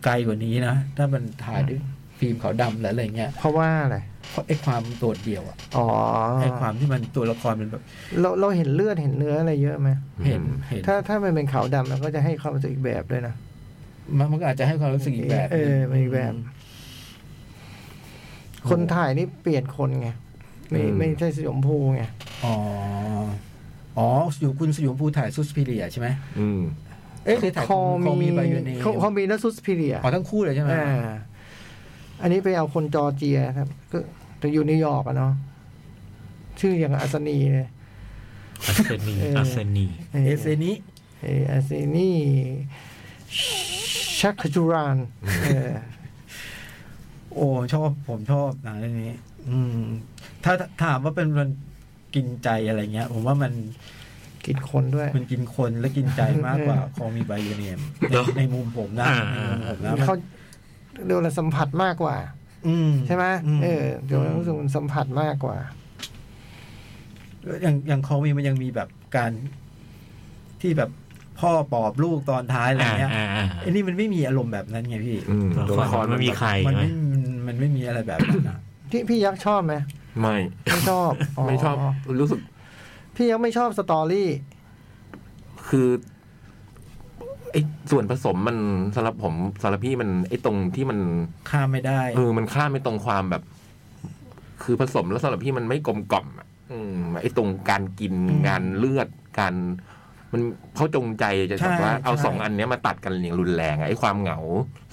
ไกลกว่านี้นะถ้ามันถ่ายด้วยฟิล์มขาวดำหรืออะไรเงี้ย
เพราะว่าอะไร
เพราะไอ้ความโดดเดี่ยวอะ
อ๋อ
ไอ้ความที่มันตัวละครมันแบบ
เราเราเห็นเลือดเห็นเนื้ออะไรเยอะไหม
เห็นเห็น
ถ้าถ้ามันเป็นขาวดำมันก็จะให้ความรู้สึกอีกแบบด้วยนะ
มันมันก็อาจจะให้ความรู้สึกอีกแบบ
เออมันอีกแบบ คนถ่ายนี่เปลี่ยนคนไงไม่
อืม
ไม่ใช่สยมพูไง
อ๋ออ๋ออยู่คุณสยมภูถ่ายซูสพิเรียใช่ไหม
อืม
เอ๊ะเคยถ่าย
คอ
ของของ
มี
มีไปอยู่ใน
คอมีและซุสพิเรีย
อ๋อทั้งคู่เลยใช่ไหม
อ่าอันนี้ไปเอาคนจอร์เจียครับ ก็แต่อยู่นิวยอร์กอะเนาะชื่ออย่างอัศนีเลย
อัศนี
เอออั
อัศนี
เอเซนิ
เอออัศนีชักขจุรานเออ
โอ้ชอบผมชอบหนังเรื่องนี้ อืม ถ้าถามว่าเป็นมันกินใจอะไรเงี้ย ผมว่ามัน
กินคนด้วย
มันกินคนและกินใจมากกว่า
เออ
คองมีไบยูเนียม
เนาะ
ในมุมผมนะ
อ่า
ในมุมผมนะมัน
เขาเรียกว่าอะไรสัมผัสมากกว่า
อื
ใช่ไหม
ม
เออเดี๋ยวรู้สึกมันสัมผัสมากกว่า
อย่างอย่างคองมีมันยังมีแบบการที่แบบพ่อปอบลูกตอนท้ายอะไรเงี้ย
อ่าอ่าอ่า
ไอ้นี่มันไม่มีอารมณ์แบบนั้นไงพี่
อืม
ตัวละครไม่มีใคร
มัน
ใช่ไหม
ไม่มันไม่มีอะไรแบบนั้นอะ
ที่พี่ยักษ์ชอบไหม
ไม่
ไม่ชอบ
ไม่ชอบรู้สึก
พี่ยักษ์ไม่ชอบสตอรี่
คือไอ้ส่วนผสมมันสำหรับผมสำหรับพี่มันไอ้ตรงที่มัน
ข้ามไม่ได้
เออมันข้ามไม่ตรงความแบบ คือผสมแล้วสำหรับพี่มันไม่กลมกล่อมอะอืมไอ้ตรงการกิน
อืม
งานเลือดการมันเขาจงใจจะ
ใช่
แบบว่าเอา
ใช่
สองอันเนี้ยมาตัดกันอย่างรุนแรงอะไอ้ความเหงา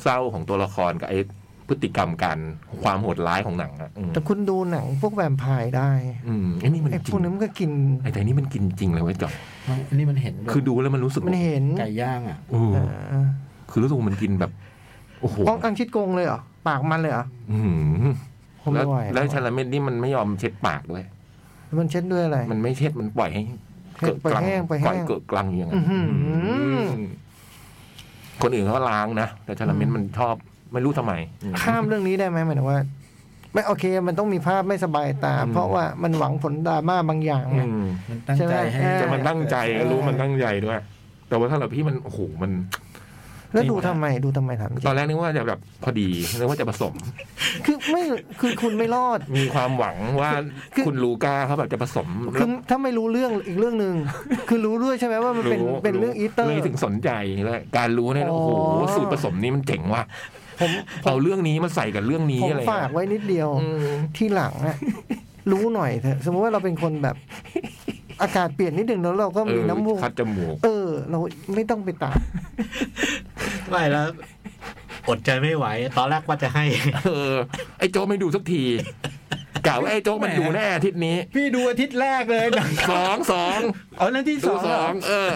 เศร้าของตัวละครกับไอ้พฤติกรรมการความโหดร้ายของหนังอะอืม
แต่คุณดูหนังพวกแวมไพร์ได้
อืมไอ้นี่มัน
ไอ้พ
จริ
วก
ง
นั้นมันก็กิน
ไอ้แต่นี่มันกินจริงเลยเว้ยจอย
มันอันนี้มันเห็นด้วย
คือดูแล้วมันรู้สึก
มันเห็น
ไก่ย่างอ่ะ
โอ้
อ่า
คือรู้สึกว่ามันกินแบบโอ้โห
ป้องอังชิดกงเลยเหรอ ปากมันเลยเหรอ
อื้อหือ
ผม
แล้ว
ไม่ไหว
แล้วชาลาเม็ดนี่มันไม่ยอมเช็ดปากด้วย
มันเช็ดด้วยอะไร
มันไม่เช็ดมันปล่อยให้
ให้ปล่อยแห้งปล่อยแห้ง
ปล่อยเกิดกลังอย่างนั้
อื้
น
อหือ
อืมคนอื่นเขาล้างนะ แต่ชาลาเม็ดมันชอบไม่รู้ทำไมอืม
ข้ามเรื่องนี้ได้ไหมหมายถึงว่า ไม่โอเค มันต้องมีภาพไม่สบายตา
อืม
เพราะว่ามันหวังผลดราม่าบางอย่างไง
อืม
มันตั้งใจให้
ใช่
แต่
ไหม
มันตั้งใจ
เออ
รู้มันตั้งใจด้วย แต่ว่าถ้าเราพี่มันโอ้โหมัน
แล้วดู
ไม่ไหว
ทำไมดูทำไมถามจริง
ตอนแรกนึกว่าจะแบบพอดีนึกว่าจะผสม
คือไม่คือคุณไม่รอด
มีความหวังว่า
คือ
คุณลูก้าเขาแบบจะผสม
คือถ้าไม่รู้เรื่องอีกเรื่องหนึ่งคือรู้ด้วยใช่ไหมว่ามันเป็นเป็นเรื่องอีเตอร์
เลยถึงสนใจเลยการรู้เนี่ยโอ้โห
อ๋อ
สูตรผสมนี้มันเจ๋งว่ะ
ผม
เอาเรื่องนี้มาใส่กับเรื่องนี้
ผม
อะไร
ฝากไว้นิดเดียว
อืม
ที่หลังอะ รู้หน่อยเถอะ สมมติว่าเราเป็นคนแบบ อากาศเปลี่ยนนิดหนึ่งแล้วเราก็มีน้ำมูก
เออคัดจมูก
เออ เราไม่ต้องไปตาก
ไม่แล้ว อดใจไม่ไหว ตอนแรกว่าจะให้
เออ ไอ้โจ๊กไม่ดูสักทีกล่าวว่าไอ้โจ๊กมันดูแน่อาทิตย์นี้
พี่ดูอาทิตย์แรกเลยหนัง
สองสอง
เอาเรื่องที่ส
ดู
อง
ส
เหร
อ
อง
เออ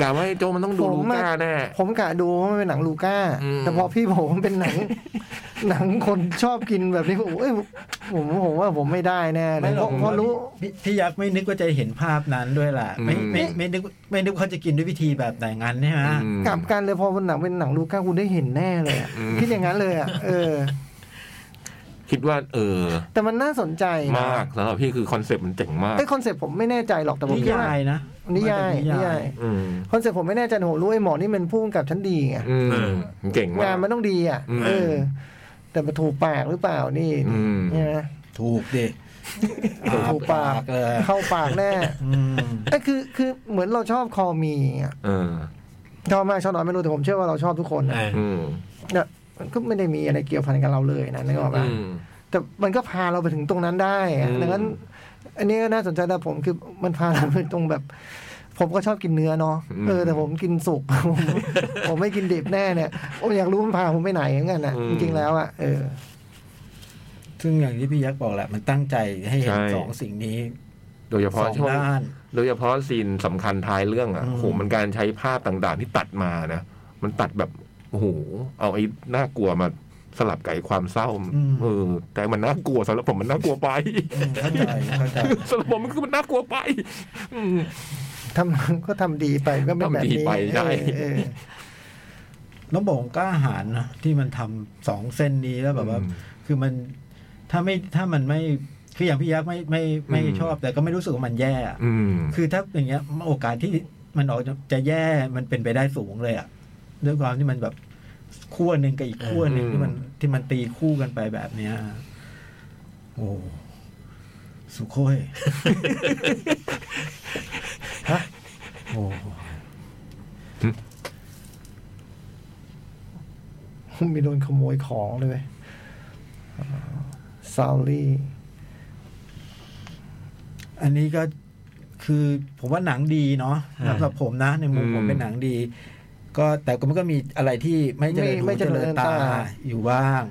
กล่าวว่าไอ้โจ๊กมันต้องดู
ผม
ลู
อะ
ก้าแน่
ผมกะดูว่ามันเป็นหนังลูก้า
อืม
แต่พอพี่ผมนเป็นหนัง หนังคนชอบกินแบบนี้ผมเอ้ยผมผมว่าผมไม่ได้แน่เลยเพราะเพราะรู้
พี่พี่ยักษ์ไม่นึกว่าจะเห็นภาพนั้นด้วยล่ะ ไม่
อืม
ไม่ไม่นึกไม่นึกว่าเขาจะกินด้วยวิธีแบบไหนงั้นใช่ไหม
อืม
กลับกันเลยพอมันหนังเป็นหนังลูก้าคุณได้เห็นแน่เลยอะ
อืม
คิดอย่างนั้นเลยอ่ะเออ
คิดว่า เออ
แต่มันน่าสนใจนะ
มากสำหรับพี่คือคอนเซปต์มันเจ๋งมาก
ไอ้คอนเซ็ปต์ผมไม่แน่ใจหรอกแต่ผม
นิ
คิดว่
ยายนะ
นิยาย
มจก
นิยาย
อืม
คอนเซ็ปต์ผมไม่แน่ใจแต่ผมรู้ไอ้หมอนี่มันพุ่งกับชั้นดีไง
อืมเก่งมาก
งานมันต้องดีอ่ะ
อืม
เออ แต่มาถูกปากหรือเปล่านี่
อืม
ใช่ไหม
ถูกดิ
ถูกปาก
เลย
เข้าปาก แน่
อืม
ไอ้ยคือคือเหมือนเราชอบคอมีอะ
เออ
ชอบมากชอบน้อยไม่รู้แต่ผมเชื่อว่าเราชอบทุกคนนะ
เออ
อืม
เนี่ยมันก็ไม่ได้มีอะไรเกี่ยวพันกับเราเลยนะนึกออกปะ
อืม
แต่มันก็พาเราไปถึงตรงนั้นได้อะ
อืม
ดังนั้น อันนี้ก็น่าสนใจนะผมคือมันพาเราไปตรงแบบ ผมก็ชอบกินเนื้อเนาะเออแต่ผมกินสุก ผมผมไม่กินดิบแน่เนี่ยผมอยากรู้มันพาผมไปไหนเหมือนกันนะ
อืม
จริงๆแล้วอ่ะเออ
ซึ่งอย่างที่พี่ยักษ์บอกแหละ มันตั้งใจให้เห็น
ใช่
สองสิ่งนี้
โดยเฉ
ส
พาะ
อง
ช่วง
ด้าน
โดยเฉพาะซีนสำคัญท้ายเรื่องอ่ะ
อืม
โหมันการใช้ภาพต่างๆที่ตัดมานะ มันตัดแบบโอ้โหเอาไอ้น่ากลัวมาสลับกับไอ้ความเศร้าเออแต่มันน่ากลัวสำหรับผมมันน่ากลัวไป
อืมเข้าใจเข้าใจ
สำหรับผมมันคือมันน่ากลัวไป อืม
ทำ ก็ทำดีไปก็เป็นแบบ
ทำดี
นี้
ไปได้
เออเออ
แล้วบอกกล้าหาญนะที่มันทำสองเส้นนี้แล้วแบบว่า
อืม
คือมันถ้าไม่ถ้ามันไม่คืออย่างพี่ยักษ์ไม่ไม่ไม่
อืม
ชอบ แต่ก็ไม่รู้สึกว่ามันแย่อะ
อืม
คือถ้าอย่างเงี้ยโอกาสที่มันออกจะแย่มันเป็นไปได้สูงเลยอ่ะด้วยความที่มันแบบขั้วหนึ่งกับอีกขั้วหนึ่ง
อืม
ที่มันที่มันตีคู่กันไปแบบเนี้ยโอ้สุโคย ฮะโอ้
มีโดนขโมยของเลยเว้ยซาลี่
อันนี้ก็คือผมว่าหนังดีเนาะ
อ่า
สำหรับผมนะ ในมุมผม
อืม
เป็นหนังดี ก็แต่ก็มันก็มีอะไรที่ไม่เจริญหู
ไม่ไม่
เจ
เจริ
ริ
ญ
ญ
ตา
ตาอยู่บ้าง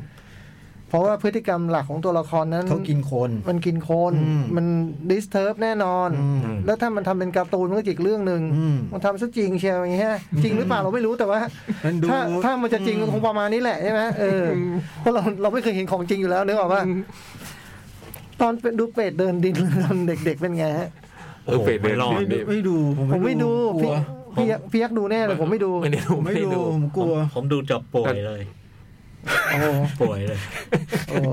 เพราะว่าพฤติกรรมหลักของตัวละครนั้น
เขากินคน
มันกินคน
อืม
มันดิสเทิร์บแน่นอน
อืม
แล้วถ้ามันทำเป็นการ์ตูนมันก็อีกเรื่องหนึ่ง
อืม
มันทำซะจริงเชียวอย่างเงี้ยจริงหรือเปล่าเราไม่รู้แต่ว่า
มันดู
ถ้าถ้ามันจะจริงก็คงประมาณนี้แหละใช่ไหมเออเพราะเราเราไม่เคยเห็นของจริงอยู่แล้วนึกออกป่ะตอนเป็นดูเป็ดเดินดินตอนเด็ก ๆ เป็นไงฮะ
เออเปรตเดิน
โอ้โหไม่รอด
ไม่ดู
นี่
ผม
ไม่ดู
ไม่ดู
กลั
พี่พี่ยั
ว
กษ์พี่ยักษ์ดูแน่เลยผมไม่ดู
ไม่ได้ดู
ผม
ไม่
ไม่
ได้
ดู
ดู
ผมกลัว
ผมดูจบป่วยเลย
โอ้โห
ป่วยเลย
โอ้โห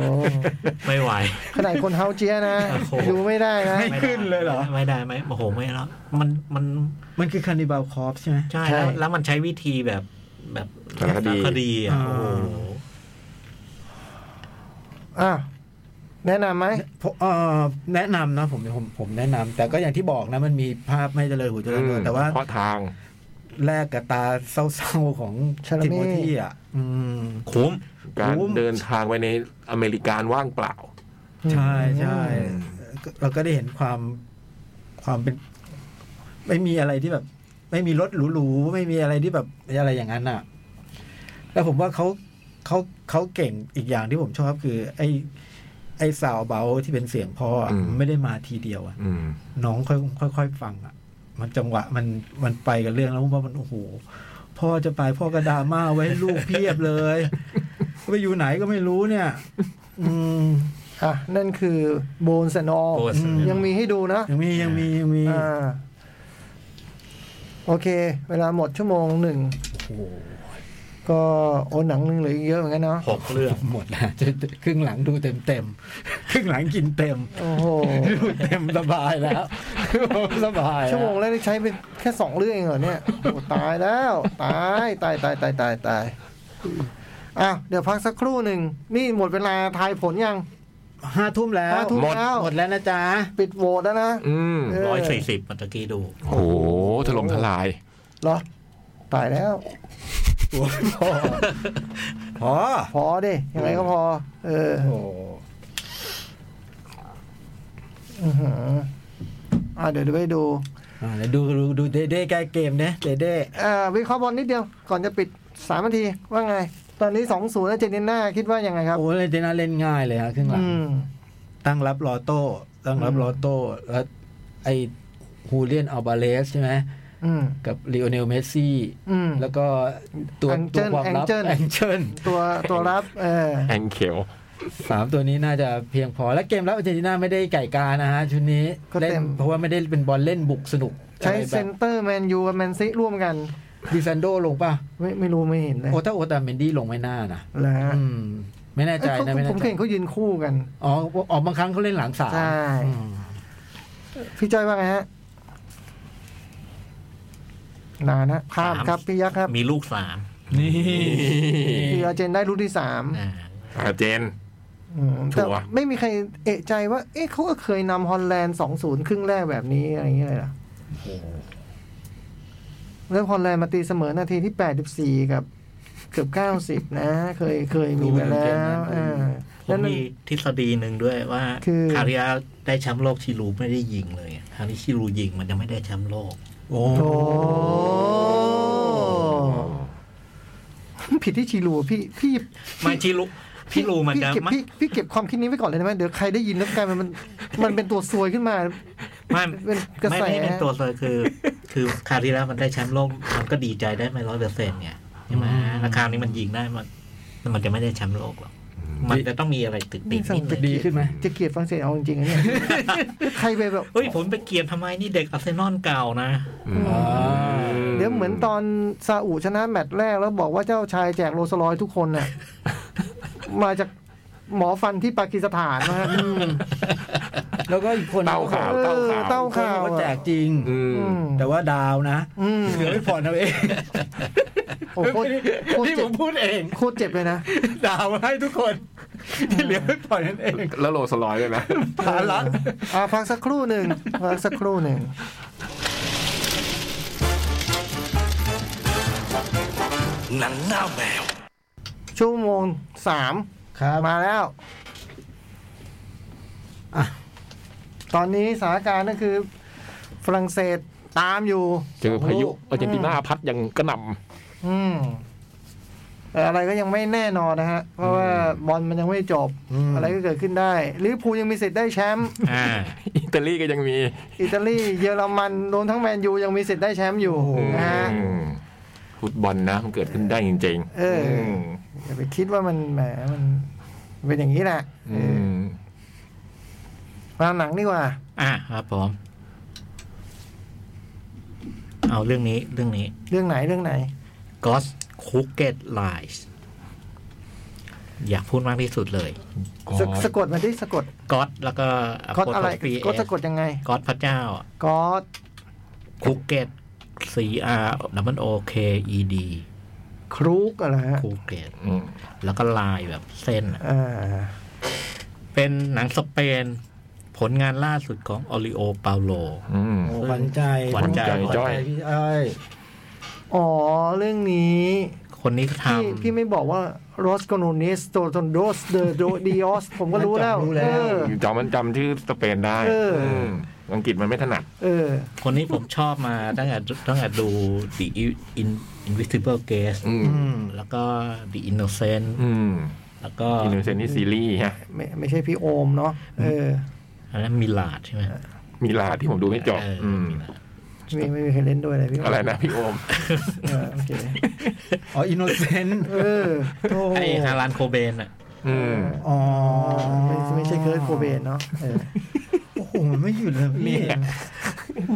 ไม่ไหว
ขนาดคนเฮาเจียนะ
โอ้โห
ดูไม่ได้นะ
ไม่ขึ้นเลยเหรอ
ไม่ได้ไม่โอ้โหไม่แล้วมันมัน
มันคือคานิบาลคอฟใช่ไหม
ใช่
ใช่
แล้วแล้วมันใช้วิธีแบบแบบ
สารคดี
อ่ะ
อ่า
โอ้โห
อ่ะแนะนำไหม
ผมเอ่อแนะนำนะผมผมผมแนะนำแต่ก็อย่างที่บอกนะ มันมีภาพไม่เจริญหูเจริญตาแต่ว่า
เพราะทาง
แลกกับตาเศร้าๆของ
ชาลาเม่
ติโมธีอ่ะ อืม
คุ้ม
การ
โอ้โห
เดินทางไปในอเมริกาว่างเปล่า
ใช่ใช่เราก็ได้เห็นความความเป็น ไม่มีอะไรที่แบบ ไม่มีรถหรูๆไม่มีอะไรที่แบบอะไรอย่างนั้นอ่ะ แล้วผมว่าเขาเขาเขาเก่งอีกอย่างที่ผมชอบคือ ไอ้ไอ้สาวเบาที่เป็นเสียงพ่ออะ
อืม
มันไม่ได้มาทีเดียวอะ
อืม
น้องค่อยค่อยๆฟังอ่ะ มันจังหวะมันมันไปกับเรื่องแล้วผมว่ามันโอ้โหพ่อจะไปพ่อก็ดราม่าไว้ให้ลูกเพียบเลย ไปอยู่ไหนก็ไม่รู้เนี่ย อืม
อ่ะ นั่นคือโบนสนอ
Bones and All
ยังมีให้ดูนะ
ยัง มียังมียังมี
อ่าโอเค เวลาหมดชั่วโมงหนึ่ง
โอ้โห
ก็โอ้หนังหนึ่งเหลืออีกเยอะเหมือนกันเนาะ
หกเรื่อง
หมดแล้วจะจะ ครึ่งหลังดูเต็มเต็มๆครึ่งหลังกินเต็ม
โอ้ โห
ดูเต็มสบายแล้ว สบายแล้
ชั่วโมงแรกนี่ใช้ไปแค่สองเรื่องเองเหรอเนี่ยโอ้โหตายแล้ว ตายตายตายตายตายตายอ่ะเดี๋ยวพักสักครู่หนึ่ง นี่หมดเวลาทายผลยัง
ห้าทุ่มแล้ว
ห้าทุ่ม
หมด
แล้ว
หมดแล้วนะจ๊ะ
ปิดโหวตแล้วนะ
อืม
เอ
ร้อยสี่สิบเมื่อกี้ดู
โอ้โหถล่มทลาย
เหรอ ตายแล้ว
พอ
พอดิยังไงก็พอ เออ
โอ้โห
อื้อหืออ่าเดี๋ยวไปดู
อ่ะเดี๋ยวดูดูดูเด้เด้แกเกมเนี่ยเด้เด้
อ่าวิเคราะห์บอลนิดเดียว ก่อนจะปิดสามนาที ว่าไง ตอนนี้สองศูนย์แล้วเจนิน่าคิดว่ายังไงครับ
โอ้เลยเจน่าเล่นง่ายเลยฮะครึ่งหลัง
อืม
ตั้งรับลอโต้ตั้งรับ
อืม
ลอโต้แล้วไอฮูเลียนอัลบาเลสใช่ไหม
อืม
กับลีโอเนลเมสซี่
อืม
แล้วก็ตัวตัว
Angel
ความลับ
Angel
แองเจิล
ตัวตัวรับ เออ
แองเขล
สามตัวนี้น่าจะเพียงพอ และเกมรับอาร์เจนตินาไม่ได้ไก่กานะฮะชุดนี้
ก็เต็ม
เล่นเพราะว่าไม่ได้เป็นบอลเล่นบุกสนุก
ใช้
อะไร
เซ
แบบ
นเตอร์แมนยูกับแมนซีร่วมกัน
ดิซันโดลงป่ะ
ไม่ไม่รู้ไม่เห็นเลย
โอถ้าโอตาเมนดี้ลงไม่น่านะ
แล้วฮะ
อืม ไม่แน่ใจ
เอ้ยเขา
นะไม่
ผม
แน่ใจ
เห็นเขายืนคู่กัน
อ๋อออกบางครั้งเขาเล่นหลังสาม
ใช่
อืม
พี่จ้อยว่าไงฮะ นานนะข้าม
สาม
ครับ พี่ยักษ์ครับ
มีลูกสาม
นี่
คืออาร์เจนได้รุ่นที่สาม
อ่า
อาเจน
อืม
ชั
แต่
วร์
ไม่มีใครเอะใจว่า เอ๊ะเขาก็เคยนำฮอลแลนด์สองศูนย์ครึ่งแรกแบบนี้อะไรอย่างเงี้ยเลยเหรอแล้วฮอลแลนด์มาตีเสมอนาทีที่แปดสิบสี่กับ เกือบเก้าสิบนะ เคยเคยมีมาแล้วอ่า
ผ
แล้ว
ม
นั่น
มีทฤษฎีหนึ่งด้วยว่า
คือ
คาริยาได้แชมป์โลกชิลูไม่ได้ยิงเลยอะคราวนี้ชิลูยิงมันจะไม่ได้แชมป์โลก
โอ้
โอ้ผิดที่ชีรูอะพี่พี่
ไม่ชิลูชิลูมันจะ
พี่เก็บ
ไม่
พี่พี่เก็บความคิดนี้ไว้ก่อนเลยได้ไหมเดี๋ยวใครได้ยินแล้วกลายเป็นมันมันเป็นตัวซวยขึ้นมา
ไม่
เป็นกระ
ไม่
แส
ไม่เป็นตัวเลยคือ คือคาริยามันได้แชมป์โลกมันก็ดีใจได้ไม่ร้อยเปอร์เซ็นต์ไงใช่ไหมราคราวนี้มันยิงได้มันมันจะไม่ได้แชมป์โลกหรอกมันจะต้องมีอะไรติดติดนิดนึง
ดีขึ้นไหม
จะเกลียดฝรั่งเศสเอาจริงๆอันเนี่ยใครไปแบบ
เฮ้ย ผมไปเกลียดทำไมนี่เด็กอาร์เซนอลเก่านะ
เดี๋ยวเหมือนตอนซาอุชนะแมตช์แรกแล้วบอกว่าเจ้าชายแจกโรลสลอยซ์ทุกคนน่ะ มาจากหมอฟันที่ปากีสถานนะฮะ
แล้วก็อีกคน
เต้าขาวเต้าขาว
เต้า
คนเขาก็แจกจริง
อืม
อืม
แต่ว่าดาวนะ
อืม
เหลือไม่พอนะเอง
โอ้โหโคตรโคตร
นี่
เจ็
ผ
บ
มพูดเอง
โคตรเจ็บเลยนะ
ดาวให้ทุกคนที่เหลือไม่พอนั่นเอง
แล้วโรลสลอยเลยนะ
ภาระ
อ่าพักสักครู่หนึ่งพักสักครู่หนึ่งหนังหน้าแมวชั่วโมงสาม
ครับ
มาแล้วอ่ะตอนนี้สถานการณ์ก็คือ ฝรั่งเศสตามอยู่
เจอพายุอาร์เจนตินาพัดยังกระหน่
อืมแต่อะไรก็ยังไม่แน่นอนนะฮะ เพราะว่าบอลมันยังไม่จบ
อืม
อะไรก็เกิดขึ้นได้ลิเวอร์พูลยังมีสิทธิ์ได้แชมป์
อ่า
ำอิตาลีก็ยังมี
อิตาลีเยอรมันรวมทั้งแมนยูยังมีสิทธิ์ได้แชมป์อยู่นะฮะ
อืมฟุตบอลนะมันเกิดขึ้นได้จริงๆ
เอออื
ม
อย่าไปคิดว่ามันแหมมันเป็นอย่างนี้แหละเอ
อื
อ
ม
มาหนังดีกว่า
อ่าครับผม เอาเรื่องนี้เรื่องนี้
เรื่องไหนเรื่องไหน
Ghost Cooked Lies อยากพูดมากที่สุดเลย
สะสะกดมาที่สะกด
God แล้วก็
กอดอะไรกอดสะกดยังไง
กอดพระเจ้า
กอด
Cooked C R W O K E D
ครุกอะไรฮะ
Cooked
อืม
แล้วก็ลายแบบเส้นอะ
อ่า
เป็นหนังสเปน ผลงานล่าสุดของออริโอเปาโล
อืม
โอ้ขวัญใจ
ขวัญใจ
ขวัญ
จ้อย
พี่อ้อย
อ๋อ เรื่องนี้
คนนี้ก็ท
พี่พี่ไม่บอกว่าโรสกนูนิสโตตนโรสเดอโดดิอสผมก็รู้แล้ว เออ
จอมันจำชื่อสเปนได้
เอออื
มอังกฤษมันไม่ถนัด
เออ
ำคนนี้ผมชอบมา ตั้งแต่ตั้งแต่ดู The In- Invisible Guest
อืม
อืม
แล้วก็ The Innocent
อืม
แล้วก็
อินโนเซนต์นี่ซีรีส์ฮะ
ไม่ไม่ใช่พี่โอมเนาะเออ
อันนั้นมิลาดใช่ไหม
มีลาที่ผมดูไม่จบ
เอออ
อืม
มิลาด
ไม่ไม่มีใครเล่นด้วยเลยพี่โอม
อะไรนะพี่โอม
เออโอเค
อ๋ออินโนเซนต์
เออโธ่
ไอฮารานโคเบนอ่ะ
อืม
อ๋อ
ไม่ไม่ใช่เคิร์ตโคเบนเนาะเออ
โอ้โหมันไม่หยุดเลยพี่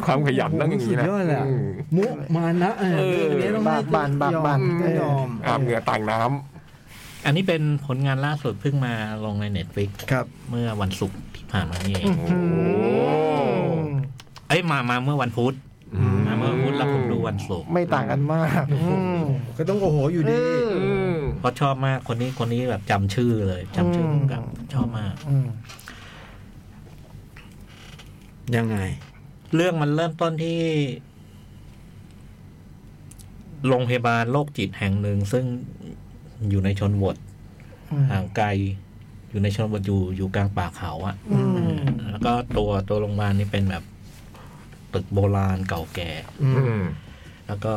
ความขยันต้องอย่างนี้นะ
โโหสุดยอดเลยอะ
อืม
มุมานะเออเรื่องนี้ต้อง
บานบานบานบาน
ไม่ยอม
อาบเหงื่อต่างน้ำ
อันนี้เป็นผลงานล่าสุดเพิ่งมาลงใน Netflix
ครับ
เมื่อวันศุกร์ที่ผ่านมานี่เอง
โอ้โห
เอ้ยมามาเมื่อวันพุธมาเมื่อวันพุธแล้วผมดูวันศุกร์
ไม่ต่างกันมากอืม
ก็ต้องโอ้โหอยู่
เอ
ดี
อ
อืม
เพราะชอบมากคนนี้คนนี้แบบจำชื่อเลยจำชื่อ
อืม
ผู้กำกับชอบมาก
อืม
ยังไง
เรื่องมันเริ่มต้นที่ โรงพยาบาลโรคจิตแห่งหนึ่ง ซึ่งอยู่ในชนบท
อืม
ห่างไกล อยู่ในชนบทอยู่อยู่กลางป่าเขาอะ
อืม
แล้วก็ตัวตัวโรงพยาบาลนี่เป็นแบบตึกโบราณเก่าแก่
อื
อื
ม
ม
แล้วก็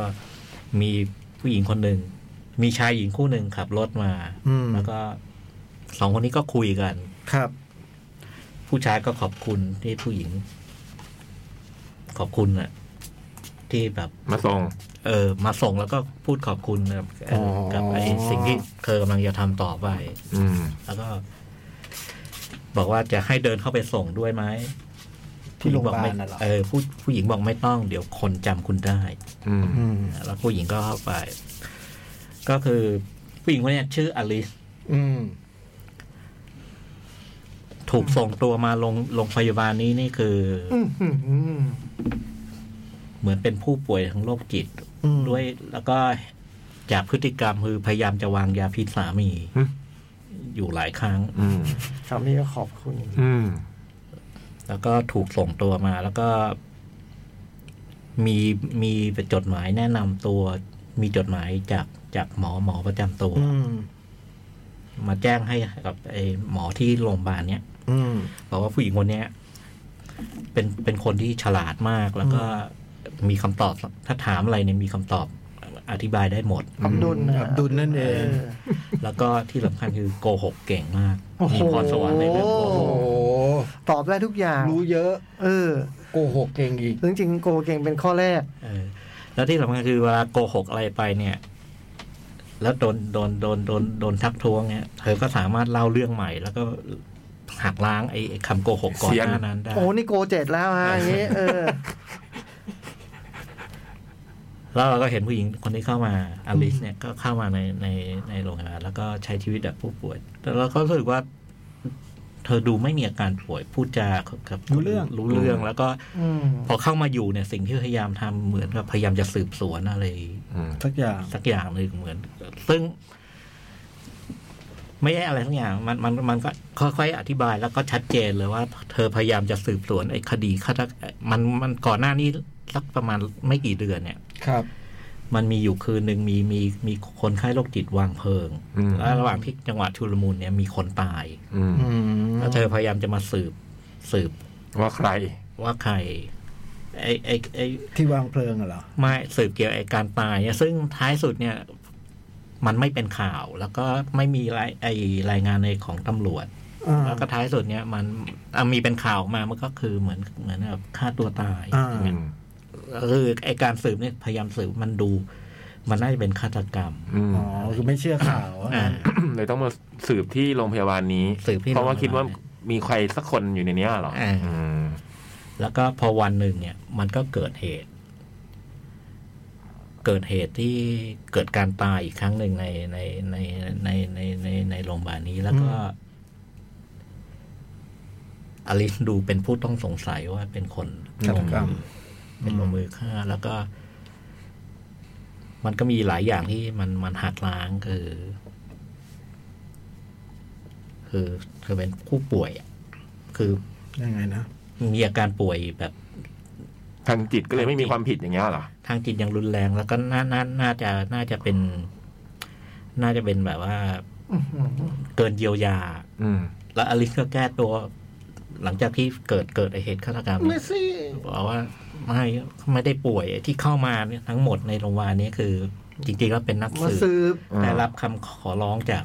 มีผู้หญิงคนหนึ่ง มีชายหญิงคู่หนึ่งขับรถมา
อืม
แล้วก็สองคนนี้ก็คุยกัน
ครับ
ผู้ชายก็ขอบคุณที่ผู้หญิง ขอบคุณอะที่แบบ
มาส่ง
เออมาส่งแล้วก็พูดขอบคุณกับเอ่ออ
อ
กับไอ้สิ่งที่เธอกำลังจะทำต่อไป
อืม
แล้วก็ บอกว่าจะให้เดินเข้าไปส่งด้วยไหม
ที่โรงพยาบา
ผู้
ล
ญิ
น่ะ
บ
เหร
อก
อ
ไม่เออผู้ผู้หญิงบอกไม่ต้องเดี๋ยวคนจำคุณได้
อืม
อืม
แล้วผู้หญิงก็เข้าไป ก็คือผู้หญิงคนเนี้ยชื่ออลิส
อืม
ถูกส่งตัวมาลงโรงพยาบาลนี้นี่คืออ
อืมอืมอืม
เหมือนเป็นผู้ป่วยทางโรคจิต
อืม
ด้วยแล้วก็จากพฤติกรรมคือพยายามจะวางยาพิษสามี
หึ
อยู่หลายครั้ง
อืม
สามีก็ขอบคุณ
อืม
แล้วก็ถูกส่งตัวมา แล้วก็มีมีจดหมายแนะนำตัว มีจดหมายจากจากหมอหมอประจำตัว
อืม
มาแจ้งให้กับไอ้หมอที่โรงพยาบาลเนี้ย
อืม
บอกว่าผู้หญิงคนเนี้ย เป็นเป็นคนที่ฉลาดมากแล้วก็มีคำตอบ ถ้าถามอะไรเนี่ยมีคำตอบอธิบายได้หมด
อับดุลนะ
อับดุลนั่นเอง
แล้วก็ที่สำคัญคือโกหกเก่งมาก
โอ้โห
มีพรสวรรค์ในเรื่องโกหก
โอ้โห
ตอบได้ทุกอย่าง
รู้เยอะ
เออ
โกหกเก่งอีก
จริงๆโกเก่งเป็นข้อแรก
เออแล้วที่สำคัญคือเวลาโกหกอะไรไปเนี่ย แล้วโดนโดนโดนโดนโดนทักท้วงเนี่ยเธอก็สามารถเล่าเรื่องใหม่ แล้วก็หักล้างไอ้ไอ้คำโกหกก่อน
เสียน
หน้านั้นได้
โอ้นี่โกเจ็ดแล้วฮะอย่างนี้เออ
แล้วเราก็เห็นผู้หญิงคนที่เข้ามาอลิสเนี่ยก็เข้ามาในในในโรงพยาบาลแล้วก็ใช้ชีวิตแบบผู้ป่วยแต่เราก็รู้สึกว่า เธอดูไม่มีอาการป่วยพูดจากับ
รู้เรื่อง
รู้เรื่องแล้วก็
อืม
พอเข้ามาอยู่เนี่ยสิ่งที่พยายามทำเหมือนกับพยายามจะสืบสวนอะไร
อืม
สักอย่าง
สักอย่างหนึ่งเหมือน ซึ่ง ไม่ใช่อะไรทั้งอย่าง มันมันมันก็ค่อยๆอธิบายแล้วก็ชัดเจนเลยว่า เธอพยายามจะสืบสวนไอ้คดีฆาตกรรมมันมันก่อนหน้านี้สักประมาณไม่กี่เดือนเนี่ย
ครับ
มันมีอยู่คืนหนึ่งมีมีมีคนไข้โรคจิตวางเพลิง
อืม
แล้วระหว่างที่จังหวะชุลมุนเนี่ยมีคนตาย
อืม
อืม
แล้วเธอพยายามจะมาสืบสืบ
ว่าใคร
ว่าใคร ไอ้ไอ้ไอ้
ที่วางเพลิงอะเหรอ
ไม่สืบเกี่ยวกับไอ้การตายเนี่ยซึ่งท้ายสุดเนี่ย มันไม่เป็นข่าวแล้วก็ไม่มีรายไอรายงานในของตำรวจ
อ่า
แล้วก็ท้ายสุดเนี่ยมันอ่ะมีเป็นข่าวออกมามันก็คือเหมือนเหมือนแบบฆ่าตัวตาย
อ่า
ย่างเงี้ยคือไอการสืบเนี่ยพยายามสืบมันดู มันน่าจะเป็นฆาตกรรม
อืม
อ๋อคือไม่เชื่อข่าวอะ
อ่า
เลยต้องมาสืบที่โรงพยาบาลนี้
สืบที่
เพราะว่า
โรงพยาบาล
คิดว่ามีใครสักคนอยู่ในเนี้ยเหรอ
อ่า
อืม
แล้วก็พอวันหนึ่งเนี่ย มันก็เกิดเหตุ เกิดเหตุที่เกิดการตายอีกครั้งหนึ่งในในในในในในในโรงพยาบาลนี้แล้วก็อลิสดูเป็นผู้ต้องสงสัยว่าเป็นคน
ฆา
ล
ต
ง
กรรม
มือเป็นลงมือฆ่า แล้วก็ มันก็มีหลายอย่างที่มันมันหักล้างคือคือเธอเป็นผู้ป่วยอะคือ
ยังไงนะ
มีอาการป่วยแบบ
ทางจิตก็เลยไม่มีความผิดอย่างเงี้ยเหรอ
ทางจิตอย่างรุนแรงแล้วก็น่าน่าน่าจะน่าจะเป็น น่าจะเป็นแบบว่า เกินเยียวยา
อืม
แล้วอลิสก็แก้ตัว หลังจากที่เกิดเกิดไอเหตุฆาตกรรม
เมสซี่
บอกว่าไม่ไม่ได้ป่วยไอ้ที่เข้ามาเนี่ยทั้งหมดในโรงพยาบาลนี้คือ จริงๆแล้วเป็นนัก
มา
สืบ
สืบ
อ่า
ได้รับคำขอร้องจาก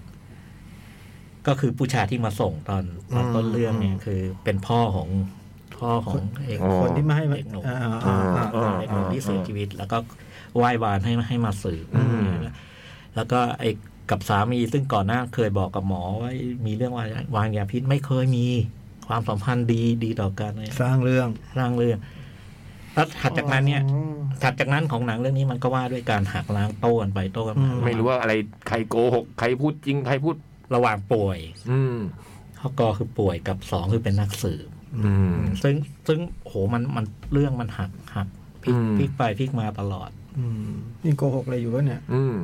ก็คือผู้ชายที่มาส่งตอนตอนต้นเรื่องเนี่ยคือ เป็นพ่อของพ่อของเอก
อ๋อ
คนที่ไม่ให้มา
เด็กหนุ่ม
อ่าอ่าอ่า
อ่า
ในคนที่เสียชีวิต แล้วก็ไหว้วานให้ให้มาสืบ
อืม
แล้วก็ไอ้กับสามีซึ่งก่อนหน้าเคยบอกกับหมอว่ามีเรื่องวางวางยาพิษไม่เคยมีความสัมพันธ์ดีดีต่อกันเลย
สร้างเรื่อง
ร่างเรื่องแล้วถัดจากนั้นเนี่ย
อืม
ถัดจากนั้นของหนังเรื่องนี้มันก็ว่าด้วยการหักล้างโต้กันไปโต้กันมา
อืม
ไม่รู้ว่าอะไรใครโกหกใครพูดจริงใครพูด
ระหว่างป่วย
อืม
ข้อกอคือป่วยกับสองคือเป็นนักสืบ
อืม
ซึ่งซึ่งโหมันมันเรื่องมันหักหักพลิก
อืม
พลิกไปพลิกมาตลอด
อืมนี่โกหกอะไรอยู่วะเนี่ย
อืม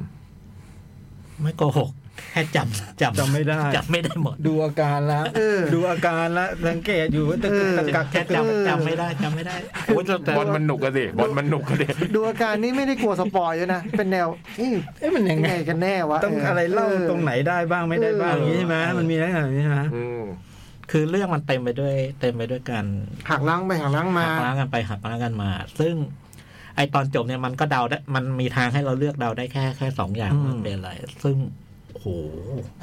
ไม่โกหกแค่จำจำ
จำไม่ได้
จำไม่ได้ หมด
ดูอาการละ
เออ
ดูอาการละสังเกตอยู่ว่าตะกกตะกัก
แค่
ตะกัก
จำจำไม่ได้จำไม่ได้โอ้ยแต่
บอลมันหนุกกันดิบอลมันหนุกกันดิ
ดูอาการนี้ไม่ได้กลัวสปอยด้วยนะ เป็นแนวอื้อ
เอ๊ะมันยั
ยัง ง
ไง
ไงกันแน่วะ
ต้องอะไรเล่าตรงไหนได้บ้างไม่ได้บ้างอย่างนี้ใช่ไหมมันมีอะไรอย่างนี้ใช่ไหม
อืม
คือเรื่องมันเต็มไปด้วย เต็มไปด้วยการ
หักล้างไปหักล้าง
หั
มา
กล้างกันไปหักล้างกันมา ซึ่ง ไอตอนจบเนี่ยมันก็เดาได้มันมีทางให้เราเลือกเดาได้แค่แค่สองอย่างว่ามันเป็นอะไร ซึ่งโอ้โห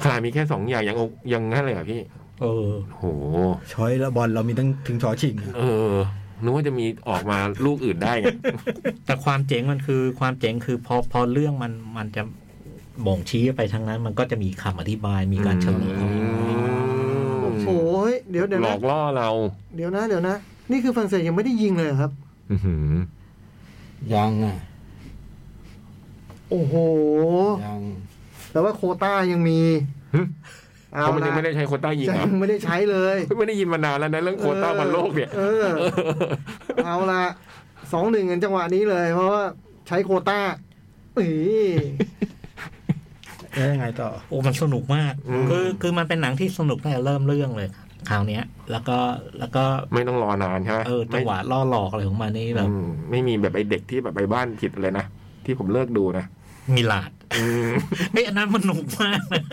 ขนาดมีแค่สองอย่างยังยังนั่นเลยเหรอ่ะพี่
เออ
โห
ช้อยและบอลเรามีตั้งถึงชอชิงอะ
เออนึกว่าจะมีออกมาลูกอื่นได้ไง
แต่ความเจ๋งมันคือความเจ๋งคือพอพอเรื่องมันมันจะบ่งชี้ไปทางนั้น มันก็จะมีคำอธิบายมีการเฉลย
โอ้ยเดี๋ยวเดี๋ยว
หล
นะ
อกล่อเรา
เดี๋ยวนะเดี๋ยวนะ นี่คือฝรั่งเศสยังไม่ได้ยิงเลยเหรอครับ
ยังอ่ะ
โอ้โห
ยัง
แต่ว่าโควต้ายังมีเอา
เพราะมันยัง
ละ
ไม่ได้ใช้โควต้ายิง
จะ
เหรอ
ยังไม่ได้ใช้เลย
ไม่ได้ยินมานานแล้วนะเรื่องโควต้าบอลโลกเนี่ย
เออ เอาละสองหนึ่งกันจังหวะนี้เลย เพราะว่าใช้โควต้าเอ้ย
แล้วยังไงต่อ
โอ้มันสนุกมาก
อืม
คือคือมันเป็นหนังที่สนุกตั้งแต่เริ่มเรื่องเลยคราวเนี้ย แล้วก็แล้วก็
ไม่ต้องรอนานใช่ไหม
เออจังหวะล่อหลอกอะไรของมันนี่
ไม่
แบบ
อืมไม่มีแบบไอเด็กที่แบบไปบ้านผิดเลยนะ ที่ผมเลิกดูนะ
มีหลาด
อืม
เฮ้ยอันนั้นมันหนุกมากนะ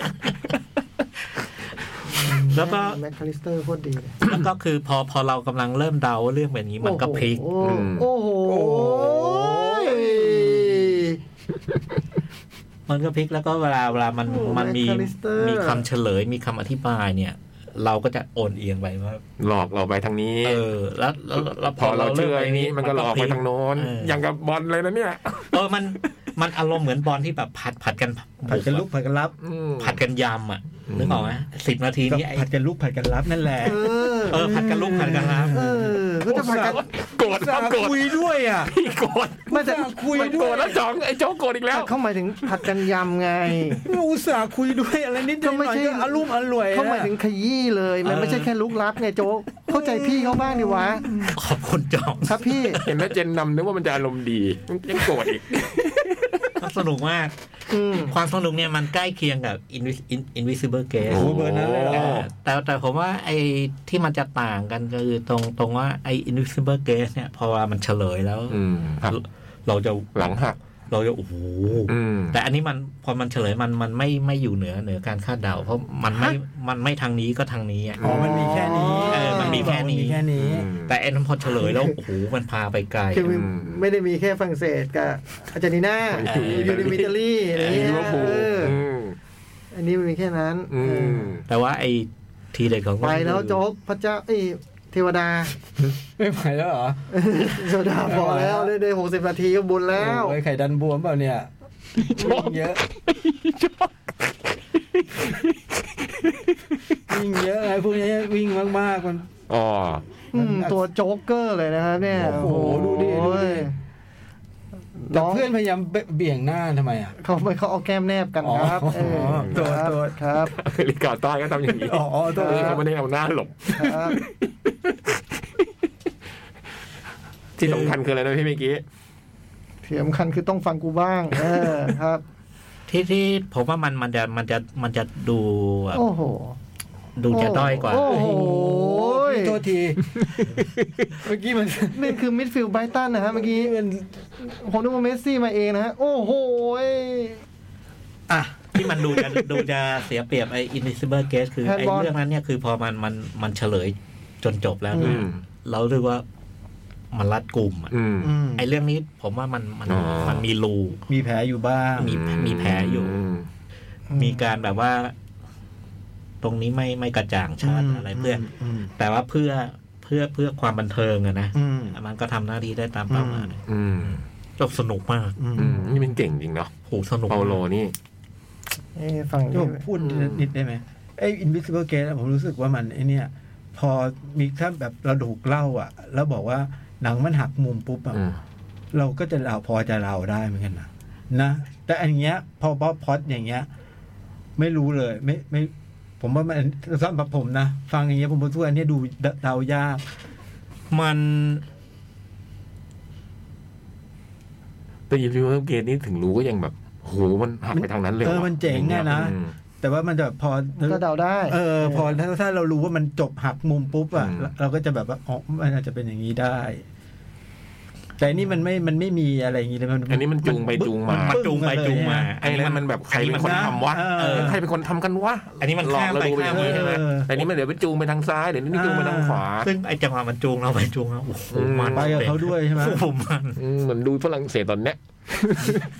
แล้วก็
แมคคาลิสเตอร์โคตรดีเลย
แล้วก็คือพอพอเรากำลังเริ่มเดาว่าเรื่องแบบนี้มันก็พลิก
โอ้โห
อืม
โอ้โห
มันก็พลิกแล้วก็เวลาเวลามัน
โอ้โห
มันมี
แคลิสเตอร์
มีคำเฉลยมีคำอธิบายเนี่ย เราก็จะโอนเอียงไปว่า
หลอกเราไปทางนี้
เออ แล้วแล้วแล้วแล้ว
พอเราเชื่อไอ้นี้มันก็หลอกไปทางโน้น
เอออ
อย่างกับบอลเลยนะเนี่ย
เออมันมันอารมณ์เหมือนบอลที่แบบผัดผัดกัน
ผัดกันลุกผัดกันรับ
อืม
ผัดกันยำอ่ะนึกออกไหมสิบนาที
ก็
นี้ไอ้
ผัดกันลุกผัดกันรับนั่นแหละ
เออ
เออผัดกันลุกผัดกันรับ
เออ ก็จะพากัน
โกรธครับโกรธ
คุยด้วยอ่ะ
พี่โกรธ
ไมันจะ
คุย
มัน
ด้
โกร
วย
ธแล้วจ๋องไอ้โจ๊กโกรธอีกแล้ว
เข้าหมายถึงผัดกันยำไง
อุตส่าห์คุยด้วยอะไรนิดห
ก็
น่
ไม่
อย
ใช่
ก็อารมณ์อร่วย
เข้าหมาย
นะ
ถึงขยี้เลย มันไม่ใช่แค่ลุกลับไงโจ๊กเข้าใจพี่เขาบ้างดิวะ
ขอบคุณจอง
ครับพี่
เห็นไหมเจนนำนึกว่ามันจะอารมณ์ดีมันยังโกรธอีก
มันสนุกมาก
อืม
ความสนุกเนี่ยมันใกล้เคียงกับ Invis- In- Invisible
โอ้
Guest
โหเบอร์นั้นเลยเหรอ
โอ้
แต่แต่ผมว่าไอ้ที่มันจะต่างกันก็คือตรงตรงว่าไอ้ Invisible Guest เนี่ย พอว่ามันเฉลยแล้ว
อืมหัก
เราจะ
หลังหัก
เราจะโอ้โห
อืม
แต่อันนี้มันพอมันเฉลยมันมันไม่ไม่อยู่เหนือเหนือการคาดเดา เพราะมันไม่มันไม่ทางนี้ก็ทางนี้อะ
อ๋อมันมีแค่นี้
เออมันมีแค่นี้
มีแค่นี้
แต่ไอ้นั้นพอเฉลยแล้ว โอ้โหมันพาไปไกล
คือไม่ได้มีแค่ฝรั่งเศสกับอาร์เจนตินา
เออ
ยูนิวิตาลีอะไร
ลิ
เงี้ย
เวอร์พูล
เออ
อืม
อันนี้มันมีแค่นั้น
อื
เอ
ม
อ
แต่ว่าไอ้ทีเด็ดของ
ไปแล้วโจ๊กพระเจ้าเอ้ยเทวดา
ไม่ไหวแล้วเหรอ
เทวดาพอแล้วได้ได้หกสิบนาทีก็บุญแล้ว
โอ้ยไข่ดันบวมเปล่าเนี่ยยิ่งเยอะวิ่งเยอะไอ้พวกนี้วิ่งมาก ๆ มัน
อ๋อ
อืมตัวโจ๊กเกอร์เลยนะครับเนี่ย
โอ้โหดูดิดูดิ
โอ้ย
แต่เพื่อนพยายามเบี่ยงหน้าทำไมอ่ะ
เขาไม่เขาเอาแก้มแนบกันครับ
อ๋อ
เออ
ตัวตัว
ครับ
อเมริกาใต้ก็ทำอย่างนี้
อ๋ออ๋อ
เอ
ต้อง
อเขาไม่ได้เอาหน้าหลบ
ครับ
ที่สำคัญคืออะไรนะพี่เมื่อกี้
เถียมคันคือต้องฟังกูบ้าง เออครับ
ที่ที่ผมว่ามันมันจะมันจะมันจะดูแบบ
โอ้โห
ดูจะด้อยกว่า
โอ้โห
พี่โทษที เมื่อกี้มัน
นี่คือมิดฟิลด์ไบรตันนะฮะเมื่อกี้
มัน
ผมนึกว่าเมสซี่มาเองนะฮะ โอ้โหย
อ่ะที่มันดูจะดูจะเสียเปรียบไอ้ Invisible Guest คือ
Handball
ไอ้เรื่องนั้นเนี่ยคือพอมันมันมันเฉลยจนจบแล้ว
อื
เนี่ย
ม
เรารู้ว่ามันรัดกลุ่มอะ
อืม
อืม
ไอ้เรื่องนี้ผมว่ามันมัน
อ๋อ
มันมีรู
มีแผลอยู่บ้าง
มี แผลอยู่
ม
มีการแบบว่า ตรงนี้ไม่ไม่กระจ่างชัด
อืม
อะไรเพื่ออ
มอืม
แต่ว่าเพื่อเพื่อเพื่อความบันเทิงอะนะ
อืม
มันก็ทำหน้าที่ได้ตามเป้าหมาย
อืม
จบสนุกมาก
อืม
อืมนี่เป็นเก่งจริงเนาะ
โหสนุก
เปาโลนี่
เอ้ยฟัง
โยมพูดนิดได้ไหมไอ้ invisible gate อะผมรู้สึกว่ามันไอ้เนี่ย พอมีถ้าแบบเราถูกเล่าอ่ะ แล้วบอกว่าหนังมันหักมุมปุ๊บอ่ะ
อืม
เราก็จะเราพอจะเราได้เหมือนกันนะนะแต่อันเนี้ย พอพอพอดอย่างเงี้ย ไม่รู้เลย ไม่ไม่ ผมว่ามันสำหรับผมนะฟังอย่างเงี้ยผมรู้สึกว่าอันเนี้ยดูเดเดายาก
มัน
แต่ยิมริเวอร์เกตนี่ถึงรู้ก็ยังแบบโหมันหักไปทางนั้นเลย
เออ
ว่ะ
มันเจ๋งอะนะ
อืม
แต่ว่ามันจะพอ
ก็เดาได้
เออ พอถ้าถ้าเรารู้ว่ามันจบหักมุมปุ๊บอ่ะ
อืม
เราเราก็จะแบบว่าอ๋อมันอาจจะเป็นอย่างนี้ได้ แต่นี่มันไม่มันไม่มีอะไรอย่างนี้เลยมัน
อันนี้มันจูงไปจูงมา
มันจูงไปจูงมา
ไอ้นั้นมันแบบใครเป็นคนทำวะ
เออ
ใครเป็นคนทำกันวะ
อันนี้มัน
หลอก
ข้าม
เรา
ไป
ดูไปอย่าง
ข้ามมา
นี้ใช่ไหม
เออ
แต่อันนี้มันเดี๋ยวไปจูงไปทางซ้ายเดี๋ยวนี้จูงไปทางขวา
ซึ่งไอจังหวะมันจูงเราไปจูงเราโอ้โห
อืม
มัน
ไปกับเขาด้วยใช่ไหม
โอ้โมัน
อืมเหมือนดูฝรั่งเศสตอนเนี้ย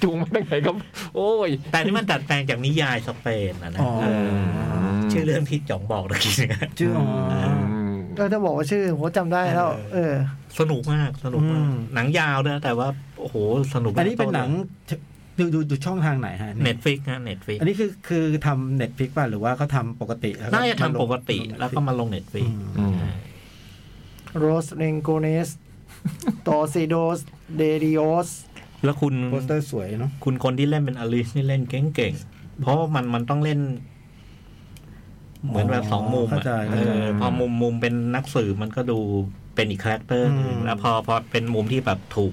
จูงมาทางไหนก็โอ้ย
แต่นี่มันดัดแปลงจากนิยายสเปนอะนะ
อ๋อ
เออชื่อเรื่องที่จ๋องบอกตะกี้เนี่ย
ชื่ออ๋อ
ม
เออถ้าบอกว่าชื่อผมจำได้แล้ว เออ
สนุกมากสนุกมาก
อืม
หนังยาวด้วยนะแต่ว่าโอ้โหสนุก
อันนี้เป็นหนังดูดูดูช่องทางไหนฮะ
เน็ตฟิกนะเน็ตฟิก
อันนี้คือคือทำเน็ตพิกป่ะหรือว่าเขาทำปกติแล้วก็
น่าจะทำปกติ
มาลง Netflix
แล้วก็มาลงเน็ตฟิก
อืม
อืม
โรสเรงโกเนสตอซิโดสเดริโอส
แล้วคุณ
โปสเตอร์สวยเนาะ
คุณคนที่เล่นเป็นอลิสนี่เล่นเก่งๆ เพราะว่ามันมันต้องเล่น เหมือนแบบสองมุม
เข้า
อะ
ใจ
เอ
เข้าใจ
อพอมุมมุมเป็นนักสืบมันก็ดูเป็นอีกคาแรคเตอร์หนึ่ง
อืม
แล้วพอพอเป็นมุมที่แบบถูก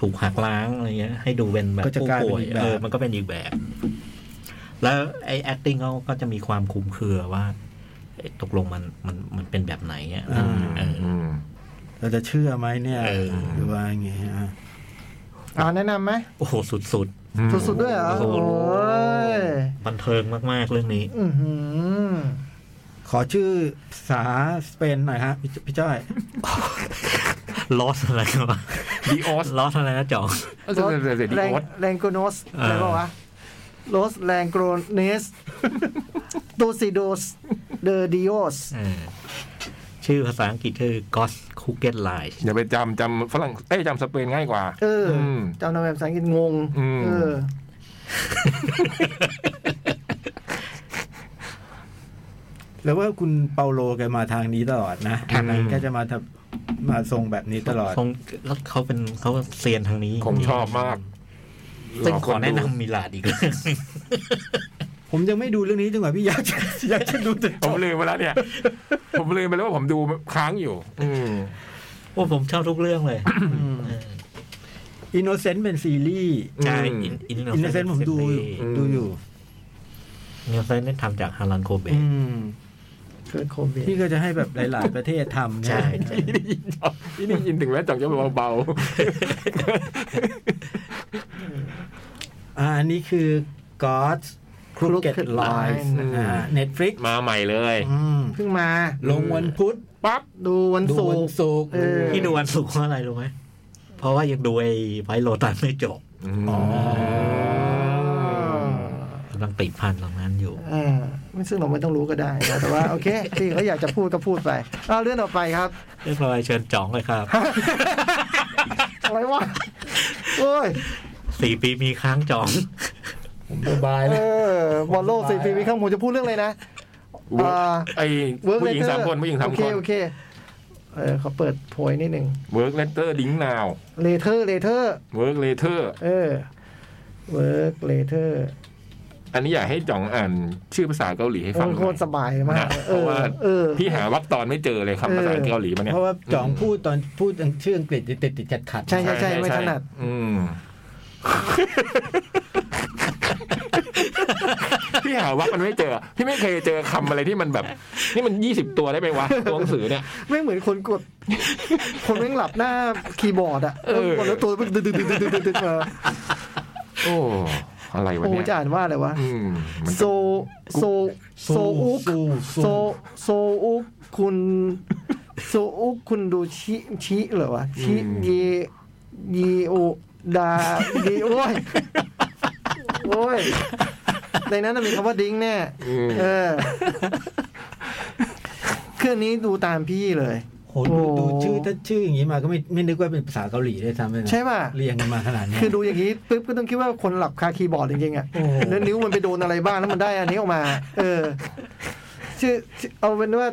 ถูกหักล้างอะไรเงี้ย ให้ดูเป็นแบบ
ก็จะ
ผู้
กลายเป็น
ป่วย
อีกแบบ
เออมันก็เป็นอีกแบบ แล้วไอ้ acting เขาก็จะมีความคลุมเครือว่าเอ๊ะตกลงมันมันมันเป็นแบบไหนอะเออ
อืม
เราจะเชื่อไหมเนี่ย
เออ
หรือว่าอย่างเงี้ยฮะ
อ่าแนะนำไหม
โอ้โหสุด
สุดๆด้วยเหรอ
โอ้โห
โอ้ย
ๆบันเทิงมากๆเรื่องนี้
อื้อหือ
ข อชื่อภาษาสเปนหน่อยฮะ พี่พี่จ้อย
ลอสอะไร วะ
ดีออส
ลอสอะไรนะจ่อง
เดี๋ยวดี
แร
อง อส
แรงโกโนส
เอออ
อะไรบ้าวะโรสแรงโกเนสตูซิโดสเดอดิโอส
เออชื่อภาษาอังกฤษคือ Ghost Cooket Line
อย่าไปจำจำฝรั่งเอ้ยจำสเปนง่ายกว่า
เอออ
ม
จำนามแบบภาษาอังกฤษงง
อืม
เออ
แล้วว่าคุณเปาโลแกมาทางนี้ตลอดนะ
ทางไหน
แกจะมาทำมาทรงแบบนี้ตลอด
ทรงแล้วเขาเป็นเขาเซียนทางนี้
ผมชอบมาก
ซึ่ง
ร
ขอแนะนำมิลาดอีกเลย
ผมยังไม่ดูเรื่องนี้จังหวะพี่อยากจะ อยากจะดูแต่
ผมลืมไปแล้วเนี่ย ผมลืมไปแล้วว่าผมดูค้างอยู่ อืม
โอ้ผมชอบทุกเรื่องเลยเออ
อินโนเซนต์เป็นซีรีส์
ใช่
อืม
อิน
อินโนเซนต์ผมดูอยู่
อืม
ดูอยู่
เนลเซนนี่ทำจากฮารันโคเบะ
อืม
เกิดโควิด
พี่ก็จะให้แบบหลาย ๆ ประเทศทำ
ใช่
เนี่ย
ใช่
นี่นี่ยินถึงแม้จังจะเบา
อ่าอันนี้คือ God Crooked Lines นะฮะ Netflix
ๆมาใหม่เลย
อืม
เพิ่งมา
ลงวันพุธ
ปั๊บ
ดูวัน
ดู
ศุ
วั
ก
น
ร์
ศุกร์
เออ
ที่ดูวันศุกร์เพราะอะไรรู้ไหม เพราะว่ายังดูไอ้ไฟโลตันไม่จบ
อ๋อ
กำลังติดพันตรงนั้นอยู่
อ่าไม่ซึ่งเราไม่ต้องรู้ก็ได้นะแต่ว่า โอเคที่เขาอยากจะพูดก็พูดไปเอาเรื่องต่อไปครับ
เรียบร้อยเชิญจ่องเลยครับ
อะไรวะโอ้ย
สี่ปีมีครั้งจ่อง
ผมสบาย
เอ
แล้ว
อบอลโลกสี่ปีมีข้างผมจะพูดเรื่องอะไรนะ
เวิร์ก
อ่า
ไอ้
เวิร์ก
ผู้
เล
หญิง
เตอ
สาม
ร์
คนผู้หญิงสาม
โอ
ค
เคน โอเคเออเขาเปิดโพยนิดหนึ่ง
เวิร์กเลเตอร์ดิ้งนาว
เลเทอร์เลเทอร์
เวิร์กเลเตอร์
เออเวิร์กเลเทอร์
อันนี้อยากให้จ่องอ่านชื่อภาษาเกาหลีให้ฟังห
โค
น่อ
ต
ย
รสบายมาก
นะ
เอ
เพราะ
อ
ว่า
เออ
พี่หาวักตอนไม่เจอเลยครับ
เออ
ภาษาเกาหลีมันเนี่ย
เพราะว่าจ่องพูดตอนพูดชื่ออังกฤษติดติดขัดขัดๆ
ใช่ใช่ใช่ไม่ถนัด
อืม พี่หาวักมันไม่เจอ พี่ไม่เคยเจอคำอะไรที่มันแบบ นี่มันยี่สิบตัวได้ไหมวะตัวหนังสือเนี่ย
ไม่เหมือนคนกด คนแม่งหลับหน้าคีย์บอร์ดอ่ะ
เออ
กดแล้วตัวมันดึ๊ดดึ๊ดดึ๊ดดึ๊ดดึ๊ดดึ๊ดเออ
โอ้อะไรวะ
โอ้
เนี่ย
จะอ่านว่าอะไรวะ
อืมมัน
โซโซโซอุก
สู้
โซ
สู้
โซอุกคุณโซอุกคุณดูชิชิเหรอวะชิเยเยโอดาดีโอ้ยโอ้ยในนั้นนะมีคำว่าดิ้งแน่
อืม
เออ เครื่องนี้ดูตามพี่เลย
โหดูดูชื่อถ้าชื่ออย่างนี้มาก็ไม่ไม่นึกว่าเป็นภาษาเกาหลีด้วยซ้ำเลยนะ
ใช่ป่ะ
เรียงกันมาขนาดเนี้ย
คือดูอย่างนี้ปุ๊บก็ต้องคิดว่าคนหลับคาคีย์บอร์ดจริงๆอ่ะ
โอ้โห
แล้วนิ้วมันไปโดนอะไรบ้างแล้วมันได้อันนี้ออกมา เออ ชื่อชื่อเอาเป็นว่า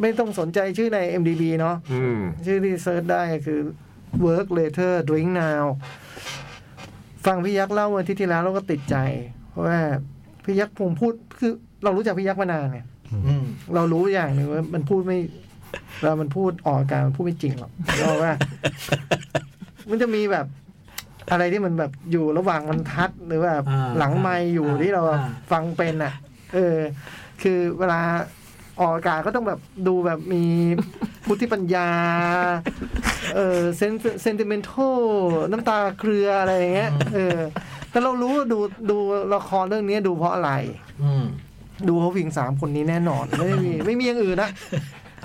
ไม่ต้องสนใจชื่อใน MDB เนาะ
อืม
ชื่อที่เซิร์ชได้คือ work later drink now ฟังพี่ยักษ์เล่าเมื่ออาที่ที่แล้วเราก็ติดใจ เพราะว่าพี่ยักษ์ผมพูดคือ เรารู้จักพี่ยักษ์มานานไง
อืม
เรารู้อย่างหนึ่งว่ามันพูดไม่เรามันพูดออกอาการมันพูดไม่จริงหรอกเพราะ ว่า มันจะมีแบบ อะไรที่มันแบบอยู่ระหว่างบรรทัดหรือว่า
า
หลังไมค์อยู่ที่เรา
อ่า
ฟังเป็นอ่ะ เออ คือเวลาออกอากาศก็ต้องแบบดูแบบมี พุทธิปัญญา เออเซนเซนติเมนทัลน้ำตาเครืออะไรอย่างเงี้ยเออ แต่เรารู้ว่าดูดูละครเรื่องนี้ดูเพราะอะไร
อืม
ดูเขาวิ่งสามคนนี้แน่นอน ไม่ได้มีไม่มีอย่างอื่นนะ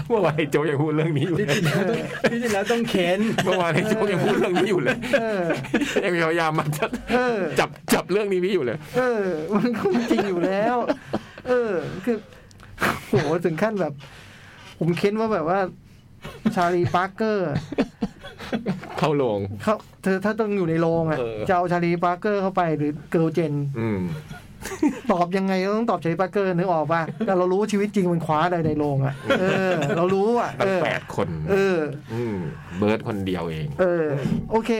เมื่อวานไอ้โจยังพูดเรื่องนี้อยู่เลย
ที่จริงแล้วต้องเข็น
เมื่อวานไอ้โจยังพูดเรื่องนี้อยู่เลย
เออ
ยังพยายามมาจะ
เออ
จับจับเรื่องนี้พี่อยู่เลย
เออ มันก็จริงอยู่แล้ว เออ คือโหถึงขั้นแบบ ผมเค้นว่าแบบว่า ชาลีปาร์เกอร์
เข้าโรง
เขาเธอถ้าต้องอยู่ในโรงอ่ะ
เออ
จะเอาชาลีปาร์เกอร์เข้าไปหรือเกิร์ลเจน
อืม
ตอบยังไงก็ต้องตอบชาลีปาร์เกอร์นึกออกป่ะแต่เรารู้ว่าชีวิตจริงมันคว้าอะไรในโรงอ่ะ เออ เรารู้อ่ะ
ตั้
เอง อ
แปดคน
เออ
ืม เบิร์ดคนเดียวเอง
เออ โอเค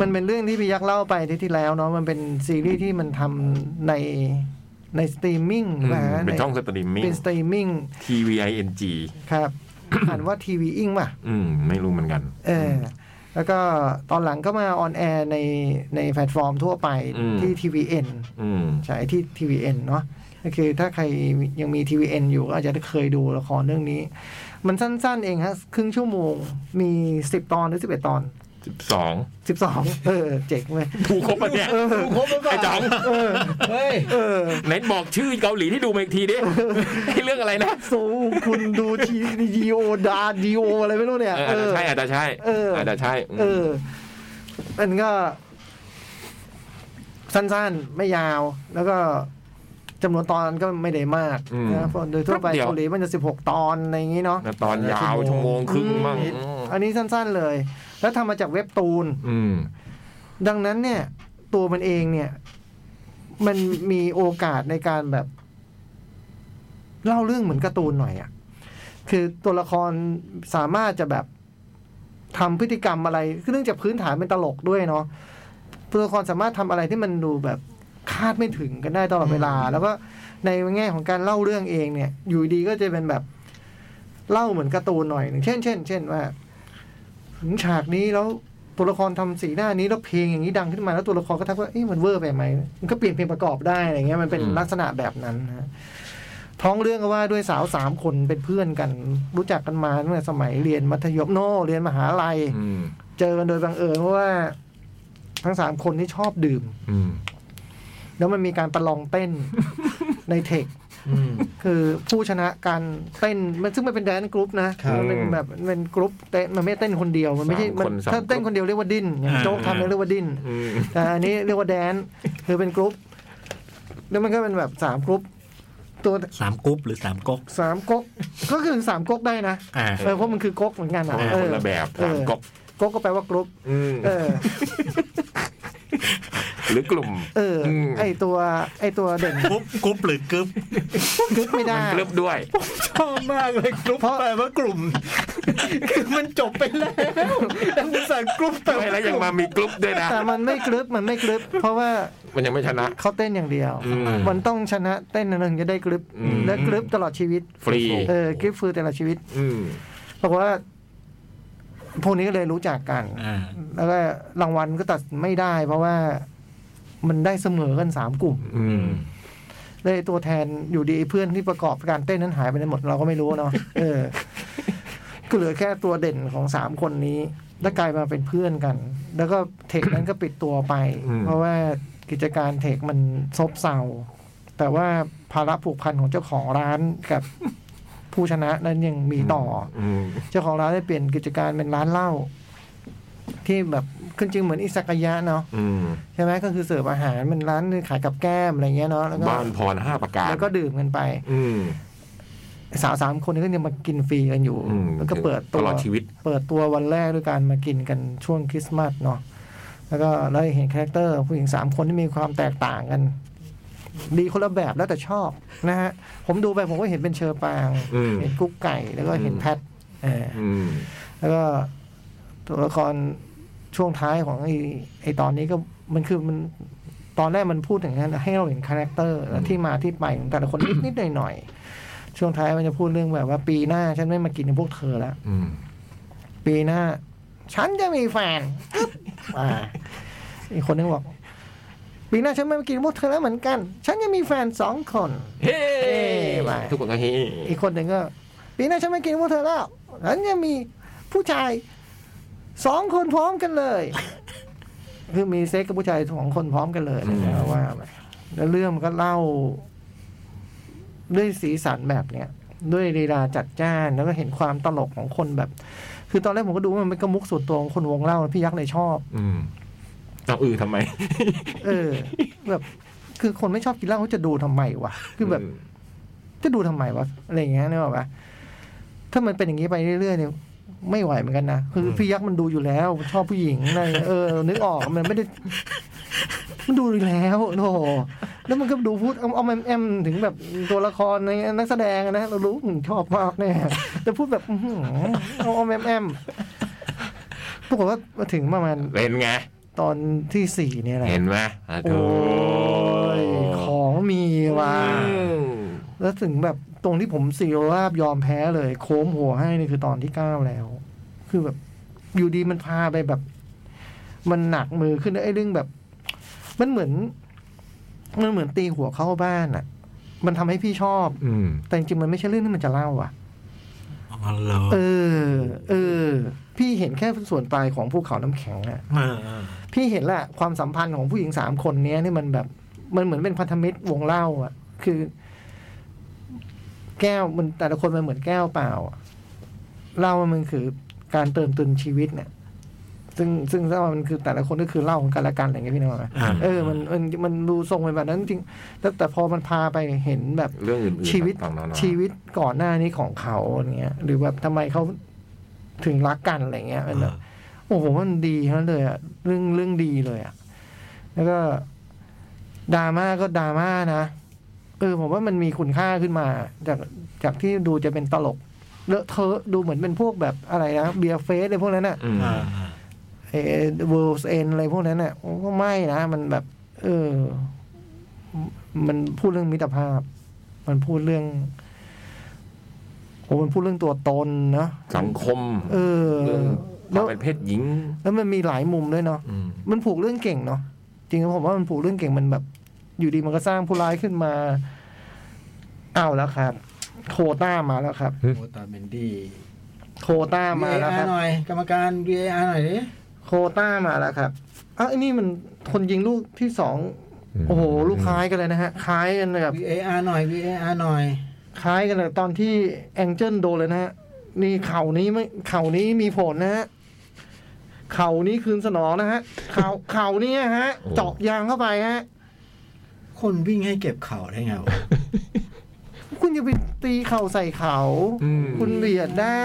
มันเป็นเรื่องที่พี่ยักษ์เล่าไปที่ที่แล้วเนาะมันเป็นซีรีส์ที่มันทำในในสตรีมมิ่งนะฮะ
เป็นช่อง
ใ
สตรีมมิ่
เป็
ง
นสตรีมมิ่ง
TVING
ครับ อ่านว่าทีวีอิงป่ะ
อืม ไม่รู้เหมือนกัน
เออ แล้วก็ตอนหลังก็มาออนแอร์ในในแพลตฟอร์มทั่วไป
อืม
ที่ TVN
อืม
ใช่ที่ TVN เนาะก็คือถ้าใครยังมี TVN อยู่ก็อาจจะเคยดูละครเรื่องนี้ มันสั้นๆเองฮะ ครึ่งชั่วโมงมี 10 ตอนหรือ 11 ตอน
11 สิบสอง
สิบส องเออ เจ๋งเลย
ถูกครบปะเนี่ย
ครบแล้วก็
ไอ้จ๋อง
เออ
เฮ้ย
เออ
ไหนบอกชื่อเกาหลีที่ดูมาอีกทีดิไอ้เรื่องอะไรนะ
สูคุณดูทีดีโอดาดีโออะไรไม่รู้เนี่ย
เออ
เอ
อาจจะ
อ
ใช่อาจจะใช่
เอออ
อาจจะใช่อืม
เออมันก็ สั้นๆ ไม่ยาว แล้วก็จำนวนตอนก็ไม่ได้มากนะเพราะโดยทั่วไปเกาหลีมันจะสิบหกตอนอะไรอย่างนี้เนาะ
แล้วตอนยาวชั่วโมงครึ่งมั่ง
อืมอันนี้สั้นๆเลย แล้วทำมาจากเว็บตูน
อืม
ดังนั้นเนี่ย ตัวมันเองเนี่ย มันมีโอกาสในการแบบ เล่าเรื่องเหมือนการ์ตูนหน่อยอะ่ะ คือตัวละครสามารถจะแบบทำพฤติกรรมอะไรคือเนื่องจากพื้นฐานเป็นตลกด้วยเนาะตัวละครสามารถทำอะไรที่มันดูแบบคาดไม่ถึงกันได้ตลอดเวลา แล้วก็ในแง่ของการเล่าเรื่องเองเนี่ย อยู่ดีก็จะเป็นแบบ เล่าเหมือนการ์ตูนหน่อยหนึ่งเช่นเช่นเช่นว่าถึงฉากนี้แล้วตัวละครทำสีหน้านี้แล้วเพลงอย่างนี้ดังขึ้นมาแล้วตัวละครก็ทักว่าเอ๊ะมันเวอร์ไปไหมมันก็เปลี่ยนเพลงประกอบได้อะไรเงี้ยมันเป็น
อืม
ลักษณะแบบนั้นนะฮะท้องเรื่องก็ว่าด้วยสาวสามคนเป็นเพื่อนกัน รู้จักกันมาตั้งแต่สมัยเรียนมัธยมโนเรียนมหาลัย
อืม
เจอกันโดยบังเอิญเพราะว่า ทั้งสามคนที่ชอบดื่ม
อืม
แล้วมันมีการประลองเต้น ในเทค
อืม
คือผู้ชนะการเต้นมันซึ่งมันเป็นแดนกรุ๊ปนะครับ มันเป็นแบบมันเป็นกรุ๊ปเต้นมันไม่ได้เต้นคนเดียวมันไม่ใช่
สามคน
มัน
สาม
ถ้าเต้น
กรุ๊ป
คนเดียวเรียกว่าดิ้นอย่าง
อ่า
โจ๊กทำเนี่ยเรียกว่าดิ้น
อืม
แต่อันนี้เรียกว่าแดนคือเป็นกรุ๊ปแล้วมันก็เป็นแบบสามกรุ๊ปตัว
สามกรุ๊ปหรือสามก๊ก
สามก๊กก็คือสามก๊กได้นะ
อ่า
เออเพราะมันคือก๊กเหมือนกันอ่ะ
คนละแบบ
เอ
สาม
อ
ก๊อก
ก๊กก็แปลว่ากรุ๊ป
อืม
เออ
หรือกลุ่ม
เอออ
ม
ไอตัว ไอตัว เด่น
กรุ๊ปกรุ๊ปหรือกรุ๊ป
กึ๊บไม่ได้
กลุ่มด้วย
ชอบมากเลยกลุ่ม
เพราะ
แปลว่ากลุ่ม คือมันจบไปแล้วแล้วมันสั่งกลุ่มแปล
ไม่
ว่า
แล้วยังมามีกรุ๊ปด้วยนะ
แต่มันไม่กรึบมันไม่กรึบเพราะว่า
มันยังไม่ชนะ
เขาเต้นอย่างเดียว
อืม
มันต้องชนะเต้นหนึ่งจะได้กรึบ
อืม
และกรึบตลอดชีวิต
ฟรี
เออกรึบฟือตลอดชีวิต
อืม
ปรากฏว่าพวกนี้ก็เลยรู้จักกัน
อ่า
แล้วก็รางวัลก็ตัดไม่ได้ เพราะว่ามันได้เสมอกันสามกลุ่ม
อืม
เลยตัวแทนอยู่ดีไอ้เพื่อนที่ประกอบการเต้นนั้นหายไปไหนหมดเราก็ไม่รู้เนาะเออ ก็เหลือแค่ตัวเด่นของสามคนนี้ แล้วกลายมาเป็นเพื่อนกัน แล้วก็เทคนั้นก็ปิดตัวไป เพราะว่ากิจการเทคมันซบเซาแต่ว่าภาระผูกพันของเจ้าของร้านกับผู้ชนะนั้นยังมีต่อ
อืม
เจ้าของร้านได้เปลี่ยนกิจการเป็นร้านเหล้าที่แบบขึ้นจริงเหมือนอิซากายะเนาะ
อืม
ใช่ไหมก็คือเสิร์ฟอาหารเป็นร้านขายกับแก้มอะไรเงี้ยเนาะแล้วก็
บ้านพรห้าประการ
แล้วก็ดื่มกันไป
อืม
สาวสามคนนี้ก็ยังมากินฟรีกันอยู่
อืม
แล้วก็เปิดตัว
ตลอดชีวิต
เปิดตัววันแรกด้วยการมากินกันช่วงคริสต์มาสเนาะ แล้วก็ได้เห็นคาแรคเตอร์ผู้หญิงสามคนที่มีความแตกต่างกัน ดีคนละแบบแล้วแต่ชอบนะฮะ ผมดูไปผมก็เห็นเป็นเชอปาง
อืม
เห็นกุ๊กไก่ แล้วก็เห็นแพทเออ
อืม
แล้วก็ตัวละครช่วงท้ายของไอ้ไอ้ตอนนี้ก็มันคือมันตอนแรกมันพูดอย่างนั้นให้เราเห็นคาแรคเตอร์และที่มาที่ไปของแต่ละคน นิดๆหน่อยๆช่วงท้ายมันจะพูดเรื่องแบบว่าปีหน้าฉันไม่มากินกับพวกเธอแล้ว
อืม
ปีหน้า ฉันจะมีแฟน อึ๊บอ่าอีกคนนึงบอก ปีหน้าฉันไม่มากินพวกเธอแล้วเหมือนกัน ฉันจะมีแฟนสองคน
เฮ้
ไป
ทุกคนก็เฮ้
อีกคนหนึ่งก็ ปีหน้าฉันไม่กินพวกเธอแล้วฉันจะมีผู้ชายสองคนพร้อมกันเลย คือมีเซ็กกับผู้ชายสองคนพร้อมกันเลยนะว่าไปแล้วเรื่องมันก็เล่า ด้วยสีสันแบบเนี้ยด้วยลีลาจัดจ้านแล้วก็เห็นความตลกของคนแบบ คือตอนแรกผมก็ดูว่ามันเป็นกระมุกส่วนตัวของคนวงเล่าพี่ยักษ์เลยชอบ
อืมเอาอือทำไม
เออ แบบ คือคนไม่ชอบกินเหล้าเขาจะดูทำไมวะคือแบบ จะดูทำไมวะอะไรอย่างเงี้ยนึกออกปะถ้ามันเป็นอย่างนี้ไปเรื่อยๆเนี่ยไม่ไหวเหมือนกันนะคือพี่ยักษ์มันดูอยู่แล้ว ชอบผู้หญิงอะไรเออนึกออกมันไม่ได้ มันดูอยู่แล้วโอ้โหแล้วมันก็ดูพูดเอาเอาแอมแอมถึงแบบตัวละครในนักแสดงอะนะเรารู้อืมชอบมากแน่แต่พูดแบบอื้อหือเอาเอาแอมแอมปรากฏว่ามาถึงประมาณ
เห็นไง
ตอนที่สี่เนี่ยแหละ
เห็นไหมอ่ะโถ
โอ้ยของมีว่ะ
อืม
แล้วถึงแบบตรงที่ผมเสียราบยอมแพ้เลย โค้มหัวให้นี่คือตอนที่เก้าแล้ว คือแบบ อยู่ดีมันพาไปแบบ มันหนักมือขึ้นไอ้เรื่องแบบ มันเหมือน มันเหมือนตีหัวเข้าบ้านอะ่ะ มันทำให้พี่ชอบ
อืม
แต่จริงๆมันไม่ใช่เรื่องที่มันจะเล่าอะ่ะ
อ๋อเหรอ
เออ เออ พี่เห็นแค่ส่วนปลายของภูเขาน้ำแข็งอะ
อ่าอ่า
พี่เห็นแหละความสัมพันธ์ของผู้หญิงสามคนเนี้ยนี่มันแบบ มันเหมือนเป็นพันธมิตรวงเล่าอะคือ แก้วมันแต่ละคนมันเหมือนแก้วเปล่าอะเหล่ามันคือการเติมเตุนชีวิตเนี่ย ซึ่งซึ่งเหล่ามันคือแต่ละคนก็คือเหล่าของกันและกันอะไรอย่างเงี้ยพี่นึกออกไหม
อ่า
เออมันมันมันดูทรงเป็นแบบนั้นจริงแต่แต่พอมันพาไปเห็นแบบ
เรื่องอื่นๆ
ชีวิต
ต่างๆนานา
ชีวิตก่อนหน้านี้ของเขาอะไรเงี้ย หรือแบบทำไมเขาถึงรักกันอะไรเงี้ยมันแบบโอ้โหมันดีทั้งนั้นเลยอะเรื่องเรื่องดีเลยอะแล้วก็ดราม่าก็ดราม่านะเออผมว่ามันมีคุณค่าขึ้นมา จากจากที่ดูจะเป็นตลกเลอะเทอะดูเหมือนเป็นพวกแบบอะไรนะเบียร์เฟสอะไรพวกนั้นอะ
อืม
อ่าอ่า
เอเวิร์สเอนอะไรพวกนั้นน่ะโอ้ก็ไม่นะ มันแบบ เออ มันพูดเรื่องมิตรภาพ มันพูดเรื่องโอ้มันพูดเรื่องตัวตนเนาะ
สังคม
เออ
เรื่องคา
แล้ว
ม
ว
เป็นเพศหญิง
แล้วมันมีหลายมุมด้วยเนาะ
อืม
มันผูกเรื่องเก่งเนาะจริงๆผมว่ามันผูกเรื่องเก่งมันแบบ อยู่ดีมันก็สร้างผู้ร้ายขึ้นมาอ้าวแล้วครับโคต้ามาแล้วครับ
โคตาเมนดี้
โคต้ามาแล้วครับ
หน่อย กรรมการ VAR หน่อยดิ
โคต้ามาแล้วครับอ้าวไอ้นี่มันคนยิงลูกที่สอง
ม
โอ้โห ลูกคล้ายกันเลยนะฮะ คล้ายกันกับ
VAR หน่อย VAR หน่อย
คล้ายกันกับตอนที่แองเจิลโดนเลยนะฮะ นี่เข่านี้ไม่เข่านี้มีผลนะฮะ เข่านี้คืนสนองนะฮะ เข่าเข่านี้ฮะ เจาะยางเข้าไปฮะ
คนวิ่งให้เก็บเข่าได้ไงวะ
คุณอย่าไปตีเข่าใส่เขา
อืม
คุณเบียดได้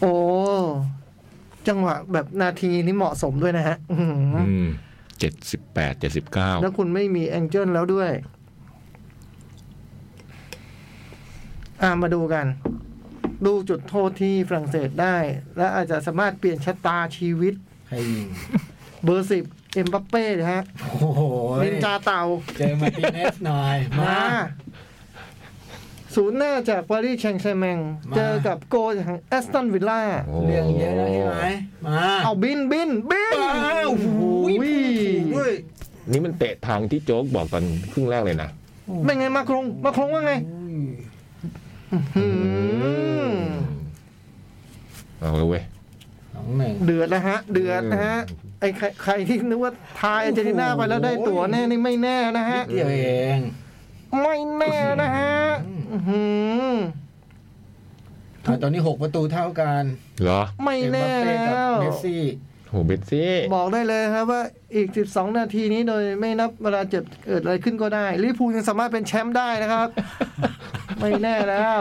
โอ้ จังหวะแบบนาทีนี้เหมาะสมด้วยนะฮะ อื้อหือ
อืมเจ็ดสิบแปดเจ็ดสิบเก้า
แล้วคุณไม่มีแองเจิลแล้วด้วย อ่ามาดูกัน ดูจุดโทษที่ฝรั่งเศสได้ และอาจจะสามารถเปลี่ยนชะตาชีวิต
ใครยิง
เบอร์สิบเอ็มบัปเป้นะฮะ
โอ้โห
นินจาเต่า
เจอมาร์ติเนสหน่อย มา
มาศูนย์หน้าจากปารีสแชงต์แชร์แมง
มา
เจอกับโกจากแอสตันวิลล่า
โ
เรื่องเยอะแล้วใช่ไหม มา
เอาบินบินบิน
วโอ้โหเว้ย
นี่มันเตะทางที่โจ๊กบอกตอนครึ่งแรกเลยนะ
เป็นไงมาครงมาครงว่าไง หืม
เอาเลยเว้ย
สองหนึ่ง
เดือดนะฮะ เดือดนะฮะ ไอ้ใครใครที่นึกว่าทายอาร์เจนติน่าไปแล้วได้ตั๋วแน่นี่ไม่แน่นะฮะ
เดียวเอง
ไม่แน่นะฮะอื้อหือ
ตอนนี้หกประตูเท่ากัน
เหรอ
ไม่แน่
เอ็มบัปเป้กับ
แล้ว
เมสซี่
โหเบนซี่
บอกได้เลยครับว่าอีก 12 นาทีนี้โดยไม่นับเวลาเจ็บเกิดอะไรขึ้นก็ได้ลิเวอร์พูลยังสามารถเป็นแชมป์ได้นะครับ ไม่แน่แล้ว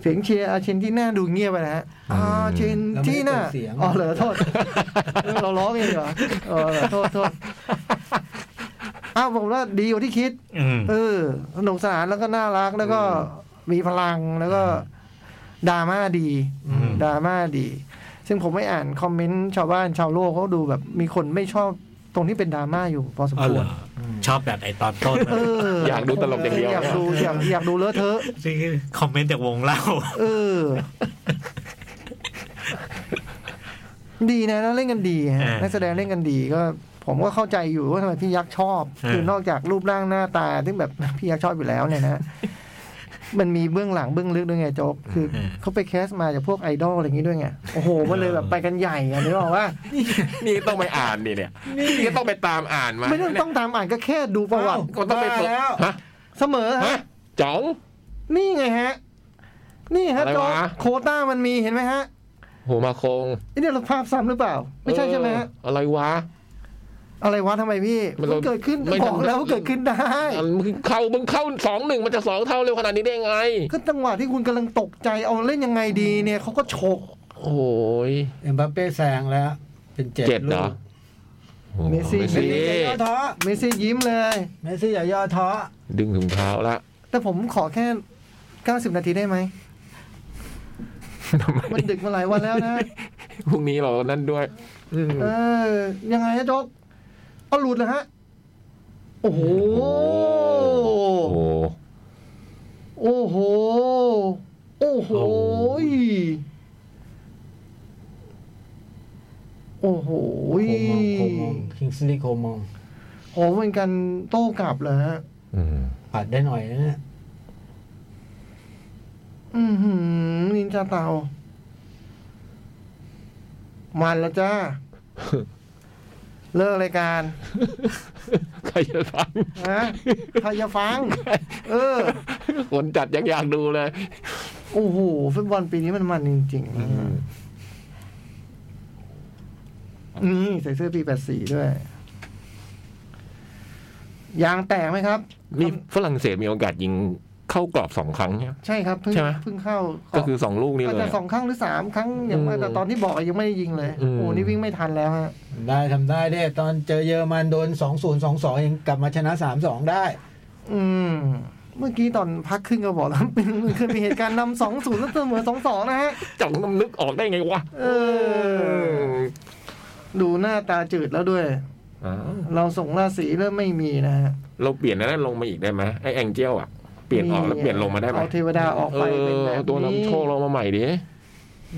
เสียงเชียร์อาร์เจนติน่าดูเงียบไปนะฮะอาร์เจนติน่า
เราไม่ได้เปิดเสียง
อ๋อเหรอโทษ เราร้องเองเหรอเออเหรอโทษโทษ อ้าวผมว่าดีกว่าที่คิด
อืม
เออสนุกสนานแล้วก็น่ารักแล้วก็มีพลังแล้วก็ดราม่าดีดราม่าดี ซึ่งผมไม่อ่านคอมเมนต์ชาวบ้านชาวโลกเขาดูแบบมีคนไม่ชอบตรงที่เป็นดราม่าอยู่พอสม
อ๋อ
ค
เหร
วร
อชอบแบบไอตอนต้น
เออ
อยากดูตลกอย่างเดียว
อยาก
เนี่ย
ดูอยากอยากดูเลอะเทอะ
ซึ่งคอมเมนต์จากวงเล่า
เออ ดีนะแล้วเล่นกันดีฮะ
อ่านั
นักแสดงเล่นกันดีก็ ผมก็เข้าใจอยู่ว่าทำไมพี่ยักษ์ชอบ
อ่า
คือนอกจากรูปร่างหน้าตาที่แบบ พี่ยักษ์ชอบอยู่แล้วเนี่ยนะ มันมีเบื้องหลังเบื้องลึกด้วยไงโจ๊กคืออเขาไปแคสมาจากพวกไอดอลอะไรอย่างงี้ด้วยไงโอ้โหมันเลยแบบไปกันใหญ่อะนึกออกว่า
นี่ต้องไปอ่านนี่เนี่ย นี่ก็ต้องไปตามอ่านมา
ไม่ต้องต้องตามอ่านก็แค่ดูประวัติ
ก็ต้องไปเปิด
บ้าแล้ว
ฮะ
เสมอฮะ
ฮะจ๋อง
นี่ไงฮะ นี่ฮะ
อะไร
โจ๊ก
วะ
โควต้ามันมีเห็นไหมฮะ
โหมาโคง
ไอ้เนี่ยเราภาพซ้ำหรือเปล่า ไม่ใช่ใช่ไหมฮะ
เอออะไรวะ
อะไรวะทำไมพี่
มั
มันน
เรา
เกิดขึ้น
ไม่
บอก
ทำ
แล้วว่าเกิดขึ้นได้
อันมึงเข้ามึงเข้าสองหนึ่งมันจะสองเท่าเร็วขนาดนี้ได้ไง
ก็จังหวะที่คุณกำลังตกใจเอาเล่นยังไงดีเนี่ยเขาก็ฉก
โอ้ย
เอ็มบัปเป้แซงแล้ว เป็นเจ็ด
เจ็ดเหรอ
ลูก
โอ้
เมสซี่
เมส
ยิ้
ซี่
ม
อย่าย่อท้อ
เมสซี่ยิ้มเลย
เมสซี่อย่าย่อท้อ
ดึงถุงเท้าละ
แต่ผมขอแค่ 90 นาทีได้ไหม
ทำไม
มันดึกมาหลายวันแล้วนะ
พรุ่งนี้เรานั่นด้วย อืม
เออ ยังไงฮะโจ๊กเอาหลุดเลยฮะ โอ้โห
โอ้โห
โอ้โห โอ้โห โอ้โห
โคมองโคมองคิงส์ลีย์โคมอง
โอ้เป็นการโต้กลับเหรอฮะ
อืม
ปัดได้หน่อยนะเนี่ย
อือหือนินจาเตา มันแล้วจ้า เลิกรายการ
ใครจะฟัง
นะใครจะฟัง เออ
คนจัดยังอยากดูเลย
โอ้โหฟุตบอลปีนี้มันมันจริงๆนะฮะนี่ใส่เสื้อปีแปดสี่ด้วย ยางแตกไหมครับ
นี่ฝรั่งเศสมีโอกาสยิงเข้ากรอบสองครั้งเนี่ย
ใช่ครับเพิ่ง
ใช่ไหม
เพิ่งเข้า
ก็คือสองลูกนี่
ก็
เลย
จะ
อะ
สองครั้งหรือสามครั้งอย่างมาก
อืม
แต่ตอนที่บอกอะยังไม่ได้ยิงเลย
อืม
โอ้นี่วิ่งไม่ทันแล้วฮะ
ได้ทำได้ได้ตอนเจอเยอรมันโดนสองศูนย์สองสองยังกลับมาชนะสามสองได้
อืม เมื่อกี้ตอนพักขึ้นก็บอกแล้ว เป็นเคยมีเหตุการณ์นำสองศูนย์แล้วเสมอสองสองนะฮะ
จ่องน้ำนึกออกได้ไงวะ
เออ ดูหน้าตาจืดแล้วด้วย
อ้าว
เราส่งราศีเริ่มไม่มีนะฮะ
เราเปลี่ยนอันนั้นลงมาอีกได้ไหมไอแองเจลอะเปลี่ยนออกแล้วเปลี่ยนลงมาได้ไหม
เอาเทวดาออก
เอ
ไปเป็น
อ
แบบ
ตัวนำโชคลงมาใหม่ดิ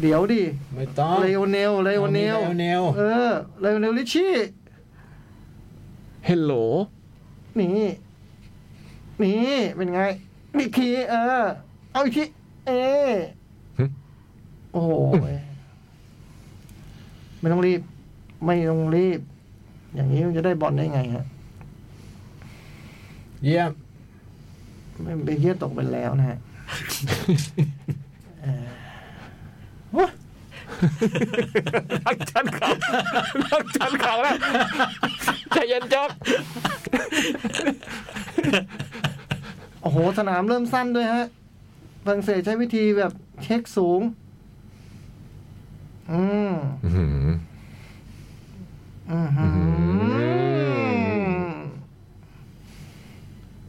เดี๋ยวดิ
ไม่ต้อง
เลโอเนลเลโอเนล
อาเนล
เออเลโอเนลลิชชี่
เฮลโหล
นี่นี่เป็นไงอีกทีเออ เอาอีกทีเออ
หึ
โอ้โหไม่ต้องรีบ ไม่ต้องรีบ อย่างนี้มันจะได้บอลได้ไงฮะ
เยี่ยม
ไม่ไปเยี่ยตกไปแล้วนะฮะเออ
รักฉันเขา รัก ฉันเขาแล้วใจเย็นจ๊อก
โอ้โห สนามเริ่มสั้นด้วยฮะฝรั่งเศสใช้วิธีแบบเช็คสูง อืม อือหือ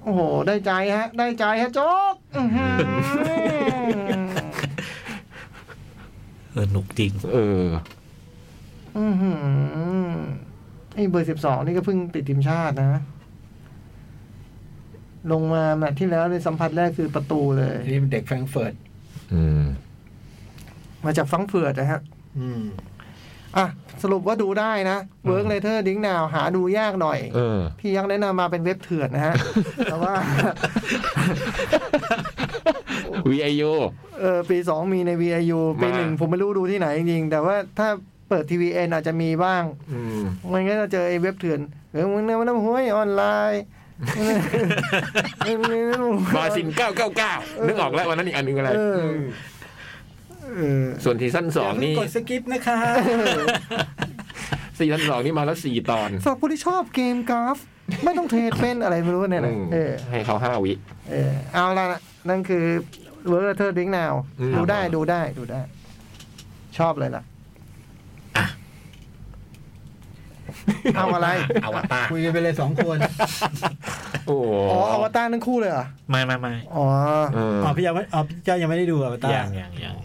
โอ้โห ได้ใจฮะ ได้ใจฮะโจ๊กอื้อหื อ
เออหนุกจริง
เออ
อื้อหือไอ้เบอร์สิบสองนี่ก็เพิ่งติดทีมชาตินะ ลงมาแมตช์ที่แล้วในสัมผัสแรกคือประตูเลย
นี่เป็นเด็กแฟรงก์เฟิร์ต
อืม
มาจากฟรังก์เฟือร์ตนะฮะ
อืม
อ่ะ สรุปว่าดูได้นะเวิร์กเลเทอร์ดิ้งนาวหาดูยากหน่อย
เออ
พี่ยักษ์แนะนำมาเป็นเว็บเถื่อนนะฮะ แต่ว่า
VIO
เออปีสองมีใน VIU ปี
มา
หนึ่งผมไม่รู้ดูที่ไหนจริงๆแต่ว่าถ้าเปิดทีวีเอ็นอาจจะมีบ้าง
อืม
ไมันก็จะเจอไอ้เว็บเถื่อนหรือมึงเนี่ยมันน้ำห้วยออนไลน์มึงเนี่ยมันน้ำห้วย
มาสินเก้าเก้าเก้านึกออกแล้ววันนั้นอีกอันหนึงอะไร
เออเออ
ส่วนซีซั่นสองนี่
ย่าเพิ่กดสกิป นะคะ
ซีซั่นสองนี่มาแล้วสี่ตอน
สำหรับคนที่ชอบเกมกราฟ ไม่ต้องเทรดเป็นอะไรไม่รู้เนี่ยนะ
อืม
เออ
ให้เขาห้าวิ
เออเอาละนะนั่นคือเวอร์เทอร์ดิ้งนาว
อืม
ดูได้ดูได้ดูได้ ชอบเลยล่ะ
อ่ะ
เอาอะไร
อวตาร
คุยกันไปเลยสองคน
โอ้โห
อ๋ออวตารทั้งคู่เลยเหรอ
ไม่ไม่ไม่
อ๋อ
เออ
อ๋อพี่ยังไม่อ๋อพี่เจ้ายังไม่ได้ดูอวตาร
อย่างอย่างอย่าง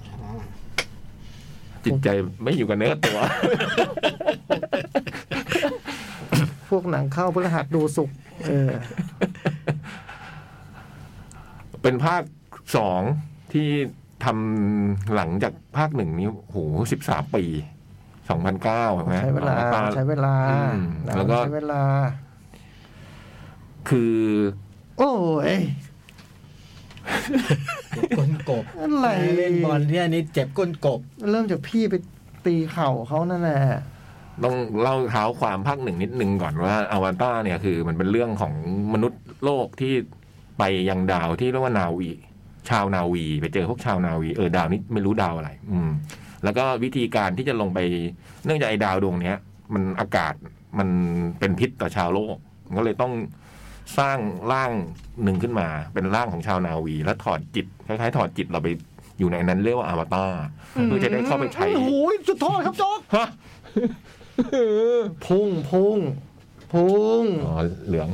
จิตใจไม่อยู่กับเนื้อ ตัว
พวกหนังเข้าพฤหัสดูสุกร์เออ
เป็นภาคสองที่ทำหลังจากภาคหนึ่งนี้โหสิบสามปีสองพันเก้าใช่ไหม
ใช้เวลา
ป
ใช้เวลา
อืม
หนัง
แล้วก็
ใช้เวลา
คือ
โอ้ย
ก้นกบ
อะไร
เล่นบอลเนี่ยนี่เจ็บก้นกบ
เริ่มจากพี่ไปตีเข่าเขานั่นแหละ
ต้องเล่าเท้าความภาคหนึ่งนิดนึงก่อนว่าอวตารเนี่ยคือมันเป็นเรื่องของมนุษย์โลกที่ไปยังดาวที่เรียกว่านาวี ชาวนาวีไปเจอพวกชาวนาวีเออดาวนี้ไม่รู้ดาวอะไร อืม แล้วก็วิธีการที่จะลงไป เนื่องจากไอ้ดาวดวงเนี้ย มันอากาศมันเป็นพิษต่อชาวโลกก็เลยต้องสร้างร่างหนึ่งขึ้นมา เป็นร่างของชาวนาวี แล้วถอดจิตคล้ายๆถอดจิตเราไปอยู่ในนั้นเรียกว่าอวตารเพื่อจะได้เข้าไปใช้
โอ้ยจุดโทษครับโจ๊ก
ฮะ
พุ่งพุ่งพุ่ง
อ๋อเหลือง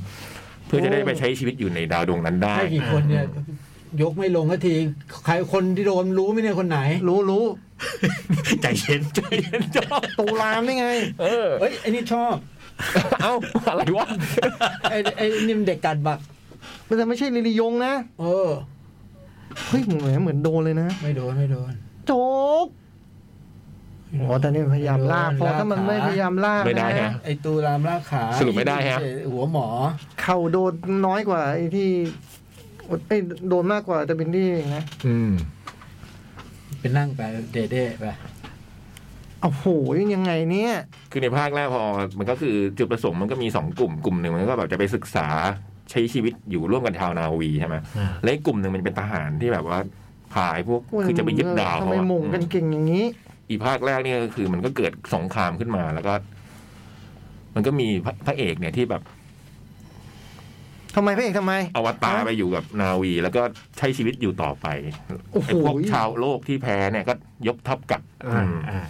เพื่อจะได้ไปใช้ชีวิตอยู่ในดาวดวงนั้นได้
ให้กี่คนเนี่ย ยกไม่ลงสักทีใครคนที่โดนรู้ไหมเนี่ยคนไหน
รู้รู้
ใจเย็นใจเย็นจอบ
ตูรามนี่ไง
เออ
เอ้ยไอ้นี่ชอบ
เอ้า อะไรวะ
ไอ้ไอ้นี่มันเด็กกัดบัก
มันจะไม่ใช่ลิลิยงนะ
เออ
เฮ้ยเหมือนเหมือนโดนเลยนะ
ไม่โดนไม่โดน
โจ๊กโอ้แต่นี่พยายามลากพอถ้ามันไม่พยายามลาก
ไม่ได้ฮะ
ไอ้ตูรามลากขา
สรุปไม่ได้ฮะ
หัวหมอ
เข่าโดนน้อยกว่าไอ้ที่ไอ้ยโดนมากกว่าแต่เป็นที่เองนะ
อืม
เป็นนั่งไปเดเด้ไป
โอ้โหยังไงเนี่ย
คือในภาคแรกพอมันก็คือจุดประสงค์มันก็มีสองกลุ่มกลุ่มหนึ่งมันก็แบบจะไปศึกษาใช้ชีวิตอยู่ร่วมกันชาวนาวีใช่ไหม
อ่า
และอีกกลุ่มหนึ่งมันเป็นทหารที่แบบว่าพายพวกคือจะไปยึดดาว
ทำ
เขา
ไม
อะ
หมงกัน
อืม
เก่งอย่างนี้
อีภาคแรกเนี่ยก็คือ มันก็เกิดสงครามขึ้นมาแล้วก็ มันก็มีพระพระเอกเนี่ยที่แบบ
ทำไมพระเอกทำไม
อวตารไปอยู่กับนาวี แล้วก็ใช้ชีวิตอยู่ต่อไป
โอ้โห
ไอ้พวกชาวโลกที่แพ้เนี่ยก็ยกทัพกลับ
อ่า
อืม
อ่า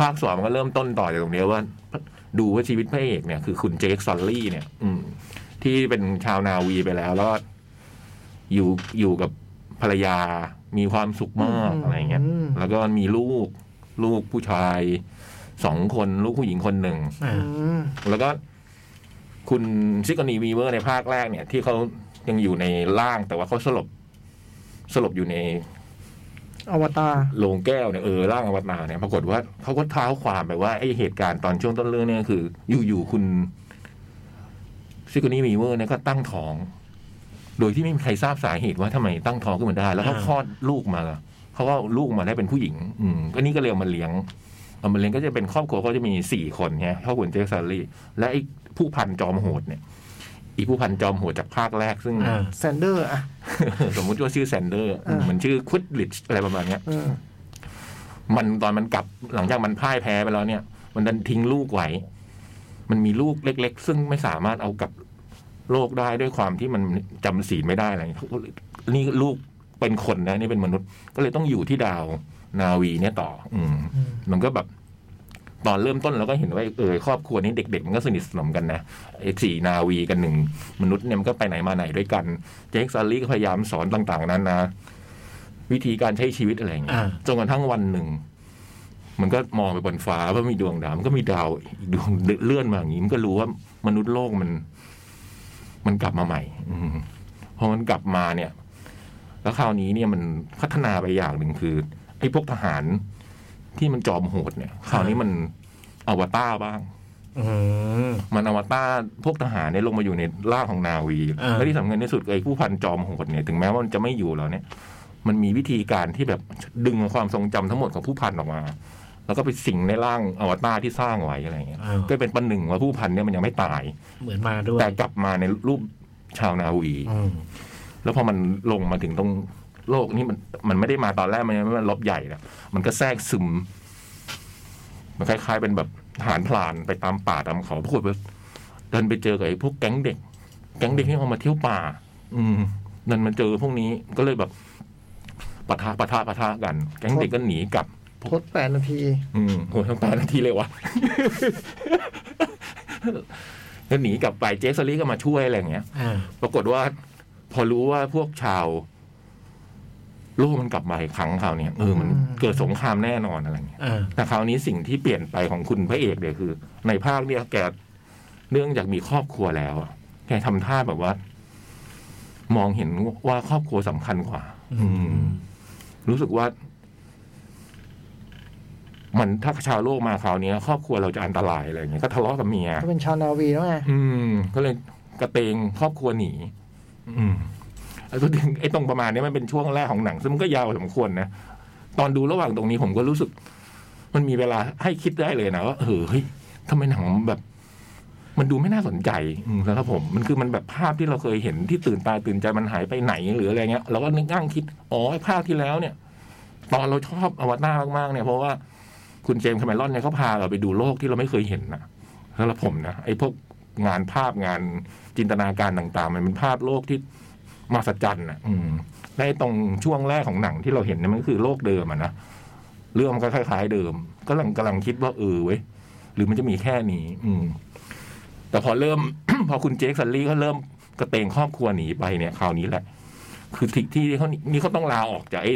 ภาคสองมันก็เริ่มต้นต่อจากตรงเนี้ยว่า ดูว่าชีวิตพระเอกเนี่ยคือคุณเจคซอลลี่เนี่ย อืม ที่เป็นชาวนาวีไปแล้วแล้วก็อยู่อยู่กับภรรยา มีความสุขมาก
อืม
อะไรเงี้ย
อืม
แล้วก็มีลูก ลูกผู้ชายสองคนลูกผู้หญิงคนหนึ่ง
อ่า
อืม
แล้วก็คุณซิกนีวีเวอร์ในภาคแรกเนี่ย ที่เขายังอยู่ในร่างแต่ว่าเขาสลบ สลบอยู่ใน
อวตาร
โลงแก้วเนี่ยเออร่างอวตารเนี่ยปรากฏว่าเขาก็เท้าความไปว่าไอ้เหตุการณ์ตอนช่วงต้นเรื่องเนี่ยคือ อยู่ๆคุณซิกนี่มีเวอร์เนี่ยก็ตั้งท้อง โดยที่ไม่มีใครทราบสาเหตุว่าทำไมตั้งท้องขึ้นมาได้ แล้วก็คลอดลูกมาเขาก็เอาลูกมาได้เป็นผู้หญิง อืมก็นี่ก็เรียกมาเลี้ยงเอามาเลี้ยงก็จะเป็นครอบครัวก็จะมีสี่คนเนี่ยเขาคุณเจคสันลี่และไอ้ผู้พันจอมโหดเนี่ย อีผู้พันจอมโหดจากภาคแรกซึ่ง
อ่า
แซนเดอร์อะ
สมมุติว่าชื่อแซนเดอร์
อ่า
เหมือนชื่อควิดลิชอะไรประมาณเนี้ย
เออ
มันตอนมันกลับหลังจากมันพ่ายแพ้ไปแล้วเนี่ย มันดันทิ้งลูกไว้ มันมีลูกเล็ก ๆ ซึ่งไม่สามารถเอากลับโลกได้ด้วยความที่มันจำศีลไม่ได้อะไรอย่างเงี้ยนี่ลูกเป็นคนนะนี่เป็นมนุษย์ ก็เลยต้องอยู่ที่ดาวนาวีเนี่ยต่อ อืม มันก็แบบตอนเริ่มต้นเราก็เห็นว่าเออครอบครัวนี้เด็ก ๆ มันก็สนิทสนมกันนะไอ้สี่นาวีกันหนึ่งมนุษย์เนี่ยมันก็ไปไหนมาไหนด้วยกัน เจคซาลี่ก็พยายามสอนต่างๆนั้นนะวิธีการใช้ชีวิตอะไรอย่างเงี้ย
อ่า
จนกระทั่งวันหนึ่ง มันก็มองไปบนฟ้าว่ามีดวงดาวมันก็มีดาวอีกดวงเลื่อนมาอย่างนี้มันก็รู้ว่ามนุษย์โลกมัน มันกลับมาใหม่ อืมพอมันกลับมาเนี่ย แล้วคราวนี้เนี่ยมันพัฒนาไปอย่างหนึ่งคือ ไอ้พวกทหารที่มันจอมโหดเนี่ยคราวนี้มันอวตารบ้าง
อืม
มันอวตารพวกทหารเนี่ยลงมาอยู่ในร่างของนาวี
อ่า
และที่สำคัญที่สุดคือไอ้ผู้พันจอมโหดเนี่ยถึงแม้ว่ามันจะไม่อยู่แล้วเนี่ย มันมีวิธีการที่แบบดึงความทรงจำทั้งหมดของผู้พันออกมา แล้วก็ไปสิงในร่างอวตารที่สร้างไว้อะไรอย่างเงี้ย
อ่า
ก็เป็นประหนึ่งว่าผู้พันเนี่ยมันยังไม่ตาย
เหมือนมาด้วย
แต่กลับมาในรูปชาวนาวี
อืม
แล้วพอมันลงมาถึงตรงโลกนี่มันมันไม่ได้มาตอนแรกมันยังไม่มันลบใหญ่นะมันก็แทรกซึม มันคล้ายๆ เป็นแบบทหารพลานไปตามป่าตามเขาพวกแบบเดินไปเจอกับไอ้พวกแก๊งเด็ก แก๊งเด็กที่เอามาเที่ยวป่า อืมนั่นมันเจอพวกนี้ก็เลยแบบปะทะปะทะปะทะกัน แก๊งเด็กก็หนีกลับ
ทดแปดนาที
อืมโหทั้งแปดนาทีเลยวะ ก็หนีกลับไปเจสซารี่ก็มาช่วยอะไรอย่างเงี้ย
อ่า
ปรากฏว่า พอรู้ว่าพวกชาวโลกมันกลับมาอีกครั้งคราวเนี้ยเออมัน
อืม
เกิดสงครามแน่นอนอะไรเงี้ย
อ่า
แต่คราวนี้สิ่งที่เปลี่ยนไปของคุณพระเอกเนี่ยคือ ในภาคเนี่ยแกเนื่องจากมีครอบครัวแล้วอะแกทำท่าแบบว่า มองเห็นว่าครอบครัวสำคัญกว่า อืม รู้สึกว่า มันถ้าชาวโลกมาคราวเนี้ย ครอบครัวเราจะอันตรายอะไรเงี้ยก็ทะเลาะกับเมีย
ก็เป็นชาวนาวีแล้วไง
อืม ก็เลยกระเตงครอบครัวหนี อืมไอ้ตัวถึงไอ้ตรงประมาณเนี้ยมันเป็นช่วงแรกของหนัง ซึ่งมันก็ยาวพอสมควรนะ ตอนดูระหว่างตรงนี้ผมก็รู้สึก มันมีเวลาให้คิดได้เลยนะว่าเออเฮ้ยทำไมหนังมันแบบ มันดูไม่น่าสนใจอืมแล้วครับผม มันคือมันแบบภาพที่เราเคยเห็นที่ตื่นตาตื่นใจมันหายไปไหนหรืออะไรเงี้ยเราก็นึกนั่งคิดอ๋อไอ้ภาพที่แล้วเนี่ย ตอนเราชอบอวตารมากๆเนี่ยเพราะว่าคุณเจมส์แคาเมรอนเนี่ยเขาพาเราไปดูโลกที่เราไม่เคยเห็นนะแล้วละผมนะไอ้พวกงานภาพงานจินตนาการต่างๆ มันเป็นภาพโลกที่มหัศจรรย์นะอืมและไอ้ตรงช่วงแรกของหนังที่เราเห็นเนี่ยมันก็คือโลกเดิมอะนะเรื่องมันก็คล้าย ๆ เดิมก็กำลังกำลังคิดว่าเออเว้ยหรือมันจะมีแค่นี้ อืม แต่พอเริ่ม พอคุณเจคสันลี่ก็เริ่มกระเตงครอบครัวหนีไปเนี่ยคราวนี้แหละ คือที่ที่เขานี่เขาต้องลาออกจากไอ้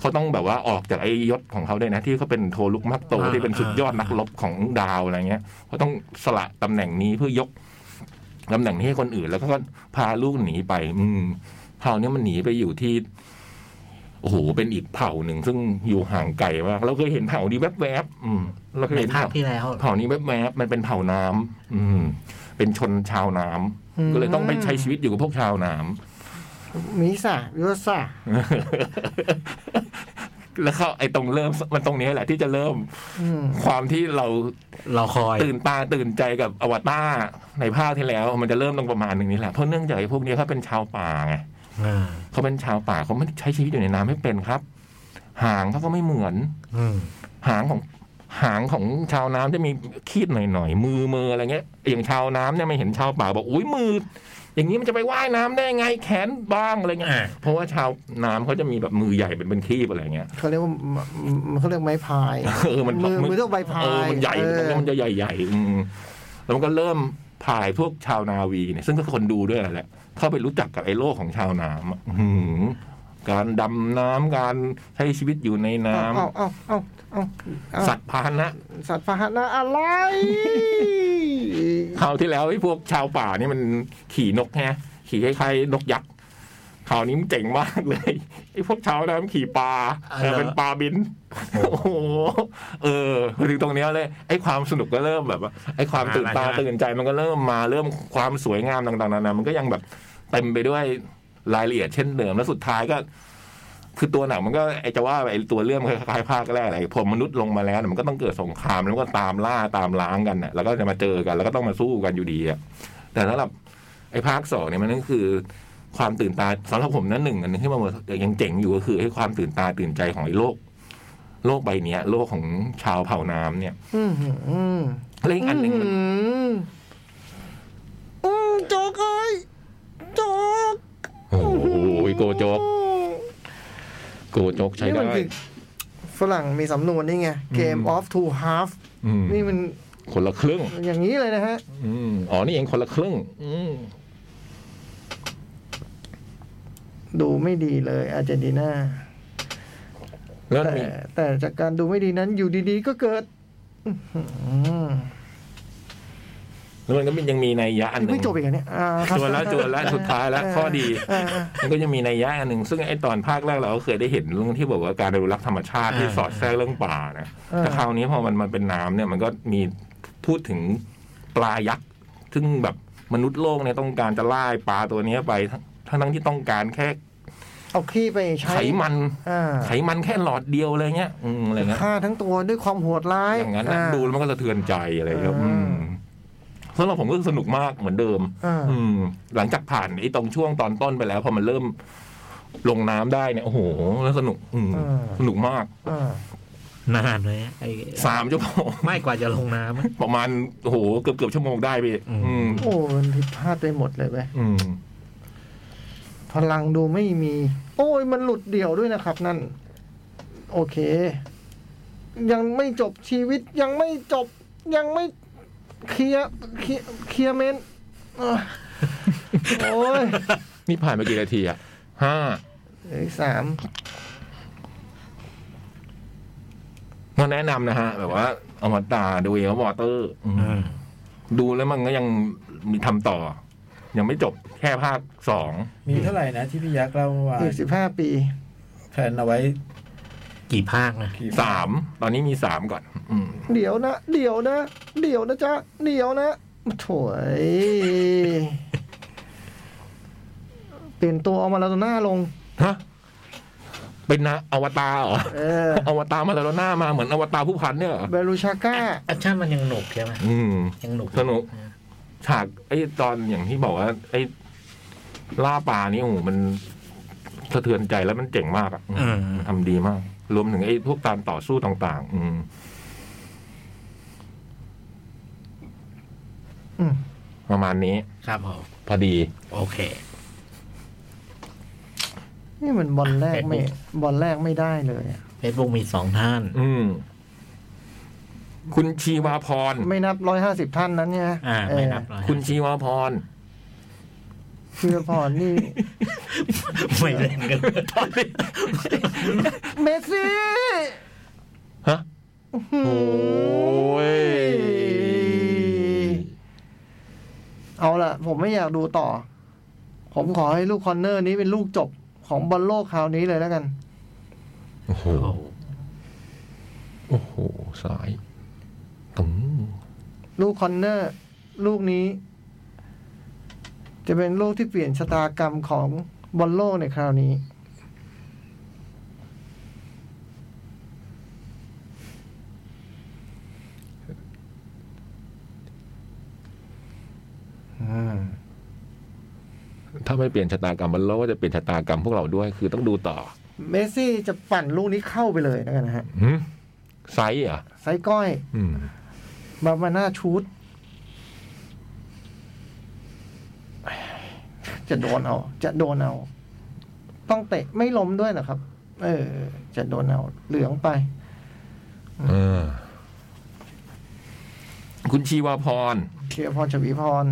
เขาต้องแบบว่าออกจากไอ้ยศของเขาด้วยนะ ที่เขาเป็นโทลุกมักโต
อ่า
ที่เป็นสุดยอดนักรบของดาวอะไรเงี้ยเขาต้องสละตำแหน่งนี้เพื่อยกตำแหน่งนี้ให้คนอื่น แล้วก็พาลูกหนีไป อืมคราวนี้มันหนีไปอยู่ที่ โอ้โหเป็นอีกเผ่าหนึ่งซึ่งอยู่ห่างไกลมากเราเคยเห็นเผ่านี้แวบๆอืมเราเคย
ใน
เห็น
ภาค
เผ่า
ที่แล้ว
เผ่านี้แวบๆมันเป็นเผ่าน้ำอืม เป็นชนชาวน้ำก็เลยต้องไปใช้ชีวิตอยู่กับพวกชาวน้ำ
มีสายุทธศาสตร์
แล้วเขาไอ้ตรงเริ่มมันตรงนี้แหละที่จะเริ่ม
อืม
ความที่เรา
เราคอย
ตื่นตาตื่นใจกับอวตารในภาคที่แล้ว มันจะเริ่มตรงประมาณหนึ่งนี้แหละเพราะเนื่องจากไอ้พวกนี้เขาเป็นชาวป่าไง
อ่า
เขาเป็นชาวป่าเขาไม่ได้ใช้ชีวิตอยู่ในน้ำไม่เป็นครับ หางเขาก็ไม่เหมือน
อืม
หางของหางของชาวน้ำจะมีคีดหน่อยๆมือมืออะไรเงี้ยอย่างชาวน้ำเนี่ยไม่เห็นชาวป่าบอกอุ้ยมือ อย่างนี้มันจะไปว่ายน้ำได้ไงแขนบ้างอะไรเงี้ย
อ่า
เพราะว่าชาวน้ำเขาจะมีแบบมือใหญ่เป็นเป็นคีบอะไรเงี้ย
เขาเรียกว่ามันเขาเรียกไม้พาย
เออมัน
มือมือต้องใบพาย
เออมันใหญ่
เออ
ตรงนี้มันจะใหญ่ๆอืมแล้วมันก็เริ่มพายพวกชาวนาวีเนี่ยซึ่งก็คนดูด้วยแหละเข้าไปรู้จักกับไอ้โลกของชาวน้ำอ่ะอื้อหือการดำน้ำการใช้ชีวิตอยู่ในน้
เอาเอาเอาเอาเอาเอา
ำสัตว์พาหนะ
สัตว์พาหนะอะไร
คราวที่แล้วไอ้พวกชาวป่านี่มันขี่นกไงขี่คล้ายๆนกยักษ์คราวนี้มันเจ๋งมากเลยไอ้พวกชาวน้ำขี่ปลาแต่เป็นปลาบิน โอ้โหเออมาถึงตรงเนี้ยเลยไอ้ความสนุกก็เริ่มแบบว่าไอ้ความตื่นตาตื่นใจมันก็เริ่มมาเริ่มความสวยงามต่างๆนานามันก็ยังแบบเต็มไปด้วยรายละเอียดเช่นเดิมแล้วสุดท้ายก็ คือตัวหนังมันก็ไอจะว่าไปไอ้ตัวเรื่องมันคล้ายๆภาคแรกอะไรพอมนุษย์ลงมาแล้วเนี่ยมันก็ต้องเกิดสงครามแล้วก็ตามล่าตามล้างกันน่ะแล้วก็จะมาเจอกัน แล้วก็ต้องมาสู้กันอยู่ดีอะแต่สำหรับไอภาคสองเนี่ยมันก็คือ ความตื่นตาสำหรับผมนะหนึ่งอันหนึงที่มันยังเจ๋งอยู่ก็คือไอความตื่นตาตื่นใจของไอโลก โลกใบเนี้ย โลกของชาวเผ่าน้ำเนี่ย
อืมหืมอืม
แล้วอีกอันหนึ่งมัน
อืมโจกเอ้ยโจก
โอ้โหโกโจกโกโจกใช้
นี่
ได้
มันคือฝรั่งมีสำนวนนี่ไง game of two half
อืม
นี่มัน
คนละครึ่ง
อย่างนี้เลยนะฮะ
อืมอ๋อนี่เองคนละครึ่ง อืม
ดูไม่ดีเลยอาร์เจนตินา
แล้ว
แต่
มี
แต่จากการดูไม่ดีนั้นอยู่ดีๆ ก็เกิด อื้อหือ
แล้วมันก็มียังมีในยยะอันหนึ่
ไม่
ง
จบอีกอันเนี่ยอ่าครับ
จวนแล้วจวนแล้วสุดท้ายแล้ว
เออ
ข้อดี
เออเออ
มันก็ยังมีในยยะอันหนึ่งซึ่งไอ้ตอนภาคแรกเราก็เคยได้เห็นเรื่องที่บอกว่าการอนุรักษ์ธรรมชาติที่สอดแทรกเรื่องป่านะ
เออ
แต่คราวนี้พอมันมันเป็นน้ำเนี่ย มันก็มีพูดถึงปลายักษ์ซึ่งแบบมนุษย์โลกเนี่ยต้องการจะล่าไอ้ปลาตัวเนี้ยไปทั้งทั้งที่ต้องการแค่
เอาขี้ไปใช้
ไขมัน
อ่า
ไขมันแค่หลอดเดียวอะไรเงี้ยอืมอะไรเงี้ย
ฆ่าทั้งตัวด้วยความโหดร้าย
อย่างนั้นนะดูแล้วมันก็สะเทือนใจอะไรอย่างเงี้ยอืมสำหรับผมก็สนุกมากเหมือนเดิม
อ่า
อืม หลังจากผ่านไอ้ตรงช่วงตอนต้นไปแล้ว พอมันเริ่มลงน้ำได้เนี่ยโอ้โหแล้วสนุก อืมสนุกมาก
อ่าน
านเลยอะไอ้
สามชั่วโมง
ไม่กว่าจะลงน้ำอะ
ประมาณโอ้โหเกือบเกือบชั่วโมงได้พี่
อืม
อืม
โอ้มันผิดพลาดไปหมดเลยเว้ย
อืม
พลังดูไม่มี โอ้ยมันหลุดเดี่ยวด้วยนะครับ นั่น โอเค ยังไม่จบชีวิตยังไม่จบ ยังไม่เคลียร์เคลียร์เคลียร์เมนเอ้ยโอ้ย
นี่ผ่านไปกี่นาทีอะห้า
เหลืออีกสาม
ก็แนะนำนะฮะ แบบว่าอมตะดูเอลวอเตอร์ดูแล้วมันก็ยังมีทำต่อ ยังไม่จบแค่ภาคสอง
มีเท่าไหร่นะที่พี่ยักษ์เล่าเมื่อวาน
อีกสิบห้าปี
แผนเอาไว้
กี่ภาคนะ
กี่
สามตอนนี้มีสามก่อน อืม
เดี๋ยวนะ เดี๋ยวนะ เดี๋ยวนะจ๊ะ เดี๋ยวนะโถยเปลี่ยนตัวเอามาลาโดน่าลง
ฮะเป็นนะอวตารเหรอ
เออ
อวตารมาแล้วหน้ามาเหมือนอวตารผู้พันเนี่ยเหรอ
เบลูชาก้า
แอคชั่นมันยังหนุกใช่ไหม
อืม
ยังหนุก
สนุก ฉากไอ้ตอนอย่างที่บอกว่า ไอ้ล่าปลานี่โอ้โหมันสะเทือนใจแล้วมันเจ๋งมากอะ
อืม
ทำดีมาก รวมถึงไอ้พวกการต่อสู้ต่าง ๆ อืม
อืม
ประมาณนี้
ครับผม
พอดี
โอเค
นี่มันบอลแรกไม่บอลแรกไม่ได้เลยอะ
เฟซบุ๊กมีสองท่าน
อืม คุณชีวาพร
ไม่นับร้อยห้าสิบท่านนั้นเนี่ย
อ่า ไม่นับร้อย
คุณชีวาพร
เชื่อพรนี่
ไม่เล่นกัน
เมสซี่
ฮะ โอ้ย
เอาล่ะ ผมไม่อยากดูต่อ ผมขอให้ลูกคอนเนอร์นี้เป็นลูกจบของบอลโลกคราวนี้เลยแล้วกัน
โอ้โห โอ้โห สายตึง
ลูกคอนเนอร์ ลูกนี้ จะเป็นลูกที่เปลี่ยนชะตากรรมของบอลโลกในคราวนี้
ถ้าไม่เปลี่ยนชะตากรรมมันโลกก็จะเปลี่ยนชะตากรรมพวกเราด้วยคือต้องดูต่อ
เมสซี่จะปั่นลูกนี้เข้าไปเลยแล้วกันนะฮะ
หึไซส์เหรอ่ะ
ไซส์ก้อยบามาน่าชูดจะโดนเอา จะโดนเอา ต้องเตะไม่ล้มด้วยเหรอครับ เออ จะโดนเอา เหลืองไป
เออ คุณชีวาพร
เทียพรชวีพร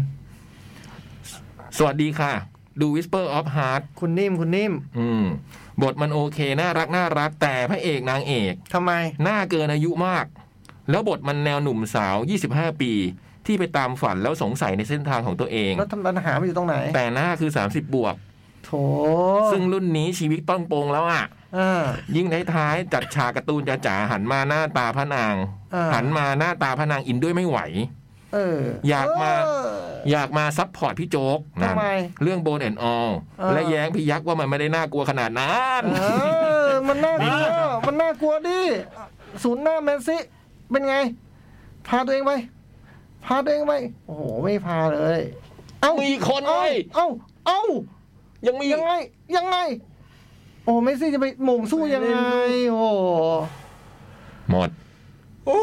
สวัสดีค่ะ ดู Whisper of Heart
คุณนิ่มคุณนิ่ม
อืม บทมันโอเค น่ารักน่ารัก แต่พระเอกนางเอก
ทำไม
หน้าเกินอายุมาก แล้วบทมันแนวหนุ่มสาว 25 ปี ที่ไปตามฝันแล้วสงสัยในเส้นทางของตัวเอง
แล้วทำปัญหามันอยู่ตรงไหน
แต่หน้าคือ 30 บวก
โถ
ซึ่งรุ่นนี้ชีวิตต้องโปงแล้วอ่ะ
อ่า
ยิ่งท้ายๆจัดฉากการ์ตูนจ๋าๆหันมาหน้าตาพระนาง
อ่า
หันมาหน้าตาพระนางอินด้วยไม่ไหว
เออ
อ
อย
ากมา
เออ
อยากมาซัพพอร์ตพี่โจ๊กนั่น
ทำไม
เรื่องโบนแอนออล
เออ
และแย้งพี่ยักษ์ว่ามันไม่ได้น่ากลัวขนาดนั้น
เออ มันน่ากลัว มันน่ากลัวดิ ศูนย์หน้าแมนซิ เป็นไง พาตัวเองไป พาตัวเองไป โอ้โห ไม่พาเลย เอ้า
มีคนไง
เอ้าเอ้าเอ้า
ยังมี
ยังไง ยังไง โอ้เมสซี่จะไปหม่งสู้ยังไง โอ้
หมด
โอ้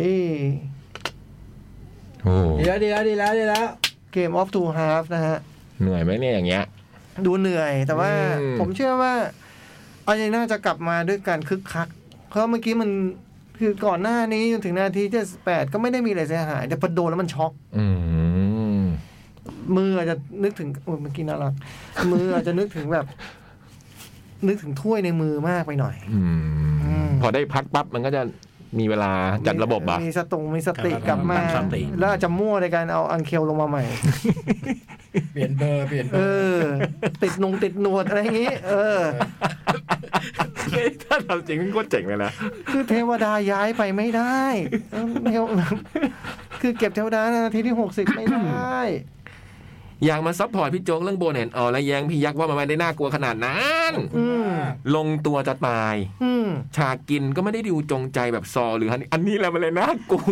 ย
โอ้
ดีแล้วดีแล้วดีแล้วดีแล้ว
เกมออฟทูฮาฟนะฮะ
เหนื่อยไหมเนี่ยอย่างเงี้ย
ดูเหนื่อย แต่ว่า
อืม
ผมเชื่อว่าอาร์เจนติน่าจะกลับมาด้วยการคึกคัก เพราะเมื่อกี้มันคือก่อนหน้านี้จนถึงนาทีที่แปดก็ไม่ได้มีอะไรเสียหาย แต่พอโดนแล้วมันช็อก
อืม
มืออาจจะนึกถึงโอ้ยเมื่อกี้น่ารัก มืออาจจะนึกถึงแบบ นึกถึงถ้วยในมือมากไปหน่อย
อืม
อืม
พอได้พักปั๊บมันก็จะมีเวลาจัดระบบอ่ะ
มีสตงมีสติกลับมา
ตั้งสติ
แล้วอาจจะมั่วในการเอาอังเคลลงมาใหม่
เปลี่ยนเบอร์เปลี่ยนเบ
เอ
อร์
อ ติดนงติดหนวดอะไรอย่างงี้ เออ
ถ้าทำจริงมันก็เจ๋งเลยนะ
คือเทวดาย้ายไปไม่ได้เออเทว คือเก็บเทวดานาทีที่หกสิบไม่ได้
อยากมาซัพพอร์ตพี่โจ๊กเรื่องโบนแอนออลและแย้งพี่ยักษ์ว่ามันไม่ได้น่ากลัวขนาดนั้น
อืม
ลงตัวจะตาย
อืม
ฉากกินก็ไม่ได้ดูจงใจแบบซอหรือฮันนี่อันนี้แหละมันเลยน่ากลัว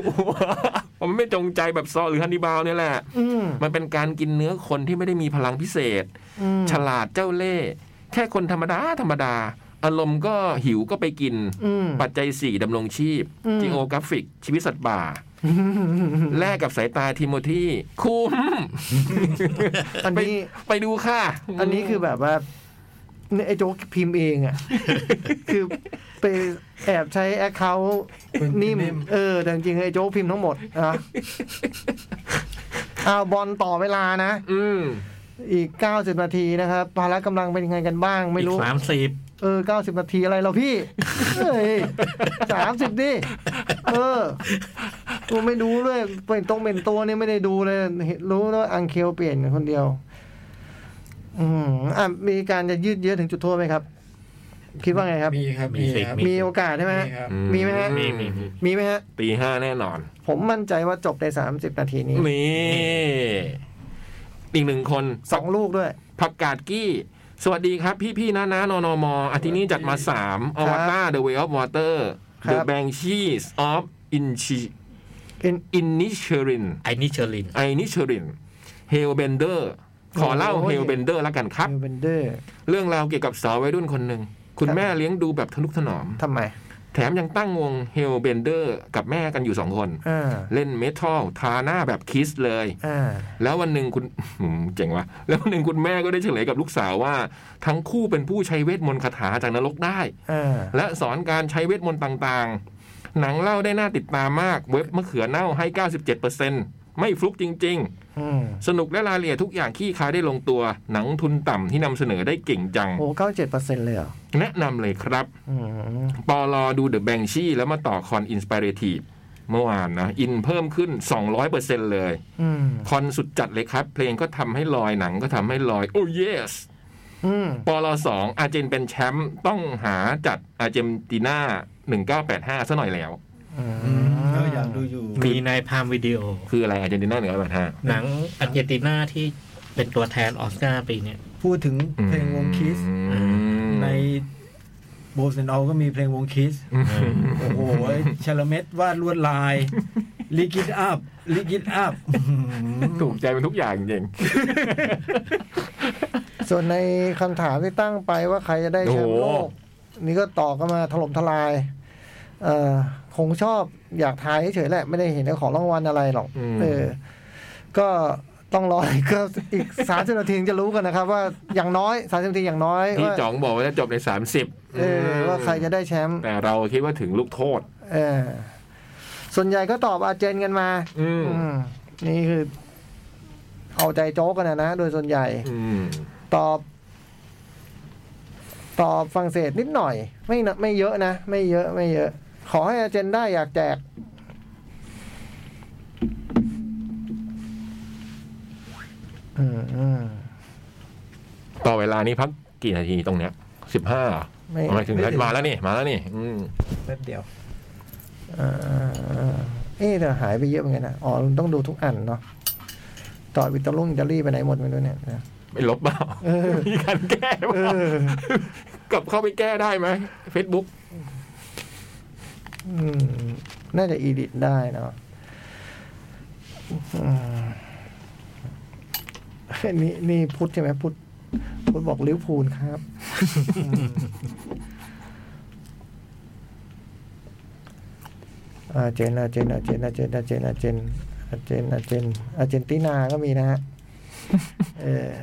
มันไม่จงใจแบบซอหรือฮันนี่บาวเนี่ยแหละ
อืม
มันเป็นการกินเนื้อคนที่ไม่ได้มีพลังพิเศษ
อืม
ฉลาดเจ้าเล่ห์แค่คนธรรมดาธรรมดา อารมณ์ก็หิวก็ไปกิน
อืม
ปัจจัยสี่ดำรงชีพ
อืม
จีโอกราฟิก ชีวิตสัตว์ป่า แลกกับสายตาทิโมธีคุ้ม
อัน
ไป
นี้
ไปดูค่ะ
อันนี้คือแบบว่าเนี่ยไอ้โจ๊กพิมพ์เองอ่ะ คือไปแอบใช้แอคเคาท์นิ่ม เออ แต่จริงๆไอ้โจ๊กพิมพ์ทั้งหมดนะเอาบอลต่อเวลานะ
อืม
อีก 90 นาทีนะครับภาระกำลังเป็นยังไงกันบ้างไม่รู้
สามสิบ
เออ 90 นาทีอะไรเราพี่ เฮ้ยสามสิบดิ เออกูไม่ดูเลยเป็นตรงเป็นตัวนี่ไม่ได้ดูเลยเห็นรู้แล้วาอังเคลเปลี่ยนคนเดียว อืมอ่ะมีการจะยืดเยื้อถึงจุดโทษไหมครับ คิดว่าไงครับ
มีครับ
มีสิทธิ์
มีโอกาสใช่ไหมฮะ
ครับ
มีไหมฮะ
มีมีมี
มีไหมฮะ
ตีห้าแน่นอน
ผมมั่นใจว่าจบใน 30 นาทีนี้
นี่ อีกหนึ่งคน
สองลูกด้วย
ผักกาดกี้ สวัสดีครับ พี่พี่ๆนะนะนนมอาทิตย์นี้จัดมาสามอวตาร The Way of Water
ครับ
The Banshees of Inchi
เอ็น
Inisherin
ไอ้นี่เชอริน
ไอนิชรินเฮลเบนเดอร์ขอเล่า
โอ้
เฮ
ย
ลเบนเดอร์แล้วกันครับ
เบนเดอร์
เรื่องราวเกี่ยวกับสาววัยรุ่นคนหนึ่ง คุณ
ครับ
แม่เลี้ยงดูแบบทนุถนอม
ทำไม
แถมยังตั้งวงเฮลเบนเดอร์กับแม่กันอยู่สองคน
อ่า
เล่นเมทัลทาหน้าแบบคิสเลย
อ่า
แล้ววันหนึ่งคุณ อืมเจ๋งว่ะแล้ววันหนึ่งคุณแม่ก็ได้เฉลยกับลูกสาวว่า ทั้งคู่เป็นผู้ใช้เวทมนต์คาถาจากนรกได้
อ่า
และสอนการใช้เวทมนต์ต่างๆ หนังเล่าได้น่าติดตามมากเว็บมะเขือเน่าให้ 97%ไม่ฟลุกจริง ๆ
อืม
สนุกและรายละเอียดทุกอย่างขี้คายได้ลงตัว หนังทุนต่ำที่นำเสนอได้เก่งจัง
โอ้เก้าเจ็ดเปอร์เซ็นต์เลยเหรอ
แนะนำเลยครับ
อืม
ปอลอดูเดอะแบงชี่แล้วมาต่อคอนอินสป r เรทีฟเมื่อวานนะ อินเพิ่มขึ้น 200%เลย
อืม
คอนสุดจัดเลยครับ เพลงก็ทำให้ลอยหนังก็ทำให้ลอย โอ้เยส
อืม
ปอลอสองอาร์เจนเป็นแชมป์ต้องหาจัดอาร์เจนตินา1985ซะหน่อยแล้ว
อืมก็อยากดูอยู่
มีในพามวิดีโอ
คืออะไรอาร์เจนตินา1985
หนังอาร์เจนตินาที่เป็นตัวแทนออสการ์ปีเนี้ย
พูดถึงเพลงวงคิส ในโบสเซนอลก็มีเพลงวงคิส โอ้โหชาลเม็ดวาดลวดลาย ลิกิดอัพลิกิดอัพ
ถูกใจมันทุกอย่างจริง
ส่วนในคำถามที่ตั้งไปว่าใครจะได้แชมป์โลก
โอ้
นี่ก็ตอบกันมาถล่มทลาย เออคงชอบอยากทายเฉยๆแหละ ไม่ได้เห็นได้ของรางวัลอะไรหรอก
อืม
เออ ก็ต้อง รออีกก็อีกสามสิบนาทีถึงจะรู้กันนะครับ ว่าอย่างน้อยสามสิบนาทีอย่างน้อย
ที่
ว่า
จ๋องบอกว่าจะจบในสามสิบ
เออว่าใครจะได้แชมป์
แต่เราคิดว่าถึงลูกโทษ
เออ ส่วนใหญ่ก็ตอบอาร์เจนกันมา
อืม
อืมนี่คือ เอาใจโจ๊กกันนะนะโดยส่วนใหญ่
อืม
ตอบ ตอบฝรั่งเศสนิดหน่อย ไม่นะไม่เยอะนะ ไม่เยอะไม่เยอะ ขอให้อาเจนได้อยากแจก อืมอืม
ต่อเวลานี้พักกี่นาทีตรงเนี้ยสิบห้า
ไม่
มาถึง
ไม่ถึง
มาแล้วนี่ มาแล้วนี่ อืม
แป๊บเดียว
เอ่อเอ๊ะแต่หายไปเยอะเหมือนกันนะอ๋อต้องดูทุกอันเนาะต่อวิตาลุงอิตาลีไปไหนหมดไม่รู้เนี่ยนะ
ไม่ลบเปล่า
เออ
มีการแก้เป
เอ
ล่า
อก
ลับเข้าไปแก้ได้ไหมเฟซบุ๊ก
อืมน่าจะอีดิทได้เนาะอืมนี่นี่พุทธใช่ไหมพุทธพุทธบอกลิเวอร์พูลครับ อาเจนอาเจนอาเจนอาเจนอาเจนอาเจนอาเจนอาเจนอาเจนตินาก็มีนะฮะ เออ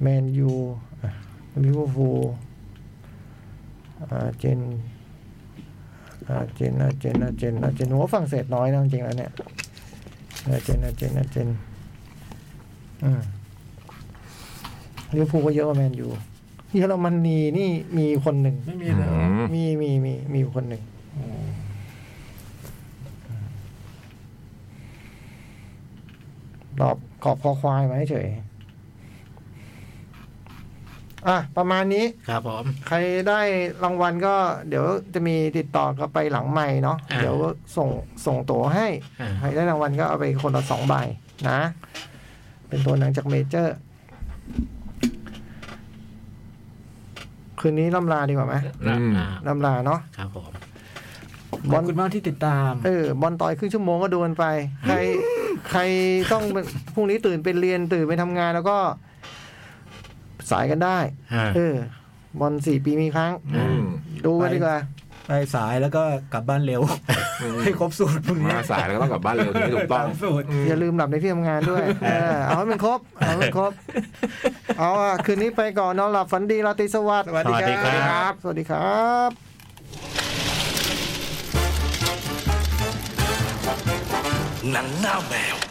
แมนยูลิเวอร์พูลอาเจนอาเจนอาเจนอาเจนอาเจนหัวฝรั่งเศสน้อยนะจริงๆแล้วเนี่ยอาเจนอาเจนอาเจนอืมลิเวอร์พูลก็เยอะกว่าแมนยูเยอรมนีนี่มีคนหนึ่ง
ไม่มีเลยเหรอ
มีมีมีมีอยู่คนหนึ่งตอบกอบคอควายมาเฉยอ่ะ ประมาณนี้
ครับผม
ใครได้รางวัลก็ เดี๋ยวจะมีติดต่อกลับไปหลังใหม่เนาะ
อ่า
เดี๋ยวส่งส่งตั๋วให้
อ่า
ใครได้รางวัลก็เอาไปคนละสองใบนะ เป็นตัวหนังจากเมเจอร์ คืนนี้ล่ำลาดีกว่าไหม
อ่า
ล่ำลาเนาะ
ครับผม
ข
บ
อ
อบ ล
คุณมากที่ติดตาม
เออบอลต่อยครึ่งชั่วโมงก็ดูกันไป ใครใครต้องเป็นพรุ่งนี้ตื่นเป็นเรียนตื่นไปทำงานแล้วก็ สายกันได้
อ่า
เออบอลสี่ปีมีครั้ง
อืม
ดูกันดีกว่า
ไปสายแล้วก็กลับบ้านเร็ว ให้ครบสูตรพรุ่งนี้
มาสายแล้วก็ต้องกลับบ้านเร็วถึงจะถูกต้อง
ตามสูตร
อย่าลืมหลับในที่ทำงานด้วย เออเอาให้มันครบ เอาให้มันครบ เอาอ่ะ คืนนี้ไปก่อนนอนหลับฝันดีราตรีสวัสดิ์
สวัสดีครับ
บสวัสดีครับ
หนังหน้าแมว